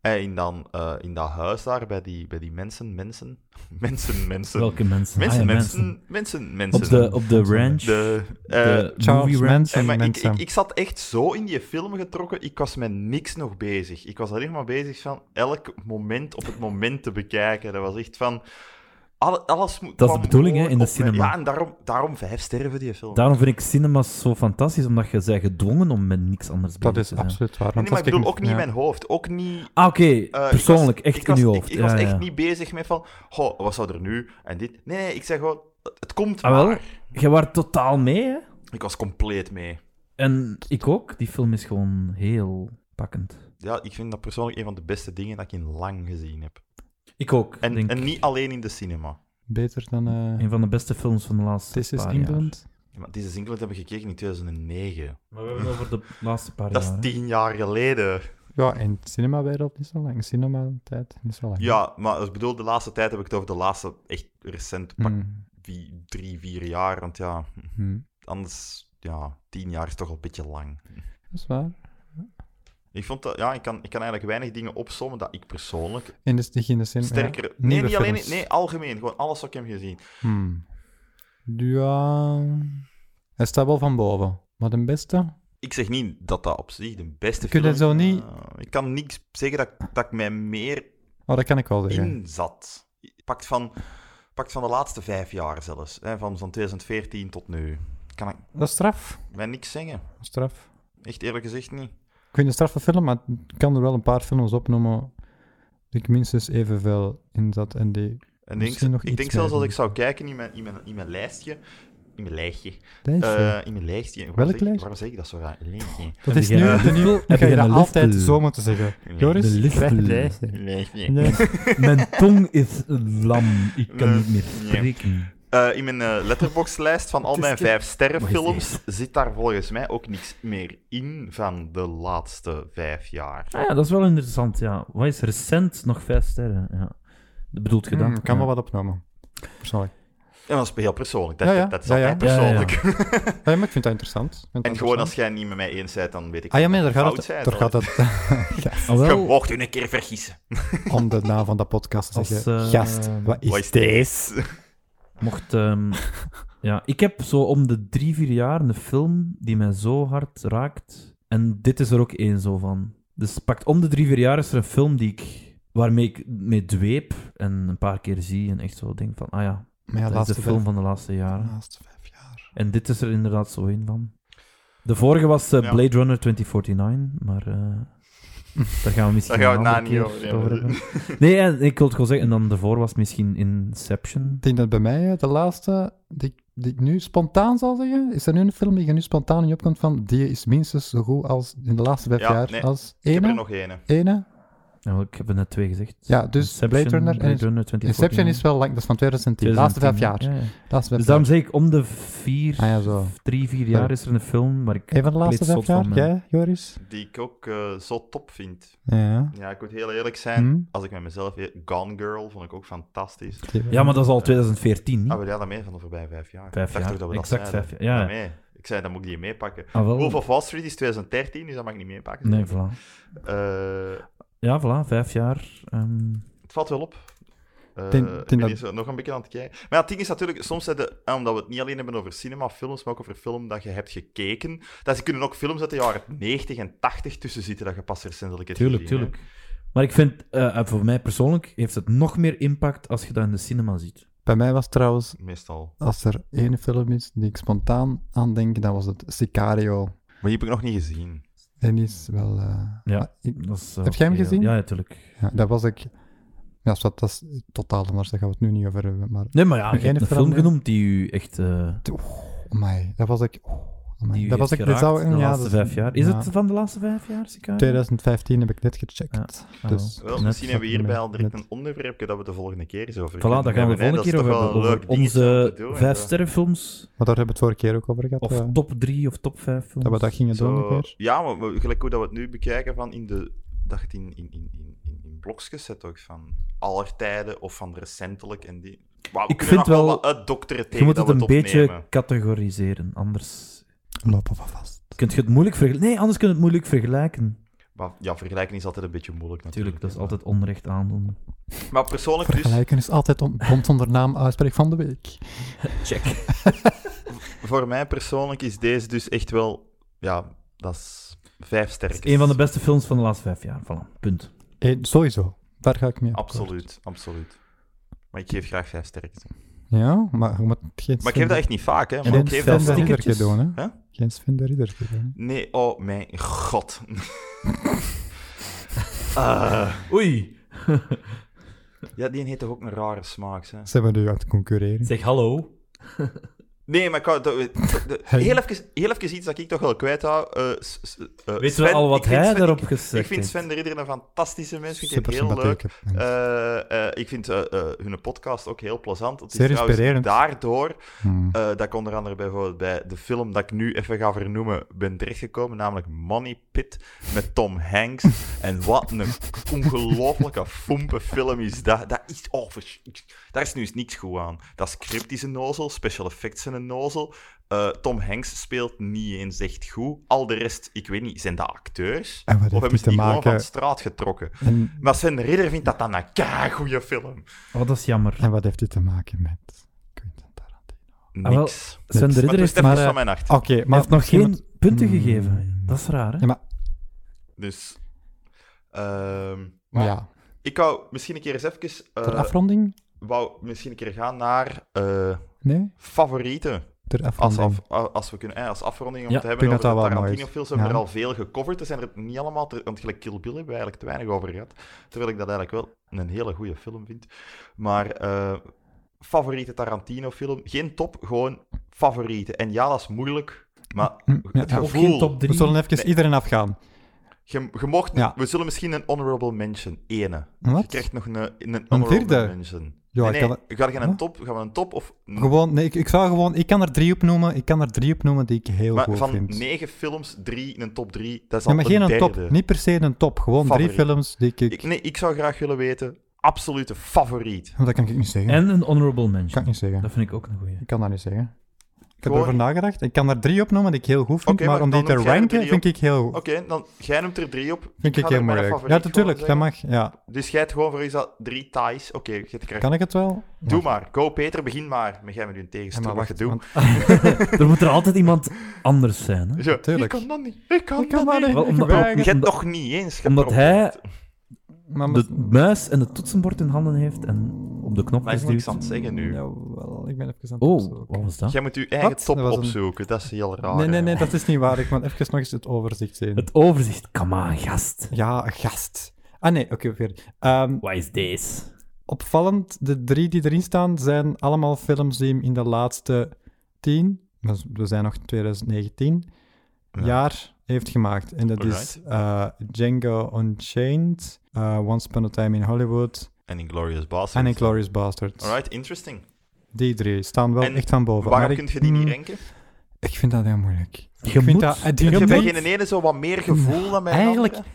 eh, in, dan, eh, in dat huis daar, bij die, bij die mensen, mensen... Mensen, mensen.
Welke mensen?
Mensen,
Ah ja,
mensen, mensen, mensen.
Op de, op de ranch.
De, eh,
de
Charles
movie ranch.
Manson,
eh, maar ik,
mensen.
ik, ik zat echt zo in die film getrokken, ik was met niks nog bezig. Ik was alleen maar bezig van elk moment op het moment te bekijken. Dat was echt van... alle- alles moet,
Dat is de
kwam
bedoeling, hè,
gewoon
in de
op mij-
cinema.
Ja, en daarom, daarom vijf sterren voor die film.
Daarom vind ik cinema's zo fantastisch, omdat je zij gedwongen om met niks anders
dat
bezig te
is
zijn.
absoluut waar.
nee,
want
maar ik
als
bedoel, ook niet
ja.
in mijn hoofd. Ook niet...
Ah, oké.
eh,
Persoonlijk,
ik was-
echt
ik
in
was,
je
ik-
hoofd.
Ik, was
Ja,
echt
ja.
niet bezig met van... Goh, wat zou er nu? En dit. Nee, nee, ik zeg gewoon... Het, het komt
Ah, wel.
maar.
Jij was totaal mee, hè?
Ik was compleet mee.
En ik ook. Die film is gewoon heel pakkend.
Ja, ik vind dat persoonlijk een van de beste dingen dat ik in lang gezien heb.
Ik ook.
En,
denk
en
ik.
niet alleen in de cinema.
Beter dan eh,
Een van de beste films van de laatste
This is
paar
England.
Ja, maar deze England hebben we gekeken in 2009.
jaar. Maar we hebben het over de laatste paar
Dat
jaar.
is
hè.
tien jaar geleden.
Ja, in de cinemawereld niet zo lang. Cinema-tijd niet zo lang.
Ja, maar ik bedoel, de laatste tijd heb ik het over de laatste echt recent pak
Hmm,
wie- drie, vier jaar. Want ja,
hmm.
anders, ja, tien jaar is toch al een beetje lang.
Dat is waar.
Ik vond dat, ja, ik kan, ik kan eigenlijk weinig dingen opsommen dat ik persoonlijk
In de, in de cinema.
sterker...
Ja.
nee,
Nieuwe
niet alleen,
films.
nee, algemeen. Gewoon alles wat ik heb gezien.
Hmm. Ja. Hij staat wel van boven. Maar de beste?
Ik zeg niet dat dat op zich de beste
Kun
film
je
is,
zo niet-
maar ik kan niks zeggen dat, ik- dat ik mij meer
Oh, dat kan ik wel zeggen.
in zat. Pakt van, pakt van de laatste vijf jaar zelfs. Hè, van, van 2014 tot nu. Kan ik
Dat is straf.
mij niks zeggen.
Dat is straf.
Echt eerlijk gezegd niet.
Ik vind het een straffe film, maar ik kan er wel een paar films opnoemen die ik minstens evenveel in zat. En die...
En denk,
Misschien nog
ik
iets
denk zelfs
meer
als ik zou kijken in mijn, in mijn, in mijn lijstje... In mijn lijstje.
Lijstje.
Eh, in mijn lijstje. Waarom
Welk
zeg ik-
lijstje?
Waarom zeg ik dat zo raar? Lijstje.
dat
heb
is
je
nu
geen-
de nieuwe...
heb
Ga
je
je dat
geen
altijd
lift?
zo moeten zeggen. Joris? Hmm,
De lift.
Lijstje.
Lijstje.
Lijstje.
Mijn tong is lam. Ik kan niet meer
Nee.
spreken.
Eh, in mijn eh, letterboxlijst van al
Het is
mijn
dit.
vijf
Wat is
sterrenfilms zit daar volgens mij ook niks meer in van de laatste vijf jaar.
Ah, ja, dat is wel interessant, ja. Wat is recent nog vijf sterren? Ja. Dat bedoelt je dat?
Hmm, kan
ja.
wel wat opnomen. Persoonlijk.
En dat is heel persoonlijk. Dat,
Ja, ja.
dat is
Ja, ja.
altijd
Ja, ja, ja.
persoonlijk.
Ah, Ja, maar ik vind dat interessant. Ik vind dat
En
interessant.
gewoon als jij niet met mij eens bent, dan weet ik
Ah ja, maar
dat
daar
je
gaat
fout
het...
bent,
Daar
hoor.
gaat het
Ah,
Je
wel,
mocht u een keer vergissen.
om de naam van de podcast te
Als,
zeggen.
eh,
Gast, wat is,
Wat is
dit?
deze?
mocht... ehm, ja, ik heb zo om de drie, vier jaar een film die mij zo hard raakt. En dit is er ook één zo van. Dus pakt om de drie, vier jaar is er een film die ik... Waarmee ik mee dweep en een paar keer zie en echt zo denk van... Ah ja,
Maar ja,
dat is
laatste
de film
vijf,
van de laatste jaren.
laatste vijf jaar.
En dit is er inderdaad zo één van. De vorige was eh,
Ja.
Blade Runner 2049, maar... eh, Daar gaan we misschien
Daar gaan
een
we het na
andere
niet
keer
over hebben.
hebben. Nee, ja, ik wil het gewoon zeggen. En dan daarvoor was het misschien Inception.
Ik denk dat bij mij eh, de laatste die, ik- die ik nu spontaan zal zeggen, is er nu een film die je nu spontaan niet opkomt van, die is minstens zo goed als in de laatste vijf
Ja,
jaar
nee.
als
Ik heb
ene.
er nog één.
Ene?
Nou, ik heb er net twee gezegd.
Ja, dus Blade Runner en
Blade Runner 2049.
Inception is wel lang, dat is van 2010. De laatste vijf jaar.
2010, ja, ja.
Laatste vijf
Dus daarom zeg ik, om de vier,
Ah ja, zo.
drie, vier jaar is er een film waar ik...
jaar. Een van de laatste
compleet
vijf
zot
jaar?
van ben.
Jij, Joris?
Die ik ook eh, zo top vind.
Ja.
Ja, ik moet heel eerlijk zijn.
Hm?
Als ik met mezelf... eer- Gone Girl vond ik ook fantastisch.
Ja, maar dat is al 2014, niet?
Ah, we hadden mee van de voorbije vijf jaar.
Vijf
ik dacht
jaar.
toch dat we dat
Exact
zeiden.
vijf jaar, ja.
Daarmee. Ik zei, dan moet ik die meepakken.
Oh.
Ah, wel.
Wolf of Wall Street is 2013, dus dat mag ik niet meepakken.
Nee, voilà.
Eh,
Ja, voilà, vijf jaar. ehm,
het valt wel op. Eh,
Denk-
ik
denk
ben
dat-
hier zo nog een beetje aan het kijken. Maar ja, het ding is natuurlijk, soms zijn de, eh, omdat we het niet alleen hebben over cinemafilms, maar ook over film dat je hebt gekeken. Dat ze kunnen ook films uit de jaren 90 en 80 tussen zitten dat je pas recentelijk hebt
Tuurlijk,
gezien, hè.
tuurlijk. Maar ik vind, eh, voor mij persoonlijk, heeft het nog meer impact als je dat in de cinema ziet.
Bij mij was trouwens,
Meestal.
als er één film is die ik spontaan aan denk, dan was het Sicario.
Maar die heb ik nog niet gezien.
En die is wel... eh,
Ja.
ah, ik-
Dat is, eh,
Heb jij hem
oké,
gezien?
Ja, natuurlijk.
ja, dat was ik... Ja, dat, dat is totaal anders, daar gaan we het nu niet over hebben. Maar,
Nee, maar ja, je
Ene
hebt een
film,
film
hè?
genoemd die u echt... eh,
amai, dat was ik... oh, amai,
die u
dat was
heeft
ik... dit
geraakt
zou-
de
ja,
laatste
dat
vijf jaar. Is
ja.
het van de laatste vijf jaar, Sicario?
2015 heb ik net gecheckt.
Ja. Ah, wel.
Dus,
Wel,
Net
misschien hebben we hierbij
net-
al direct
net.
een onderwerpje dat we de volgende keer eens over
Voilà, daar gaan we de
hebben, hè.
volgende
Dat is
keer over
toch wel
hebben.
een leuk
Over
ding om
onze
te doen, eh,
vijf
zo.
sterrenfilms.
Maar daar hebben we het vorige keer ook over gehad.
Of
eh,
top drie of top vijf films.
dat we dat gingen doen
Zo,
ongeveer.
Ja, maar, maar gelijk hoe dat we het nu bekijken, van in de, dat je het in, in, in, in, in, in blokjes zet ook, van aller tijden of van recentelijk. En die... Wauw, we
Ik
kunnen
vind
nog
wel-
wat uitdokteren
Je
tegen
moet
dat
het
we
een beetje
opnemen.
categoriseren, anders...
Lopen we vast.
Kunt je het moeilijk vergelijken? Nee, anders kun je het moeilijk vergelijken.
Maar ja, vergelijken is altijd een beetje moeilijk natuurlijk.
Natuurlijk, dat is
hè.
altijd onrecht aandoen.
Maar persoonlijk dus,
Vergelijken is altijd on- bond onder naam uitspraak van de week.
Check.
voor mij persoonlijk is deze dus echt wel... Ja, dat is vijf sterke.
Een van de beste films van de laatste vijf jaar. Voilà, punt.
Eh, sowieso. Daar ga ik mee. akkoord.
Absoluut, absoluut. Maar ik geef graag vijf sterke.
Ja, maar je moet geen
Maar ik geef dat echt niet vaak, hè.
Geen
Maar ik geef
Sven
dat
de
wel.
Stickertjes.
Ridderke doen, hè?
Huh?
Geen Sven de Ridderke doen.
Nee, oh mijn god. Eh,
Oei,
ja, die heeft toch ook een rare smaak, hè?
Ze hebben nu aan het concurreren.
zeg hallo.
Nee, maar ik wou- dat- dat- dat-
Hey.
heel, even, heel even iets dat ik toch wel kwijt hou. Eh, S- S- eh,
Weet
Sven,
je al wat
ik vind
hij
Sven-
daarop
ik-
gezegd
Ik vind
heeft?
Sven de Ridder een fantastische mens. Ik vind
Super
hem heel leuk.
sympathieke mensen.
Eh, eh, ik vind eh, eh, hun podcast ook heel plezant. Het is
Zeer
trouwens
inspirerend.
daardoor
Hmm.
eh, dat ik onder andere bijvoorbeeld bij de film dat ik nu even ga vernoemen ben terechtgekomen, namelijk Money Pit met Tom Hanks. en wat een ongelooflijke foempe film is dat. Dat is, oh, vers- daar is nu eens niks goed aan. Dat script is een nozel, special effects zijn een nozel. Eh, Tom Hanks speelt niet eens echt goed. Al de rest, ik weet niet, zijn dat acteurs?
En wat heeft
of hebben
die
ze
te
die gewoon
maken-
van de straat getrokken?
En,
Maar Sven Ridder vindt dat dan een goede film.
Oh, dat is jammer.
en wat heeft dit te maken met Quentin Tarantino?
Ah, wel,
Niks.
Sven de
Maar
Ridder
het is
heeft,
de
maar,
van
eh,
mijn nacht.
Oké, maar
heeft nog
misschien
geen
moet-
punten
Hmm.
gegeven. Dat is raar, hè?
Ja, maar,
Dus.
maar
ehm, maar
ja,
Ik wou misschien een keer eens even. eh,
ter afronding?
wou misschien een keer gaan naar eh,
Nee,
favorieten.
ter
Als,
afronding.
af, a- als we kunnen, eh, als afronding om
Ja,
te
ik
hebben
denk
over
dat dat
de
wel mooi is.
Tarantino-films. We hebben
Ja.
er al veel gecoverd. Er zijn er niet allemaal, ter, want gelijk Kill Bill hebben we eigenlijk te weinig over gehad. Terwijl ik dat eigenlijk wel een hele goede film vind. Maar eh, favoriete Tarantino-film. Geen top, gewoon favoriete. En ja, dat is moeilijk. Maar
Hm, ja,
het
ja.
Of
gevoel...
geen top
We
drie.
zullen even
Nee.
iedereen afgaan.
Je, je mocht,
Ja.
We zullen misschien een honorable mention. Ene. Je
Wat?
krijgt nog een, een honorable
vierde?
mention.
Ja,
nee,
ik
nee,
kan
Ga je
Huh?
een top, gaan we een top of...
Gewoon, nee, ik, ik zou gewoon, ik kan er drie op noemen, ik kan er drie op noemen die ik heel
maar
goed
van
vind.
negen films, drie, een top drie, dat is
ja,
al
maar
een
geen een
derde.
top, niet per se een top, gewoon drie
Favoriet.
films die ik,
Ik, nee, ik zou graag willen weten, absolute favoriet.
Oh, Dat kan ik niet zeggen.
En een honorable
kan
mention.
ik niet zeggen.
Dat vind ik ook een goeie.
Ik kan dat niet zeggen. Ik heb
Gewoon-
erover nagedacht. Ik kan er drie opnoemen die ik heel goed vind,
Oké,
maar,
maar
om die
dan
te
noem jij er
ranken
drie
vind ik heel,
Oké, dan jij noemt er drie op.
vind ik
ga
heel
er maar een
moeilijk.
favoriet
Ja, natuurlijk, dat
gewoon
mag. Ja.
Dus jij hebt gewoon voor is dat drie ties. Oké, je krijgt-
Kan ik het wel?
Doe maar, go Peter, begin maar. Maar jij met een
Ja, maar
tegenstrijdig
wacht,
gedoe.
want-
er moet er altijd iemand anders zijn, hè?
Zo,
tuurlijk.
Ik kan dat niet, ik kan,
Ik kan
dat
dat
niet.
niet.
Wel, omdat-
Ik weigeren.
Je hebt
omdat-
nog niet eens
Omdat
geprobeerd.
hij
Maar-
de muis en het toetsenbord in handen heeft en op de knop
Maar ik moet
geduwd.
niks aan het zeggen nu.
Jawel, ik ben even aan het
Oh,
opzoeken.
wat was dat?
Jij moet je eigen
Wat?
top
Dat was een-
opzoeken, dat is heel raar.
Nee, nee, nee,
hè.
dat is niet waar. Ik moet even nog eens het overzicht zien.
Het overzicht. Come on, gast.
Ja, gast. Ah nee, oké, verder. Ehm,
Wat is deze?
opvallend, de drie die erin staan, zijn allemaal films die hem in de laatste tien, dus we zijn nog 2019,
Ja.
jaar heeft gemaakt. En dat is eh, Django Unchained, eh, Once Upon a Time in Hollywood
En Inglorious Bastards.
en Inglourious Basterds.
Alright, interesting.
Die drie staan wel
En
echt van boven.
Waarom
maar
kun
ik-
je die niet
mm,
ranken?
Ik vind dat heel moeilijk.
Je
ik vind
moet-
dat... eh, die- die-
je moet-
Bij
die-
geen E. ene zo wat meer gevoel dan bij een
Eigenlijk-
andere?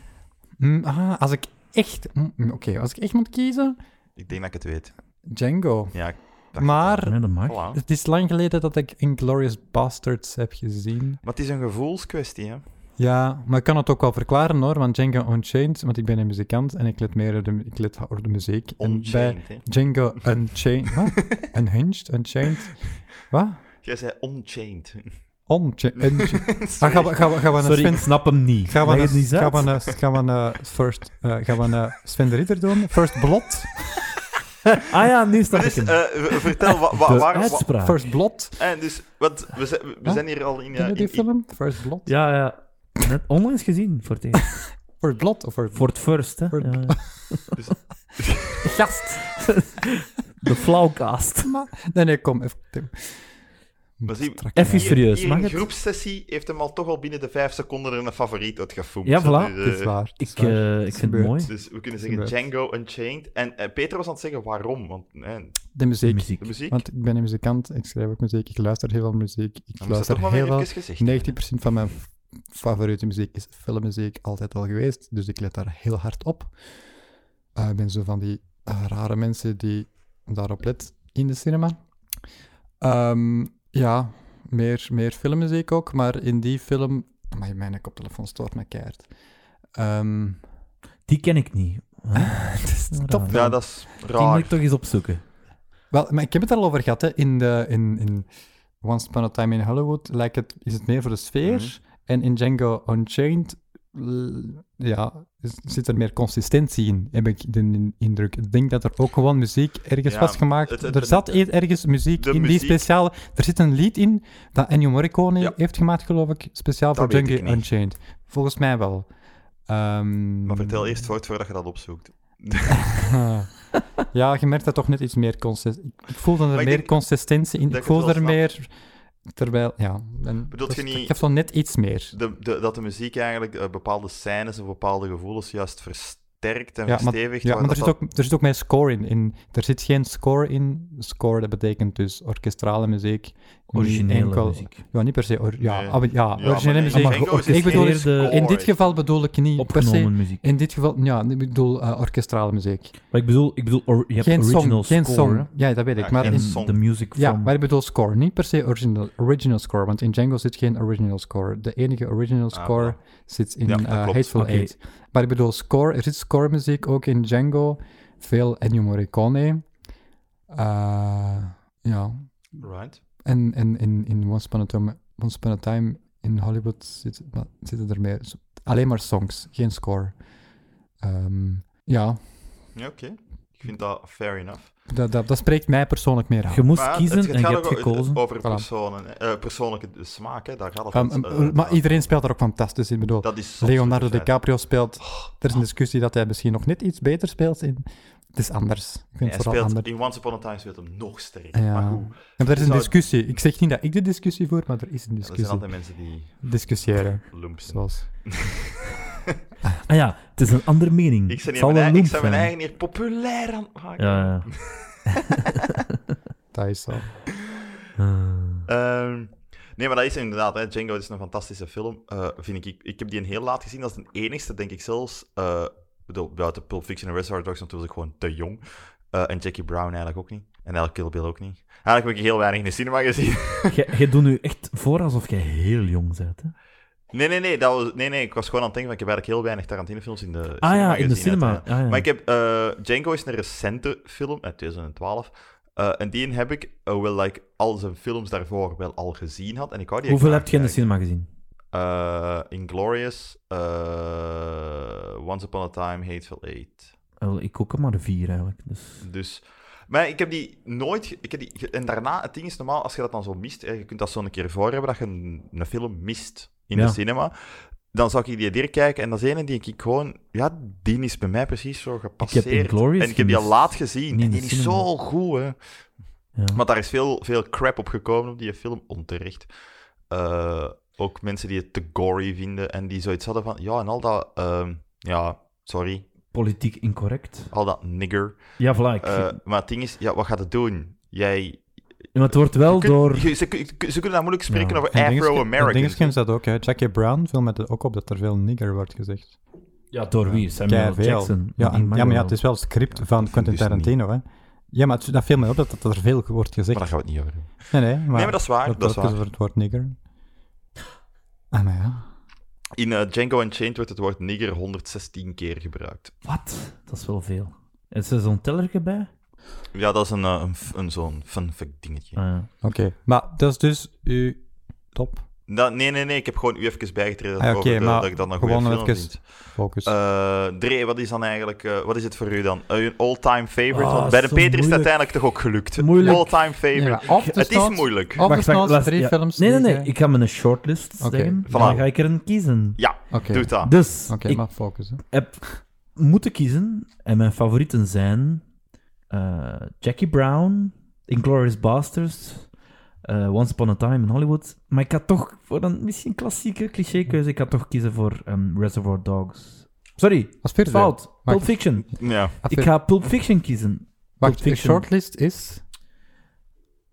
Mm, ah, als ik echt... mm, Oké, als ik echt moet kiezen...
Ik denk dat ik het weet.
Django.
Ja, ik dacht
Maar
Nee, dat mag.
het al. Voilà.
het is lang geleden dat ik Inglourious Bastards heb gezien.
Maar het is een gevoelskwestie, hè.
Ja, maar ik kan het ook wel verklaren hoor, want Django Unchained, want ik ben een muzikant en ik let meer op de, ik let op de muziek. En bij
Unchained, hè.
Django Unchained, wat? Unhinged, Unchained, wat?
Jij zei unchained.
Unchained, Unchained. Ah, gaan we,
Sorry.
gaan we, gaan we naar
Sorry, ik
Sven...
snap hem niet.
Gaan we,
Leg het
een,
niet uit?
gaan we, een, gaan we, een first, eh, gaan we een Sven de Ridder doen? First Blot?
Ah ja, nu snap
Maar
ik
dus,
hem.
eh, v- vertel, wa, wa,
de
waar... wa-
uitspraak.
First Blot?
eh, dus, wat, we, zijn- we
Huh?
zijn hier al in... eh,
Ken je
in-
die
in-
film? First Blot?
Ja, ja. Net onlangs gezien, voor het eerst.
First Blot of First
voor het first, hè.
Voor-
Ja, ja.
Gast!
De flauwcast.
Nee, nee, kom, even. Tim.
Maar zie-
Strak
Even
eruit.
serieus,
hier
mag
in
het?
groepssessie heeft hem al toch al binnen de vijf seconden er een favoriet uitgevoemd.
Ja, voilà.
Dus,
Het is
eh,
waar. het is
Ik,
waar.
eh,
Het
ik vind het
gebeurt.
mooi.
dus we kunnen zeggen
Inderdaad.
Django Unchained. En eh, Peter was aan het zeggen waarom, want eh,
De muziek.
de muziek...
Want ik ben een muzikant, ik schrijf ook muziek, ik luister heel veel muziek. Ik
Dan moest dat
luister
toch maar
heel
weer
veel.
even gezegd.
90% van mijn f- favoriete muziek is filmmuziek, altijd al geweest. Dus ik let daar heel hard op. Eh, ik ben zo van die eh, rare mensen die daarop let in de cinema. Ehm, ja, meer, meer filmmuziek ook, maar in die film. Amai, mijn koptelefoon stoort me keihard. Ehm,
Die ken ik niet. Huh?
het is een
Raar.
topfilm.
Ja, dat is
Die moet
raar.
ik toch eens opzoeken.
Wel, maar ik heb het al over gehad, hè. In, de, in, in Once Upon a Time in Hollywood lijkt het, is het meer voor de sfeer.
Mhm.
En in Django Unchained l- ja, is- zit er meer consistentie in, heb ik de in- indruk. Ik denk dat er ook gewoon muziek ergens
Ja,
was gemaakt.
het- het-
er zat e- ergens muziek
de
in, die
muziek-
speciale... Er zit een lied in dat Ennio Morricone
Ja.
heeft gemaakt, geloof ik, speciaal
Dat
voor
weet ik
Django
niet.
Unchained. Volgens mij wel. Ehm,
Maar vertel eerst voort voordat je dat opzoekt.
ja, je merkt dat toch net iets meer consistentie. Ik voelde er
Maar ik
meer
denk
consistentie in.
dat
Ik
ik het
voelde er
wel
meer. Terwijl, ja. En
Bedoelt
dat-
je niet-
Ik heb zo net iets meer.
De, de, dat de muziek eigenlijk eh, bepaalde scènes of bepaalde gevoelens juist versterkt en
Ja, maar-
verstevigt.
Ja, maar er
waardoor
zit, ook, er zit ook meer score in. in. Er zit geen score in. Score, dat betekent dus orkestrale muziek. niet
Originele
enkel-
muziek.
Ja, niet per se. or- ja,
Nee.
ah, ja,
dat- Ja,
originele
maar nee,
muziek.
maar
Django is
ik bedoel,
geen
in
in dit
score.
geval bedoel ik niet per se.
Opgenomen muziek.
In dit geval, ja, ik bedoel eh, orkestrale muziek.
Maar ik bedoel, ik bedoel or- je hebt
geen
original
song. Geen
score.
song.
hè.
Ja, dat weet
Ja,
ik. Maar
geen
En
in,
song.
de music
Ja,
from...
maar ik bedoel score, niet per se original, original score, want in Django zit geen original score. De enige original
Ah,
score zit in
Ja, dat
eh,
klopt.
Hateful
Oké.
Eight. Maar ik bedoel score, er zit score muziek ook in Django, veel Ennio Morricone. Eh, ja,
Right.
en, en in, in Once, Upon a Time, Once Upon a Time in Hollywood zit, maar zitten er meer, zo- alleen maar songs, geen score. Ehm, ja,
Ja, oké. Ik vind dat fair enough.
dat, dat, dat spreekt mij persoonlijk meer aan.
Je moest
Maar
kiezen en je
gaat
hebt
ook o-
gekozen.
over
Voilà.
personen, hè. Eh, persoonlijke smaak, hè. daar gaat het
Ehm,
om.
ehm,
Eh,
maar iedereen speelt er ook fantastisch in, ik bedoel.
Dat is zot,
Leonardo
zo'n feit.
DiCaprio speelt.
Oh.
Er is een discussie dat hij misschien nog net iets beter speelt. In... Het is anders. Ik vind
Nee,
het
hij
vooral
speelt,
anders.
in Once Upon a Time speelt hem nog sterker.
Ja.
Maar goed,
Ja, maar er is een
zou-
discussie. Ik zeg niet dat ik de discussie voer, maar er is een
er zijn
discussie.
altijd mensen die
Discussiëren,
lumpen.
zoals.
Ah ja, het is een andere mening.
Ik ben
Het
hier
zal
mijn,
wel
eigen- ik
loemp
ben mijn
zijn.
eigen hier populair aan het maken.
Ja, ja.
Dat is zo.
Eh,
Ehm, nee, maar dat is inderdaad. Hè. Django is een fantastische film. eh, vind ik. ik. Ik heb die een heel laat gezien. Dat is de enigste, denk ik zelfs. eh, ik bedoel, buiten Pulp Fiction en Reservoir Dogs natuurlijk gewoon te jong. Eh, en Jackie Brown eigenlijk ook niet. En eigenlijk Kill Bill ook niet. Eigenlijk heb ik heel weinig in de cinema gezien.
jij- Jij doet nu echt voor alsof jij heel jong bent. Hè?
nee, nee, nee, dat was, nee, nee. Ik was gewoon aan het denken, van ik heb eigenlijk heel weinig Tarantino-films in de cinema
Ah ja, in de
gezien,
cinema.
uiteraard.
Ah, ja.
Maar ik heb... eh, Django is een recente film, uit 2012. eh, en die heb ik, hoewel dat ik al zijn films daarvoor wel al gezien had. En ik wou die
Hoeveel
graag
heb je in de
kijken.
cinema gezien?
eh Inglorious, eh, Once Upon a Time, Hateful Eight.
Wel, ik ook maar vier eigenlijk. Dus.
Dus, Maar ik heb die nooit... ge- Ik heb die, ge- en daarna, het ding is normaal, als je dat dan zo mist, hè, je kunt dat zo een keer voor hebben, dat je een, een film mist in
Ja.
de cinema, dan zou ik die direct kijken. En dat is ene die ik gewoon... Ja, die is bij mij precies zo gepasseerd.
Inglourious
en ik heb die al
gemist.
laat gezien.
Niet
En die
in de
is
cinema.
zo goed, hè.
Ja.
Maar daar is veel, veel crap op gekomen op die film, onterecht. Eh, ook mensen die het te gory vinden en die zoiets hadden van... Ja, en al dat... ehm, ja, sorry.
Politiek incorrect.
Al dat nigger.
Ja, voilà. ik-
Eh, maar het ding is, ja, wat gaat het doen? Jij...
maar het wordt wel
je kunt-
door...
je- ze, kun- ze kunnen daar moeilijk spreken
Ja.
over
En Dinges,
Afro-Americans.
is dat ook, hè. Jackie Brown viel met het ook op dat er veel nigger wordt gezegd.
Ja, door wie? Samuel
Kei veel.
Jackson.
Ja,
Die
en-
mag
ja, maar ja,
wel.
het is wel het script
Ja,
van
dat
Quentin
vind ik dus
Tarantino, hè. Ja, maar het- dat viel mij op dat, dat er veel wordt
Maar
gezegd.
daar gaan we het niet over hebben.
Nee, nee, maar,
nee, maar dat is waar. Dat, is waar.
wordt het woord nigger. Ah, maar ja.
In eh, Django Unchained werd het woord nigger 116 keer gebruikt.
Wat? Dat is wel veel. Is er zo'n tellertje bij?
Ja, dat is een, eh, een, f- een, zo'n fun fact dingetje.
Ah, ja.
Oké. Maar dat is dus uw top
Nou, nee, nee, nee. Ik heb gewoon u even bijgetreden
Ah, oké,
over de-
maar
dat ik dat een goede
gewoon
film
even-
vind.
focus.
Eh Dre, wat is dan eigenlijk, eh, wat is het voor u dan? Eh, Uw all-time favorite?
Ah,
Want bij de
zo
Peter is het
moeilijk.
uiteindelijk toch ook gelukt.
Moeilijk.
All-time favorite.
of
het is moeilijk.
Of
Wacht, wacht, laat-
drie
ja.
films.
Nee, nee, nee. Ik ga me een shortlist
Oké.
zeggen.
Voilà. Ah,
Dan ga ik er een kiezen.
Ja,
Oké,
doe dat.
Dus,
Oké,
ik
maar focus. Hè.
heb moeten kiezen. En mijn favorieten zijn... eh, Jackie Brown, Inglourious Basterds, eh, Once Upon a Time in Hollywood. Maar ik had toch voor een misschien klassieke clichékeuze, ik had toch kiezen voor ehm, Reservoir Dogs. Sorry,
Als vierde.
fout.
Mag-
Pulp Fiction.
Ja.
Als
Ik
vierde.
ga Pulp Fiction kiezen.
Wacht,
Pulp
de
Fiction.
shortlist is...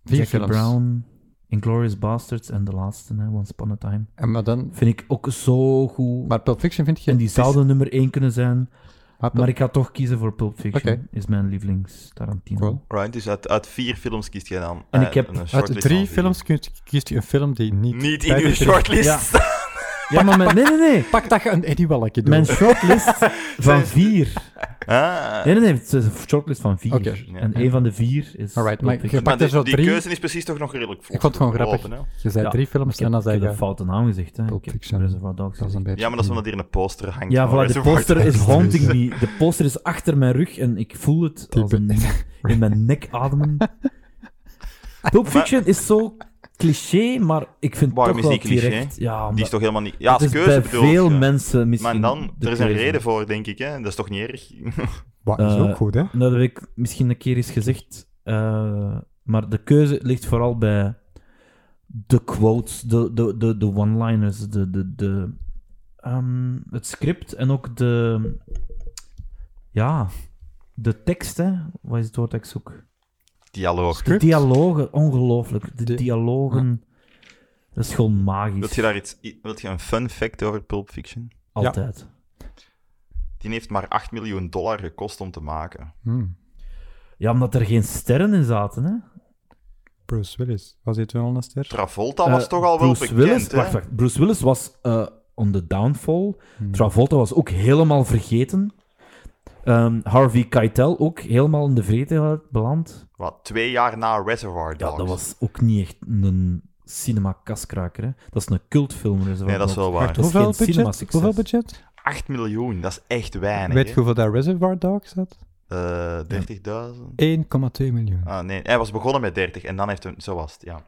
Vier
Jackie
films.
Brown, Inglourious Basterds en de laatste, hè, Once Upon a Time.
En maar dan...
Vind ik ook zo goed.
Maar Pulp Fiction vind je...
en die zouden nummer 1 kunnen zijn.
Maar Pulp-
Maar ik ga toch kiezen voor Pulp Fiction.
Oké.
Is mijn lievelings Tarantino.
Cool.
Right, dus uit, uit vier films kiest jij dan.
En
eh,
ik heb
een shortlist
Uit
van
drie
vier.
films kiest, kiest je een film die niet...
Niet in
bij
uw
de drie-
shortlist.
Ja. Ja, maar mijn- nee, nee, nee.
Pak dat je een Eddie Wallachje doet.
Mijn shortlist van vier.
Ah.
Nee, nee, nee, het is een shortlist van vier.
Oké.
Ja.
En een van de vier is.
Alright,
Pulp
maar
Fiction.
je
Maar
pakt er
die,
zo
die
drie.
keuze is precies toch nog redelijk vlot
Ik vond het gewoon grappig.
verlopen, hè.
Je zei
Ja.
drie films
Ik heb,
en dan zei
ik heb
je...
een foute naam gezegd. Hè.
Pulp
Ik heb
Fiction.
Reservoir
Dat
Dogs
is een
gezegd.
beetje...
Ja, maar dat is omdat hier een poster hangt.
Ja,
van
voilà, de
Reservoir
poster is
Dogs.
haunting me. De poster is achter mijn rug en ik voel het als een, in mijn nek ademen. Pulp Fiction is zo cliché, maar ik vind
Waarom
toch
is
wel
die cliché?
terecht. Ja,
Die
omdat-
is toch helemaal niet... Ja, als
het is
keuze
bij
bedoel je.
veel mensen misschien...
Maar dan,
de
er is een
keuze.
reden voor, denk ik. Hè? Dat is toch niet erg?
Wat is
Eh,
ook goed, hè?
Dat heb ik misschien een keer eens gezegd. eh, maar de keuze ligt vooral bij de quotes, de, de, de, de one-liners, de, de, de, ehm, het script en ook de. Ja, de tekst, hè? Wat is het woord dat ik zoek?
Dialoog.
Script?
Dialogen, ongelooflijk. De
Di-
dialogen. Dat is gewoon
Wilt
magisch.
je daar iets... Wilt je een fun fact over Pulp Fiction?
Altijd.
Die heeft maar 8 miljoen dollar gekost om te maken.
Hmm.
Ja, omdat er geen sterren in zaten, hè?
Bruce Willis. Was hij toen al een ster?
Travolta was
Eh,
toch al
Bruce
wel bekend,
Willis,
hè?
wacht, wacht. Bruce Willis was eh, on the downfall. Travolta was ook helemaal vergeten. Ehm, Harvey Keitel ook helemaal in de vrede beland.
Wat, twee jaar na Reservoir
Ja,
Dogs.
dat was ook niet echt een cinema-kaskraker. Hè? Dat is een cultfilm. dus Reservoir
Nee, dat is
Dogs.
wel waar.
Dat is
Hoeveel
geen
budget?
cinema-succes.
Hoeveel budget?
8 miljoen, dat is echt weinig.
Weet
hè?
je hoeveel daar Reservoir Dogs had?
30.000?
1,2 miljoen.
Ah, nee, hij was begonnen met 30 en dan heeft hem... Zo was het, ja.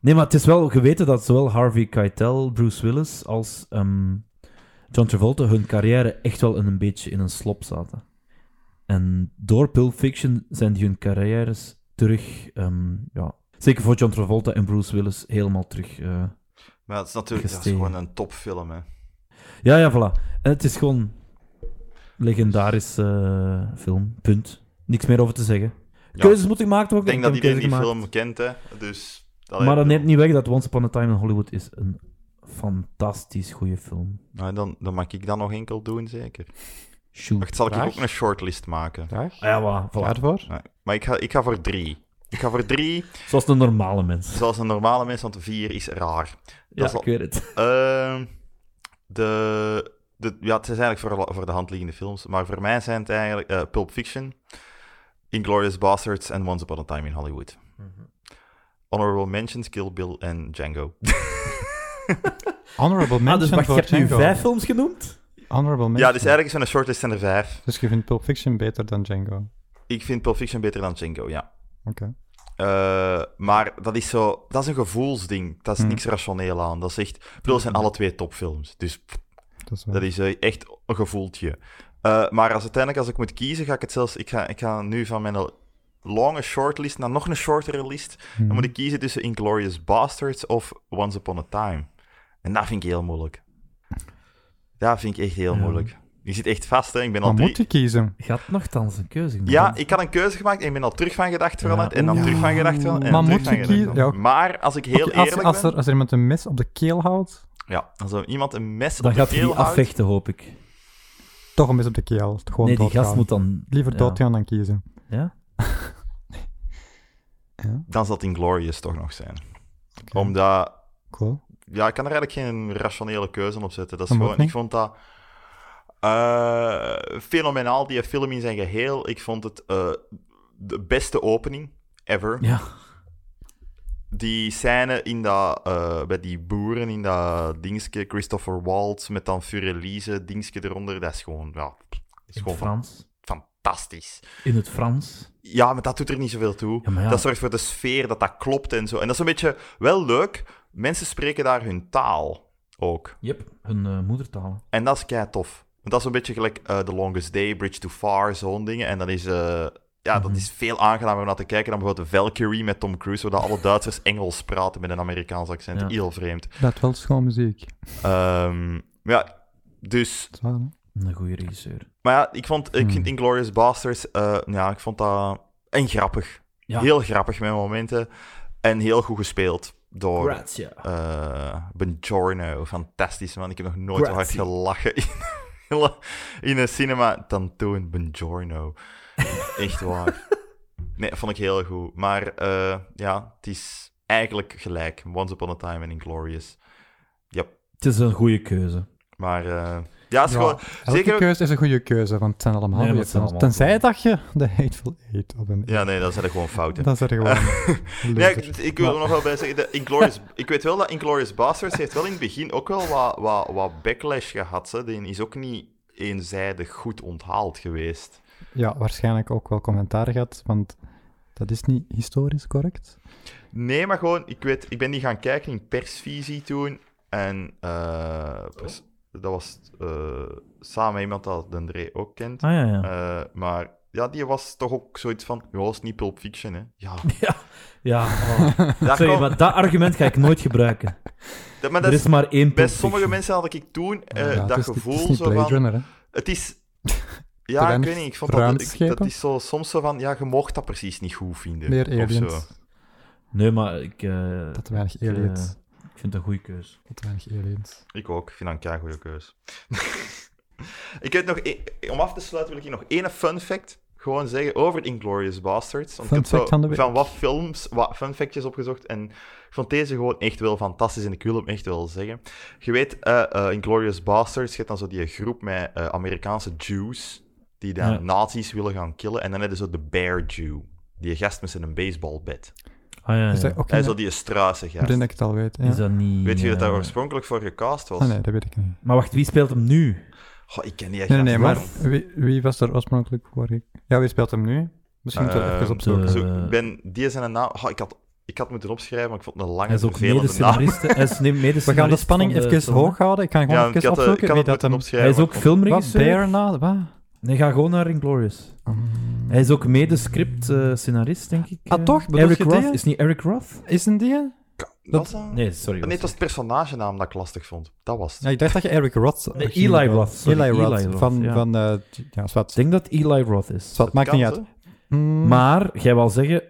Nee, maar het is wel geweten dat zowel Harvey Keitel, Bruce Willis als ehm, John Travolta hun carrière echt wel in een beetje in een slop zaten. En door Pulp Fiction zijn die hun carrières terug, ehm, ja, zeker voor John Travolta en Bruce Willis, helemaal terug. eh.
Maar dat is natuurlijk dat is
Gestegen.
gewoon een topfilm, hè.
Ja, ja, voilà. En het is gewoon legendarische eh, film. Punt. Niks meer over te zeggen.
Ja.
Keuzes moeten gemaakt
Ik
worden.
denk
heb
dat
een
iedereen
keuze
die
gemaakt.
film kent, hè. Dus...
Maar dat neemt niet weg dat Once Upon a Time in Hollywood is een fantastisch goede film.
Nou, dan, dan mag ik dat nog enkel doen, zeker.
Shoot.
Wacht, zal ik
Graag.
ook een shortlist maken?
Graag?
Ah, ja, voilà, voilà.
Daarvoor?
Nee, Maar ik ga, ik ga voor drie. Ik ga voor drie,
Zoals een normale mens.
zoals een normale mens, want vier is raar.
Ja,
is al-
ik weet het.
Ehm, de, de, ja, het zijn eigenlijk voor, voor de hand liggende films. Maar voor mij zijn het eigenlijk eh, Pulp Fiction, Inglourious Basterds en Once Upon a Time in Hollywood. Honorable Mentions, Kill Bill en Django.
Honorable
Ah,
mention
dus wacht, je
voor
hebt nu
Django.
vijf films genoemd?
Honorable mention.
dus Ja, dus eigenlijk zijn de shortlist zijn er vijf.
Dus je vindt Pulp Fiction beter dan Django.
Ik vind Pulp Fiction beter dan Django, ja.
Oké.
Eh, maar dat is zo... Dat is een gevoelsding. Dat is
Mhm.
niks rationeel aan. Dat is echt... Ik bedoel, dat zijn alle twee topfilms. Dus pff,
Dat is waar.
dat is eh, echt een gevoeltje. Eh, maar als uiteindelijk, als ik moet kiezen, ga ik het zelfs... Ik ga, ik ga nu van mijn lange shortlist naar nog een shortere list.
Mhm.
Dan moet ik kiezen tussen Inglorious Bastards of Once Upon a Time. En dat vind ik heel moeilijk. Dat vind ik echt heel
Ja.
moeilijk. Je zit echt vast, hè. Ik ben al
Maar
drie...
moet je kiezen?
Gaat nogthans een keuze maken.
Ja, ik had een keuze gemaakt en ik ben al terug van gedacht veranderd.
Ja.
En dan
Oeh.
terug van gedacht veranderd. En
Maar
terug
moet
van
je
gedacht
kiezen?
veranderd. Maar als ik heel
Oké, als,
eerlijk
als,
ben...
er, als er iemand een mes op de keel houdt,
Ja, als er iemand een mes
Dan
op de
gaat hij
keel
die
houdt...
afvechten, hoop ik.
toch een mes op de keel. Gewoon
nee, die
doodgaan.
gast moet dan...
Liever
ja.
doodgaan dan kiezen.
Ja?
Ja,
Dan zal het Inglorious toch nog zijn.
Oké.
Omdat...
cool.
Ja, ik kan er eigenlijk geen rationele keuze op zetten. Dat
Dat
is
moet
gewoon... Ik
niet.
vond dat... eh, fenomenaal, die film in zijn geheel. Ik vond het eh, de beste opening ever.
Ja.
die scène in dat, eh, bij die boeren in dat dingetje, Christopher Waltz met dan Furelize dingetje eronder, dat is gewoon, ja, dat is
In het
gewoon fan-
Frans.
fantastisch.
In het Frans.
Ja, maar dat doet er niet zoveel toe.
Ja, maar ja.
Dat zorgt voor de sfeer, dat dat klopt en zo. En dat is een beetje wel leuk. Mensen spreken daar hun taal ook.
Yep, hun eh, moedertalen.
En dat is kei tof. Want dat is een beetje gelijk eh, The Longest Day, Bridge Too Far, zo'n dingen. En dat is, eh, ja, dat
Mhm.
is veel aangenamer om naar te kijken dan bijvoorbeeld Valkyrie met Tom Cruise, waar dat alle Duitsers Engels praten met een Amerikaans accent.
Ja.
Heel vreemd.
Dat wel schoon muziek.
Ehm, ja, dus...
Dat is waar, hè?
Een goede regisseur.
Maar ja, ik, vond, ik
Hmm.
Mhm.
vind Inglourious Basterds... eh, ja, ik vond dat... En grappig.
Ja.
Heel grappig met momenten. En heel goed gespeeld door...
Grazie.
eh Buongiorno. Fantastisch, man. Ik heb nog nooit zo hard
Grazie.
gelachen in, in een cinema dan toen Buongiorno. Echt waar. Nee, vond ik heel goed. Maar eh, ja, het is eigenlijk gelijk. Once Upon a Time en Inglorious.
Het is een goede keuze.
Maar eh, ja, het is gewoon...
Elke
zeker-
keuze is een goede keuze, want het zijn allemaal
Nee,
goede
dat zijn
films.
allemaal
Tenzij dat je de Hateful Eight op een...
Ja, nee, dat zijn er gewoon fouten.
Dat is er gewoon een
Ja, ik,
loser.
ik wil er nog wel bij zeggen, de Inglourious, ik weet wel dat Inglourious Basterds heeft wel in het begin ook wel wat, wat, wat backlash gehad. Hè. Die is ook niet eenzijdig goed onthaald geweest.
Ja, waarschijnlijk ook wel commentaar gehad, want dat is niet historisch correct.
Nee, maar gewoon, ik, weet, ik ben die gaan kijken in persvisie toen. En eh,
Oh.
pers- dat was eh, samen met iemand dat Dendré ook kent.
Ah ja, ja.
Eh, maar ja, die was toch ook zoiets van, ja, is niet Pulp Fiction, hè. Ja,
Ja, ja. oh.
dat
Sorry,
kan-
maar dat argument ga ik nooit gebruiken.
dat- maar dat
er is
is,
maar één
bij
punt.
sommige mensen had ik toen eh,
Ja, het
dat
is- het is
gevoel
niet
zo
Blade
van...
Runner, hè.
Het is. Ja, ik
weinig
weet niet. Ik vond dat, ik-
ruimschepen.
dat is zo, soms zo van. Ja, je mocht dat precies niet goed vinden.
Meer
of zo.
aliens.
Nee, maar ik, eh,
Dat te weinig
eh,
aliens.
ik vind het een goede keuze.
Dat te weinig aliens.
Ik ook. Ik vind dat een goede keus. ik heb nog. e- Om af te sluiten wil ik hier nog één fun fact gewoon zeggen over Inglorious Bastards. Want
Fun
ik heb zo
fact van de week.
wat films, wat fun factjes opgezocht. En ik vond deze gewoon echt wel fantastisch. En ik wil hem echt wel zeggen. Je weet, eh eh Inglorious Bastards, je hebt dan zo die groep met eh, Amerikaanse Jews. Die dan
Ja.
nazi's willen gaan killen. En dan hebben ze zo de Bear Jew. Die gast met zijn baseballbat.
Ah ja, ja.
Is dat ook
Hij
een...
is zo die struise
Ik denk
gast.
dat ik het al weet, ja.
Is dat niet...
Weet je dat daar
eh,
oorspronkelijk voor gecast was?
Ah, nee, dat weet ik niet.
Maar wacht, wie speelt hem nu?
Goh, ik ken die echt
Nee, nee,
niet.
maar wie, wie was er oorspronkelijk voor? ik- Ja, wie speelt hem nu? Misschien moeten we
Ehm,
even opzoeken.
de-
Zo, ik ben, die zijn een naam. Oh, ik, had, ik had moeten opschrijven, maar ik vond het een lange,
Hij is ook
vervelende naam.
mede-scenarist. hè. Hij is mede
We gaan de spanning even hoog houden. Ik kan gewoon
Ja, ik
even
had, eh, ik
opzoeken
had
wie
het
dat
moeten
hem...
Hij
opschrijven.
is ook
maar ik
Wat, Bear
filmregisseur.
na... Wat?
Nee, ga gewoon naar Inglorious. Hij is ook mede-script-scenarist, denk ik.
Ah,
eh.
toch? Bedoel
Eric
je die?
Roth. Is niet Eric Roth?
Is een die?
vond- Was dat- Nee,
Nee, sorry.
het was het personagenaam dat ik lastig vond. Dat was het.
Ja, ik dacht dat je Eric Roth...
Nee, Eli Roth, sorry,
Eli Roth.
Eli Roth,
van...
ja.
van eh, ja, zwart.
Ik denk dat Eli Roth is.
Zwart, Dus maakt niet
Kan
uit.
ze?
Mm,
Maar, jij wil zeggen,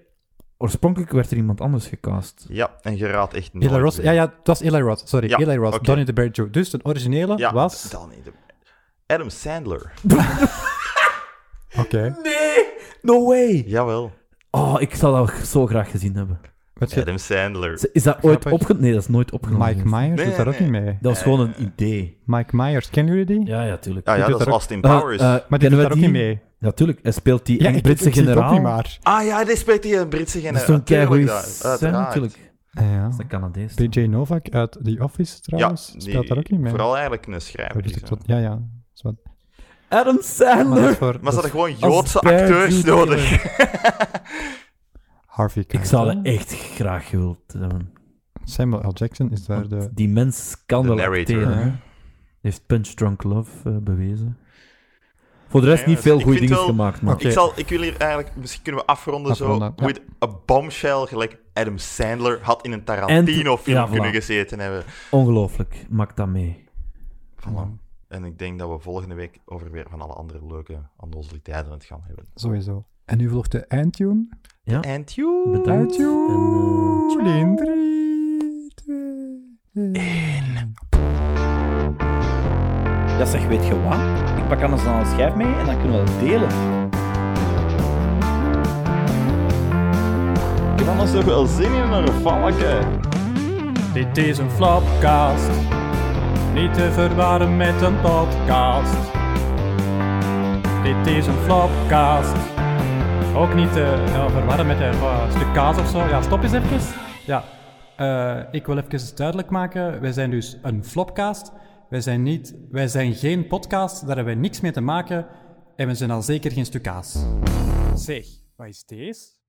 oorspronkelijk werd er iemand anders gecast.
Ja, en je raadt echt niet.
Eli Roth. Ja, ja, het was Eli Roth. Sorry,
Ja,
Eli Roth.
oké.
Donnie the Bear Jew. Dus de originele
Ja,
was...
Dan niet. Adam Sandler.
Oké.
Nee! No way!
Jawel,
Oh, ik zou dat zo graag gezien hebben.
Weet je,
Adam Sandler.
Is dat ooit
Grappig.
opgenomen? Nee, dat is nooit opgenomen.
Mike
geweest.
Myers
Nee,
doet daar
nee,
ook niet mee.
Dat was gewoon een idee.
Mike Myers, kennen jullie die?
Eh, Ja, ja, tuurlijk.
Ah ja,
doet
dat is
daar ook-
Austin Powers.
Eh, eh,
Maar die
kennen
doet
we
daar ook niet mee.
Natuurlijk, hij speelt die eng-
ik-
Britse
ik zie het ook
generaal.
niet maar.
ah ja, dit spreekt die een Britse
Dat is
generaal.
zo'n keigoeie
Tuurlijk, dat-
scène,
uiteraard.
natuurlijk. Dat
Ah, ja.
is een Canadees.
PJ Novak uit The Office
Ja,
trouwens,
die,
speelt daar ook niet mee.
Vooral eigenlijk een
Dat
schrijver.
is
is,
het
hè.
tot- ja, ja. Zwart.
Maar
Adam
dat is
Sandler.
voor
Maar ze
dat
hadden
is
gewoon Joodse
Als
acteurs
Bert Ziegler.
eh.
nodig.
Harvey
Ik
Keitel.
zou het echt graag gewild hebben.
Samuel L. Jackson is daar
Want
de...
Die mens kan
De
wel
narrator,
acteren. hè.
Ja.
Heeft Punch Drunk Love eh, bewezen. Voor de
Nee,
rest
dus
niet veel
ik
goede
vind
dingen
wel-
gemaakt, maar...
Oké.
Ik, zal, ik wil hier eigenlijk, misschien kunnen we afronden,
Afronden,
zo.
ja.
With a bombshell, gelijk Adam Sandler had in een Tarantino-film
ja, voilà.
kunnen gezeten hebben.
Ongelooflijk, maak dat mee.
Voilà.
En ik denk dat we volgende week over weer van alle andere leuke annosaliteiten het gaan hebben.
Sowieso. En nu volgt de eindtune.
Ja,
And you!
bedankt. En, eh,
Eindtune in 3, 2, 1.
Ja, zeg, weet je wat? Ik pak anders dan een schijf mee en dan kunnen we dat delen.
Ik heb anders nog wel zin in een valken.
Dit is een flopcast. Niet te verwarren met een podcast. Dit is een flopcast. Ook niet te ja, verwarren met een eh, stuk kaas of zo. Ja, stop eens even. Ja, eh, ik wil even duidelijk maken. Wij zijn dus een flopcast. Wij zijn, niet, wij zijn geen podcast. Daar hebben wij niks mee te maken. En we zijn al zeker geen stuk kaas. Zeg, wat is deze?